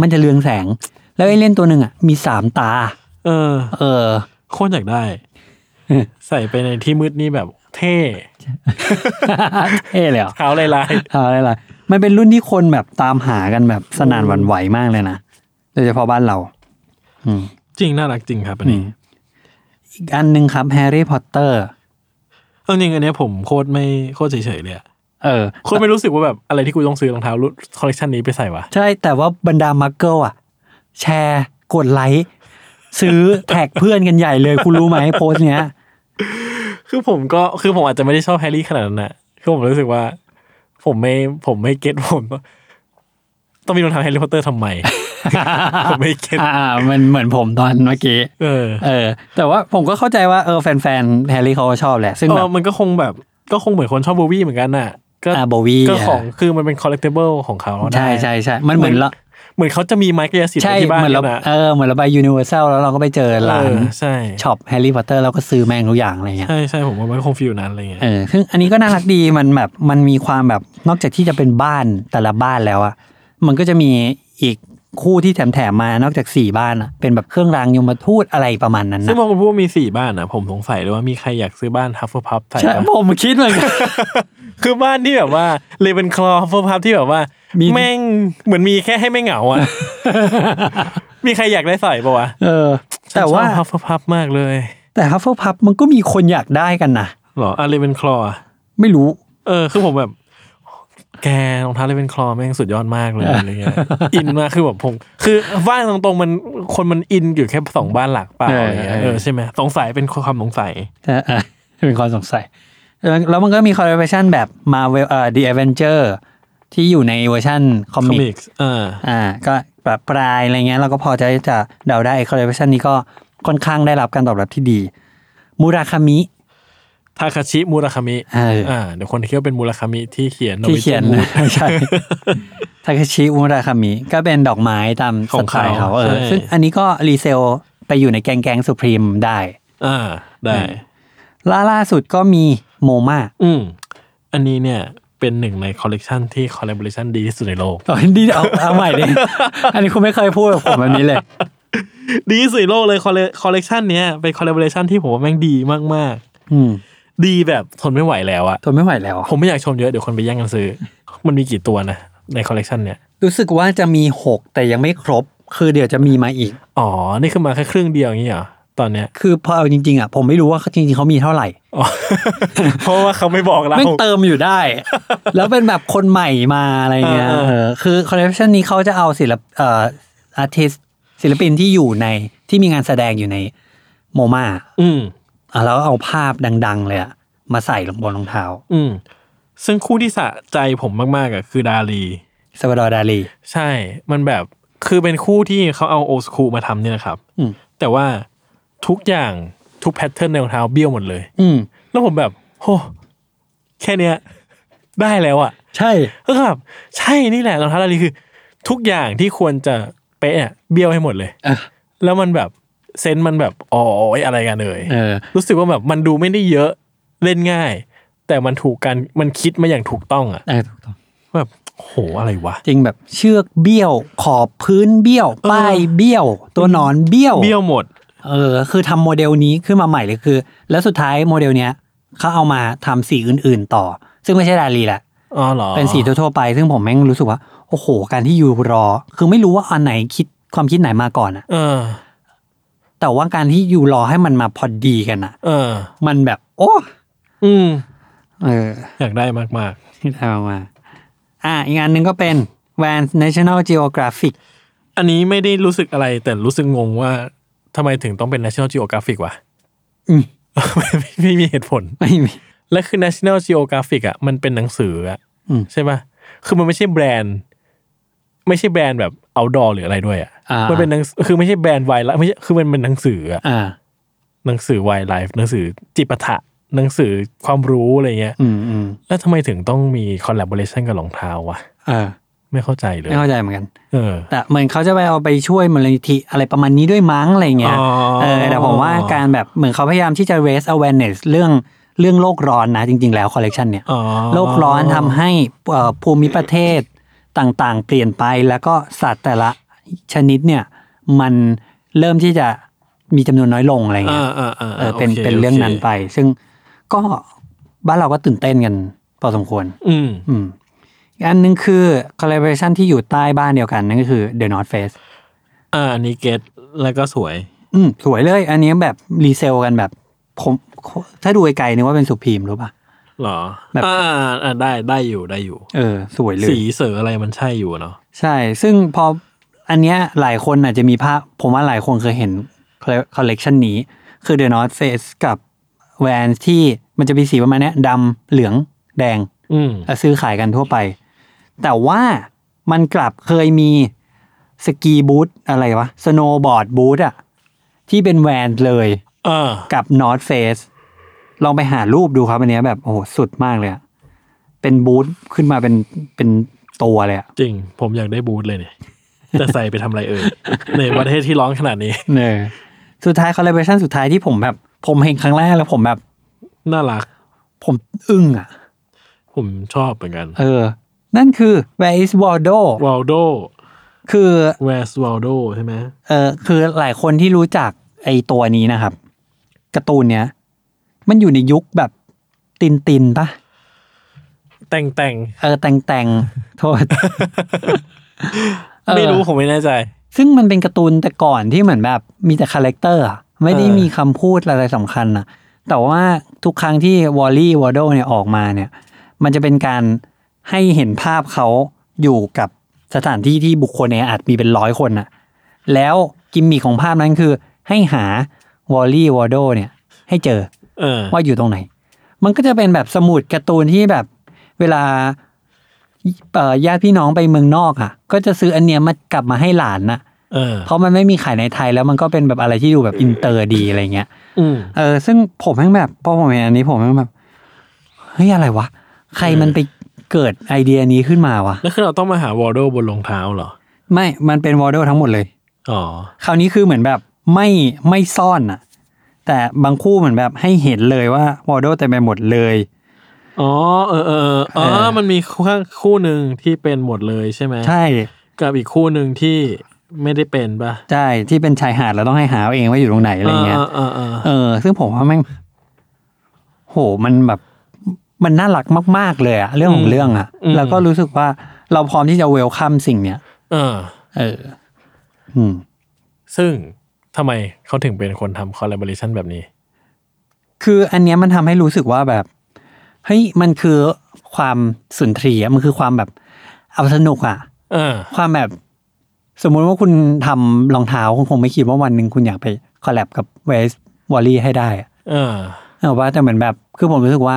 S2: มันจะเรืองแสง แล้วเอเลี่ยนตัวหนึ่งอ่ะมีสามตา
S3: เออ
S2: เออ
S3: โคตรอยากได้ ใส่ไปในที่มืดนี่แบบเท่
S2: เท่เลยเหรอ [laughs]
S3: เท้าลาย
S2: เอาอะไรล่ะมันเป็นรุ่นที่คนแบบตามหากันแบบสนานหวั่นไหวมากเลยนะโดยเฉพาะบ้านเรา อืม
S3: ๆจริงน่ารักจริงครับอันนี้
S2: อืมอีกอันหนึ่งครับแฮร์รี่พอตเตอร์
S3: เอาจริงอันเนี้ยผมโคตรไม่โคตรเฉยๆเลยอะ
S2: เออ
S3: โคตรไม่รู้สึกว่าแบบอะไรที่กูต้องซื้อรองเท้ารุ่นคอลเลกชันนี้ไปใส่วะ
S2: ใช่ แต่ว่าบรรดามักเกิลอ่ะ แชร์กดไลค์ซื้อแท็กเพื่อนกันใหญ่เลย คุณรู้ไหมโพสต์เนี้ย
S3: คือผมก็คือผมอาจจะไม่ได้ชอบแฮร์รี่ขนาดนั้นนะคือผมรู้สึกว่า ผมไม่ผมไม่เก็ตผมต้องมีรองเท้าแฮร์รี่พอตเตอร์ทำไม [laughs] ผมไม่เก็ต
S2: อ่ามันเหมือนผมตอนเมื่อกี้
S3: เออ
S2: เออ แต่ว่าผมก็เข้าใจว่าเออแฟนๆแฮร์รี่เขาก็ชอบแหละ ซึ่ง
S3: เอ
S2: แบ
S3: อบ มันก็คงแบบก็คงเหมือนคนชอบโบวี่เหมือนกันน่ะ ก็
S2: อาโบวี
S3: ก็ของคือมันเป็น collectible ของเขา
S2: ใช่ใช่ใช่มันเหมือนเรา
S3: เหมือนเขาจะมีไม้กายสิทธิ์
S2: ใช่
S3: ไว้ที่บ้าน
S2: เหมือนเรา
S3: กันนะ
S2: เออเหมือนเราไปยูนิเวอร์แซลแล้วเราก็ไปเจอร้าน
S3: เออใช่
S2: ช็อปแฮร์รี่พอตเตอร์เราก็ซื้อแม่งทุกอย่างอะไรเงี้ย
S3: ใช่ใช่ผมว่ามันก็คงฟีลนั้นอะไรเงี้ย
S2: เออซึ่งอันนี้ก็น่ารักดี มันแบบ มันมีความแบบ นอกจากที่จะเป็นบ้านแต่ละบ้านแล้วอะมันก็จะมีอีกคู่ที่แถมๆมา นอกจากสี่บ้านอะเป็นแบบเครื่องรางยมทูตอะไรประมาณนั้น
S3: ซึ่ง
S2: นะ
S3: พอคุณพูดว่ามีสี่บ้านนะผมสงสัยเลยว่ามีใครอยากซื้อบ้านฮัฟเฟิลพับใส่
S2: ใช่
S3: ปะ
S2: ผมคิดเหมือนกัน
S3: คือบ้านที่แบบว่าเลเวนคลอฮัฟเฟิลพับที่แบบว่า
S2: มี
S3: แม่งเหมือนมีแค่ให้ไม่เหงา
S2: [laughs]
S3: อ่ะ มีใครอยากได้ใส่ปะวะ
S2: เออ แต่ว่า
S3: ฮัฟเฟิลพับมากเลย
S2: แต่ฮัฟเฟิลพับมันก็มีคนอยากได้กันนะ
S3: เหรออะเลเวนคลอ
S2: ไม่รู้
S3: เออคือผมแบบ แกรองเท้าเลเวนคลอแม่งสุดยอดมากเลยอะไรเงี้ยอินมากคือแบบผมคือบ้านตรงๆมันคนมันอินอยู่แค่สองบ้านหลักเปล่า
S2: เออ
S3: อะไรเงี้ย
S2: เออ
S3: เออใช่ไหมสงสัยเป็นความสงสัย
S2: แต่อ่ะ เป็นความสงสัย แล้วแล้วมันก็มีคอลเลคชันแบบมาเวลเอ่อ The Avenger ที่อยู่ในเวอร์ชันคอมิก
S3: comics เออ
S2: อ่าก็ปรับปลายอะไรเงี้ยเราก็พอจะจะเดาได้คอลเลคชันนี้ก็ค่อนข้างได้รับการตอบรับที่ดีมูราคามิ
S3: ทาคาชิมูราคามิ
S2: เอออ่
S3: อ่าเดี๋ยวคนที่คิดว่าเป็นมูราคามิที่เขียน
S2: ที่เขียน
S3: Norwegian Wood
S2: [laughs] ใช่ทาเคชิมูราคามิ ก็เป็นดอกไม้ตาม
S3: ข
S2: ส
S3: อง
S2: ไต
S3: เขา
S2: ล์เขาเออ
S3: ใช่
S2: ซึ่งอันนี้ก็รีเซลไปอยู่ในแกงแกงสุพรีมได้
S3: อ่าได้
S2: ล่าล่าสุดก็มีโมมา
S3: อืมอันนี้เนี่ยเป็นหนึ่งในคอลเลกชันที่คอลเลบอร์ชันดีที่สุดในโลก
S2: ตอนนี้ [laughs] เอาเอาใหม่ดิอันนี้คุณไม่เคยพูดกับผมแบบนี้เลย
S3: ดีที่สุดในโลกเลยคอลเลกชันเนี้ยเป็นคอลเลบอร์ชันที่ผมว่าแม่งดีมาก
S2: อืม
S3: ๆ ดีแบบทนไม่ไหวแล้วอะ
S2: ทนไม่ไหวแล้ว
S3: ผมไม่อยากชมเยอะเดี๋ยวคนไปแย่งกันซื้อ มันมีกี่ตัวนะ ในคอลเลกชันเนี่ย
S2: รู้สึกว่าจะมีหกแต่ยังไม่ครบ คือเดี๋ยวจะมีมาอีก
S3: อ๋อ นี่คือมาแค่ครึ่งเดียวอย่างนี้เหรอ ตอนเนี้ย
S2: คือพอเอาจริงๆอ่ะผมไม่รู้ว่าเขาจริงๆเขามีเท่าไหร่
S3: อ๋อ [laughs] เพราะว่าเขาไม่บอกเรา
S2: แม่งเติมอยู่ได้ แล้วเป็นแบบคนใหม่มาอะไรเงี้ย
S3: เออเอ
S2: เอ
S3: อ
S2: อคือคอลเลคชันนี้เขาจะเอาศิลปเอ่ออาร์ติสศิลปินที่อยู่ในที่มีงานแสดงอยู่ในโมมา
S3: อืม
S2: แล้วเอาภาพดัง ๆ เลยอะมาใส่ลงบนรองเท้า
S3: อืม ซึ่งคู่ที่สะใจผมมากๆอะคือดาลี
S2: ซาวดอร์ดาลี
S3: ใช่ มันแบบ คือเป็นคู่ที่เขาเอาโอสคูมาทำเนี่ยนะครับ
S2: อืม
S3: แต่ว่าทุกอย่างทุกแพทเทิร์นในรองเท้าเบี้ยวหมดเลย
S2: อืม
S3: แล้วผมแบบโหแค่เนี้ย ได้แล้วอะ
S2: ใช่
S3: ก็แบบใช่นี่แหละรองเท้าลาลีคือ ทุกอย่างที่ควรจะเป๊ะอะเบี้ยวให้หมดเลย
S2: อ่ะ
S3: แล้วมันแบบเซนส์มันแบบอ๋ออะไรกันเลย
S2: เออ
S3: รู้สึกว่าแบบมันดูไม่ได้เยอะเล่นง่าย แต่มันถูกการมันคิดมาอย่างถูกต้องอะ
S2: เออถูกต้อง
S3: แบบโหอะไรวะ
S2: จริงแบบเชือกเบี้ยว ขอบพื้นเบี้ยว ป้ายเบี้ยว ตัวหนอนเบี้ยว
S3: เบี้ยวหมด
S2: เออ คือทำโมเดลนี้ขึ้นมาใหม่เลยคือ แล้วสุดท้ายโมเดลเนี้ยเขาเอามาทำสีอื่นๆต่อ ซึ่งไม่ใช่ดาลีแหละ
S3: อ๋อเหรอ
S2: เป็นสีทั่วๆไป ซึ่งผมแม่งรู้สึกว่า โอ้โห การที่ยูรอ คือไม่รู้ว่าอันไหนคิดความคิดไหนมาก่อนอะ
S3: เออ
S2: แต่ว่าการที่ยูรอให้มันมาพอดีกันอะ
S3: เออ
S2: มันแบบ โอ้
S3: อืม
S2: เออ
S3: อยากได้มาก
S2: ที่ทำมา อ่ะอีกงานหนึ่งก็เป็น Van National Geographic
S3: ๆ อันนี้ไม่ได้รู้สึกอะไรแต่รู้สึกงงว่าทำไมถึงต้องเป็น National Geographic วะ
S2: อืม
S3: ไม่ไม่มีเหตุผล
S2: ไม่มี
S3: และคือ National Geographic อ่ะมันเป็นหนังสืออ่ะ
S2: อืม
S3: ใช่ปะคือมันไม่ใช่แบรนด์ ไม่ใช่แบรนด์แบบ outdoor หรืออะไรด้วยอ่ะ
S2: อ่ามั
S3: มันเป็นหนังสือคือไม่ใช่แบรนด์ไวไลไม่ใช่คือมันเป็นหนังสืออ่ะ
S2: อ่า
S3: หนังสือไวไลฟ์หนังสือจิปาถะหนังสือความรู้อะไรเงี้ย
S2: อืมอืม
S3: แล้วทำไมถึงต้องมี collaboration กับรองเท้าวะ
S2: เออ
S3: ไม่เข้าใจเลย
S2: ไม่เข้าใจเหมือนกัน
S3: เออ
S2: แต่เหมือนเขาจะไปเอาไปช่วยมูลนิธิอะไรประมาณนี้ด้วยมั้งอะไรเงี้ย
S3: อ๋อ
S2: เออแต่ผมว่าการแบบเหมือนเขาพยายามที่จะ raise awareness เรื่องเรื่องโลกร้อนนะจริง ๆ แล้วคอลเลกชันเนี่ย
S3: อ๋อ
S2: โลกร้อนทำให้เอ่อภูมิประเทศต่างๆ เปลี่ยนไปแล้วก็สัตว์แต่ละชนิดเนี่ย มันเริ่มที่จะ มีจำนวนน้อยลงอะไรเงี้ย
S3: อ่าอ่าอ่า
S2: เออเป็น
S3: โค
S2: เป็นเรื่องนั้น
S3: โค
S2: ไป ซึ่งก็บ้านเราก็ตื่นเต้นกันพอสมควร
S3: อืม
S2: อืมอีกอันหนึงคือ collaboration ที่อยู่ใต้บ้านเดียวกันนั่นก็คือ The North Face
S3: อ่าอันนี้เก็ตแล้วก็สวย
S2: อืมสวยเลย อันนี้แบบรีเซลกันแบบผมถ้าดูไกลๆนึกว่าเป็นสุพีมรู้ป่ะ
S3: หรอ
S2: แบบ
S3: อ่าอ่าได้ได้อยู่ได้อยู่
S2: เออ สวยเลย
S3: สีเสืออะไรมันใช่อยู่เนาะ
S2: ใช่ ซึ่งพออันเนี้ยหลายคนอาจจะมีภาพ ผมว่าหลายคนเคยเห็นคอลเลกชันนี้ คือ The North Face กับ Vans ที่มันจะมีสีประมาณเนี้ยดำเหลืองแดง
S3: อืม
S2: และซื้อขายกันทั่วไป แต่ว่ามันกลับเคยมีสกีบูธอะไรวะ สโนว์บอร์ดบูธอะที่เป็นแวนเลย
S3: เออ
S2: กับนอตเฟสลองไปหารูปดูครับอันเนี้ยแบบ โอ้โห สุดมากเลยอะเป็นบูธขึ้นมาเป็นเป็นตัวเลยอะ
S3: จริง ผมอยากได้บูทเลย
S2: [laughs]
S3: เนี่ย จะใส่ไปทำอะไรเอ่ย ในประเทศที่ร้อนขนาด
S2: [laughs]
S3: นี้
S2: เนอสุดท้ายคอลเลบเรชันสุดท้ายที่ผมแบบ ผมเห็นครั้งแรกแล้วผมแบบ
S3: น่ารัก
S2: ผมอึ้งอะ
S3: ผมชอบเหมือนกัน
S2: เออ นั่นคือ Where is Waldo
S3: ว a ลโด
S2: คือ
S3: แวสว a ลโดใช่ไหม
S2: เออคือหลายคนที่รู้จักไอตัวนี้นะครับการ์ตูนเนี้ย มันอยู่ในยุคแบบตินตินปะ
S3: แต่งแต่ง
S2: เออแตงแตงโทษ เออ
S3: ไม่รู้ผมไม่แน่ใจ
S2: ซึ่งมันเป็นการ์ตูนแต่ก่อนที่เหมือนแบบมีแต่คาแรคเตอร์อะไม่ได้
S3: เออ
S2: มีคำพูดอะไรสำคัญอะแต่ว่าทุกครั้งที่วอลลี่วอดโดเนี่ยออกมาเนี่ย มันจะเป็นการให้เห็นภาพเขาอยู่กับสถานที่ที่บุคคลเนี่ยอาจมีเป็นร้อยคนอะแล้วกิมมิคของภาพนั้นคือให้หาวอลลี่วอดโดเนี่ย ให้เจอ
S3: เออ
S2: ว่าอยู่ตรงไหน มันก็จะเป็นแบบสมุดการ์ตูนที่แบบเวลาเอ่อญาติพี่น้องไปเมืองนอกอ่ะ ก็จะซื้ออันเนี้ยมากลับมาให้หลานน่ะ
S3: เออ
S2: เพราะมันไม่มีขายในไทยแล้วมันก็เป็นแบบอะไรที่ดูแบบอินเตอร์ดีอะไรเงี้ย
S3: อืม
S2: เออ ซึ่งผมแม่งแบบพอผมเห็นอันนี้ผมแม่งแบบเฮ้ยอะไรวะ ใครมันไปเกิดไอเดียนี้ขึ้นมาวะ
S3: แล้วคือเราต้องมาหาวอลโดบนรองเท้าเหรอ
S2: ไม่ มันเป็นวอลโดทั้งหมดเลย
S3: อ๋อ
S2: คราวนี้คือเหมือนแบบไม่ไม่ซ่อนอ่ะ แต่บางคู่เหมือนแบบให้เห็นเลยว่าวอลโดเต็มไปหมดเลย
S3: อ๋อ เออเออเอออ๋อ
S2: เออ
S3: มันมีคู่คู่หนึ่งที่เป็นหมดเลยใช่ไหม
S2: ใช่
S3: กับอีกคู่หนึ่งที่ไม่ได้เป็นปะ
S2: ใช่ที่เป็นชายหาดเราต้องให้หาเอาเองว่าอยู่ตรงไหนอะไรเงี้ย
S3: เออเออเอ
S2: เออ
S3: อ
S2: ซึ่งผมว่าแม่งโหมันแบบ มันน่ารักมากๆเลยอะเรื่องของเรื่องอะแล้วก็รู้สึกว่าเราพร้อมที่จะเวลคัมสิ่งเนี้ย
S3: เออ
S2: เออ อืม
S3: ซึ่งทำไมเขาถึงเป็นคนทำ collaboration แบบนี้
S2: คืออันเนี้ยมันทำให้รู้สึกว่าแบบเฮ้ยมันคือความสุนทรีอะมันคือความแบบเอาสนุกอะ
S3: เออ
S2: ความแบบ สมมุติว่าคุณทำรองเท้าคุณคงไม่คิดว่าวันหนึ่งคุณอยากไปคอลแลบกับเวสวอลลี่ให้ได้อะ
S3: เออ
S2: เอาว่าแต่เหมือนแบบคือผมรู้สึกว่า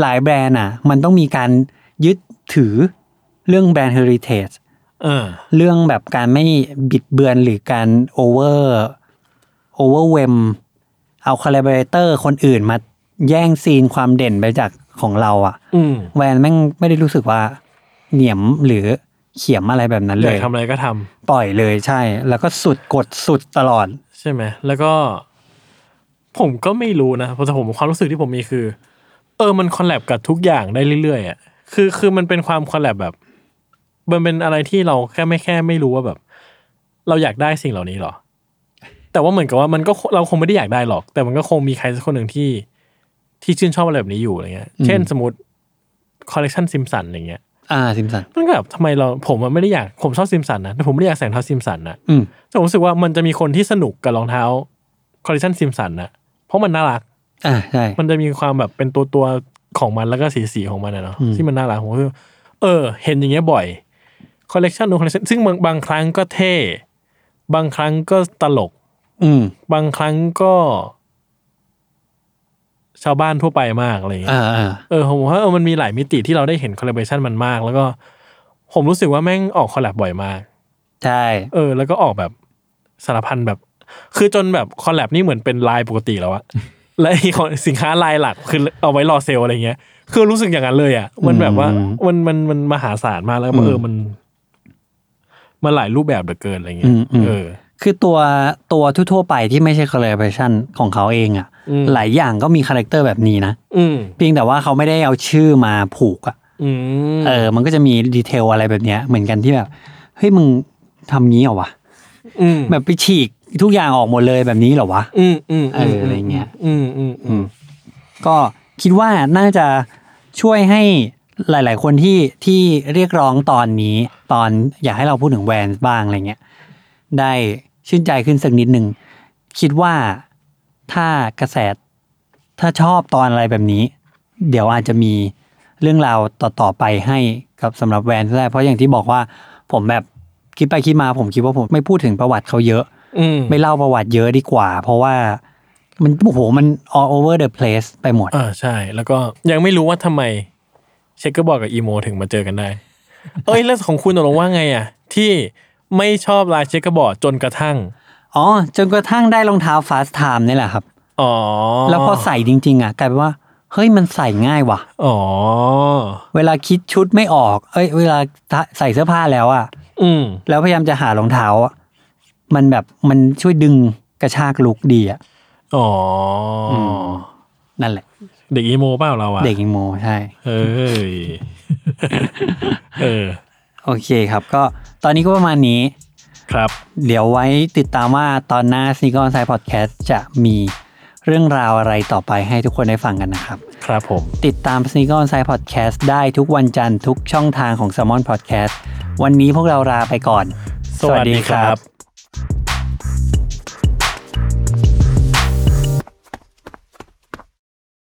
S2: หลายแบรนด์อ่ะ มันต้องมีการยึดถือเรื่องแบรนด์เฮอริเทจ
S3: เออ
S2: เรื่องแบบการไม่บิดเบือนหรือการโอเวอร์โอเวอร์เวมเอาคอลเลบเรเตอร์คนอื่นมาแย่งซีนความเด่นไปจากของเราอ่ะ
S3: อืม
S2: แวนแม่งไม่ได้รู้สึกว่าเหนียมหรือเขียมอะไรแบบนั้นเลย
S3: อาก
S2: ย
S3: ทำอะไรก็ท
S2: ปล่อยเลยใช่ แล้วก็สุดกดสุดตลอด
S3: ำใช่ไหม แล้วก็ ผมก็ไม่รู้นะเพราะแต่ผมความรู้สึกที่ผมมีคือ เออมันคอลแลบกับทุกอย่างได้เรื่อยๆอ่ะคือคือมันเป็นความคอลแลบแบบ มันเป็นอะไรที่เราแค่ไม่แค่ไม่รู้ว่าแบบ เราอยากได้สิ่งเหล่านี้เหรอ แต่ว่าเหมือนกับว่ามันก็เราคงไม่ได้อยากได้หรอก แต่มันก็คงมีใครสักคนหนึ่งที่ ที่ชื่นชอบอะไรแบบนี้อยู่อะไรเงี้ย เช่นสมมติคอลเลกชันซิมสันอย่างเงี้ย
S2: อ่าซิมสัน
S3: มันก็แบบทำไมเราผมอะไม่ได้อยากผมชอบซิมสันนะแต่ผมไม่ได้อยากใส่รองเท้าซิมสันนะ
S2: อืม
S3: แต่ผมรู้สึกว่ามันจะมีคนที่สนุกกับรองเท้าคอลเลคชันซิมสันนะเพราะมันน่ารัก
S2: อ่าใช่
S3: มันจะมีความแบบเป็นตัวตัวๆของมันแล้วก็สีสีๆของมันนะเนาะ
S2: อืม
S3: ที่มันน่ารักผมก็คือเออ เห็นอย่างเงี้ยบ่อยคอลเลคชันนู้นคอลเลคชันซึ่งบางบางครั้งก็เท่ บางครั้งก็ตลก
S2: อืม
S3: บางครั้งก็ ชาวบ้านทั่วไปมากอะไรอย่างเงี้ย
S2: อ่าอ่า
S3: เออผมว่าเออมันมีหลายมิติที่เราได้เห็นคอล l a b o r a t i o n มันมาก แล้วก็ ผมรู้สึกว่าแม่งออกคอลแลบบ่อยมาก
S2: ใช่
S3: เออ แล้วก็ออกแบบสารพันแบบ คือจนแบบคอลแลบนี่เหมือนเป็นไลน์ปกติแล้วอะ [laughs] และไอ้ของสินค้าไลน์หลักคือเอาไว้รอเซลล์อะไรเงี้ย คือรู้สึกอย่างนั้นเลยอะมันแบบว่า
S2: อืม
S3: มันมันมันมหาศาลมากแล้วก็เออมัน มันหลายรูปแบบเหลือเกินอะไรเงี้ย
S2: อืมอืม
S3: เออ
S2: คือตัวตัวทั่วๆไปที่ไม่ใช่ collaboration ของเขาเองอะ่ะ
S3: อืม
S2: หลายอย่างก็มีคาแรคเตอร์แบบนี้นะ
S3: อืม
S2: เพียงแต่ว่าเขาไม่ได้เอาชื่อมาผูกอะ่ะ
S3: อืม
S2: เออ มันก็จะมีดีเทลอะไรแบบเนี้ยเหมือนกันที่แบบ เฮ้ย มึงทำนี้เหรอวะ
S3: อืม
S2: แบบไปฉีก ทุกอย่างออกหมดเลยแบบนี้เหรอวะ
S3: อืมอืม
S2: เอออะไรเงี้ย
S3: อืมอืมอืม
S2: ก็คิดว่าน่าจะช่วยให้หลาย ๆ คนที่ที่เรียกร้องตอนนี้ ตอนอยากให้เราพูดถึงแวนบ้างอะไรเงี้ยได้ชื่นใจขึ้นสักนิดหนึ่งคิดว่าถ้ากระแสถ้าชอบตอนอะไรแบบนี้ เดี๋ยวอาจจะมีเรื่องราวต่อ ๆ ไปให้กับสำหรับแวนก็ได้เพราะอย่างที่บอกว่าผมแบบคิดไปคิดมาผมคิดว่าผมไม่พูดถึงประวัติเขาเยอะ
S3: อืม
S2: ไม่เล่าประวัติเยอะดีกว่า เพราะว่ามันโอ้โหมัน all over the place ไปหมด
S3: อ่าใช่ แล้วก็ยังไม่รู้ว่าทำไมเช็คเก็บอกกับอีโมถึงมาเจอกัน
S2: [laughs]
S3: ได้ เอ้ยแล้วของคุณตกลงว่าไงอ่ะ ที่ไม่ชอบลายเช็คเก็บอกจนกระทั่ง
S2: อ๋อ จนกระทั่งได้รองเท้า fast time นี่แหละครับ
S3: อ๋อ
S2: แล้วพอใส่จริง ๆ อ่ะกลายเป็นว่า เฮ้ยมันใส่ง่ายว่ะ
S3: อ๋อ
S2: เวลาคิดชุดไม่ออก เอ้ย เวลาใส่เสื้อผ้าแล้วอ่ะ
S3: อืม
S2: แล้วพยายามจะหารองเท้าอะมันแบบมันช่วยดึงกระชากลุกดีอ่ะ
S3: อ๋ออ
S2: ม นั่นแหละ
S3: เด็กอีโมเปล่าเราอะ
S2: เด็กอิโมใช่
S3: เอ้
S2: [laughs]
S3: ยเออ
S2: โอเคครับ ก็ตอนนี้ก็ประมาณนี้
S3: ครับ
S2: เดี๋ยวไว้ติดตามว่าตอนหน้า Sneaker On Side Podcast จะมีเรื่องราวอะไรต่อไปให้ทุกคนได้ฟังกันนะครับ
S3: ครับผม
S2: ติดตาม Sneaker On Side Podcast ได้ทุกวันจันทร์ทุกช่องทางของ s ซ m o n Podcast วันนี้พวกเราลาไปก่อน
S3: สวัสดีครับ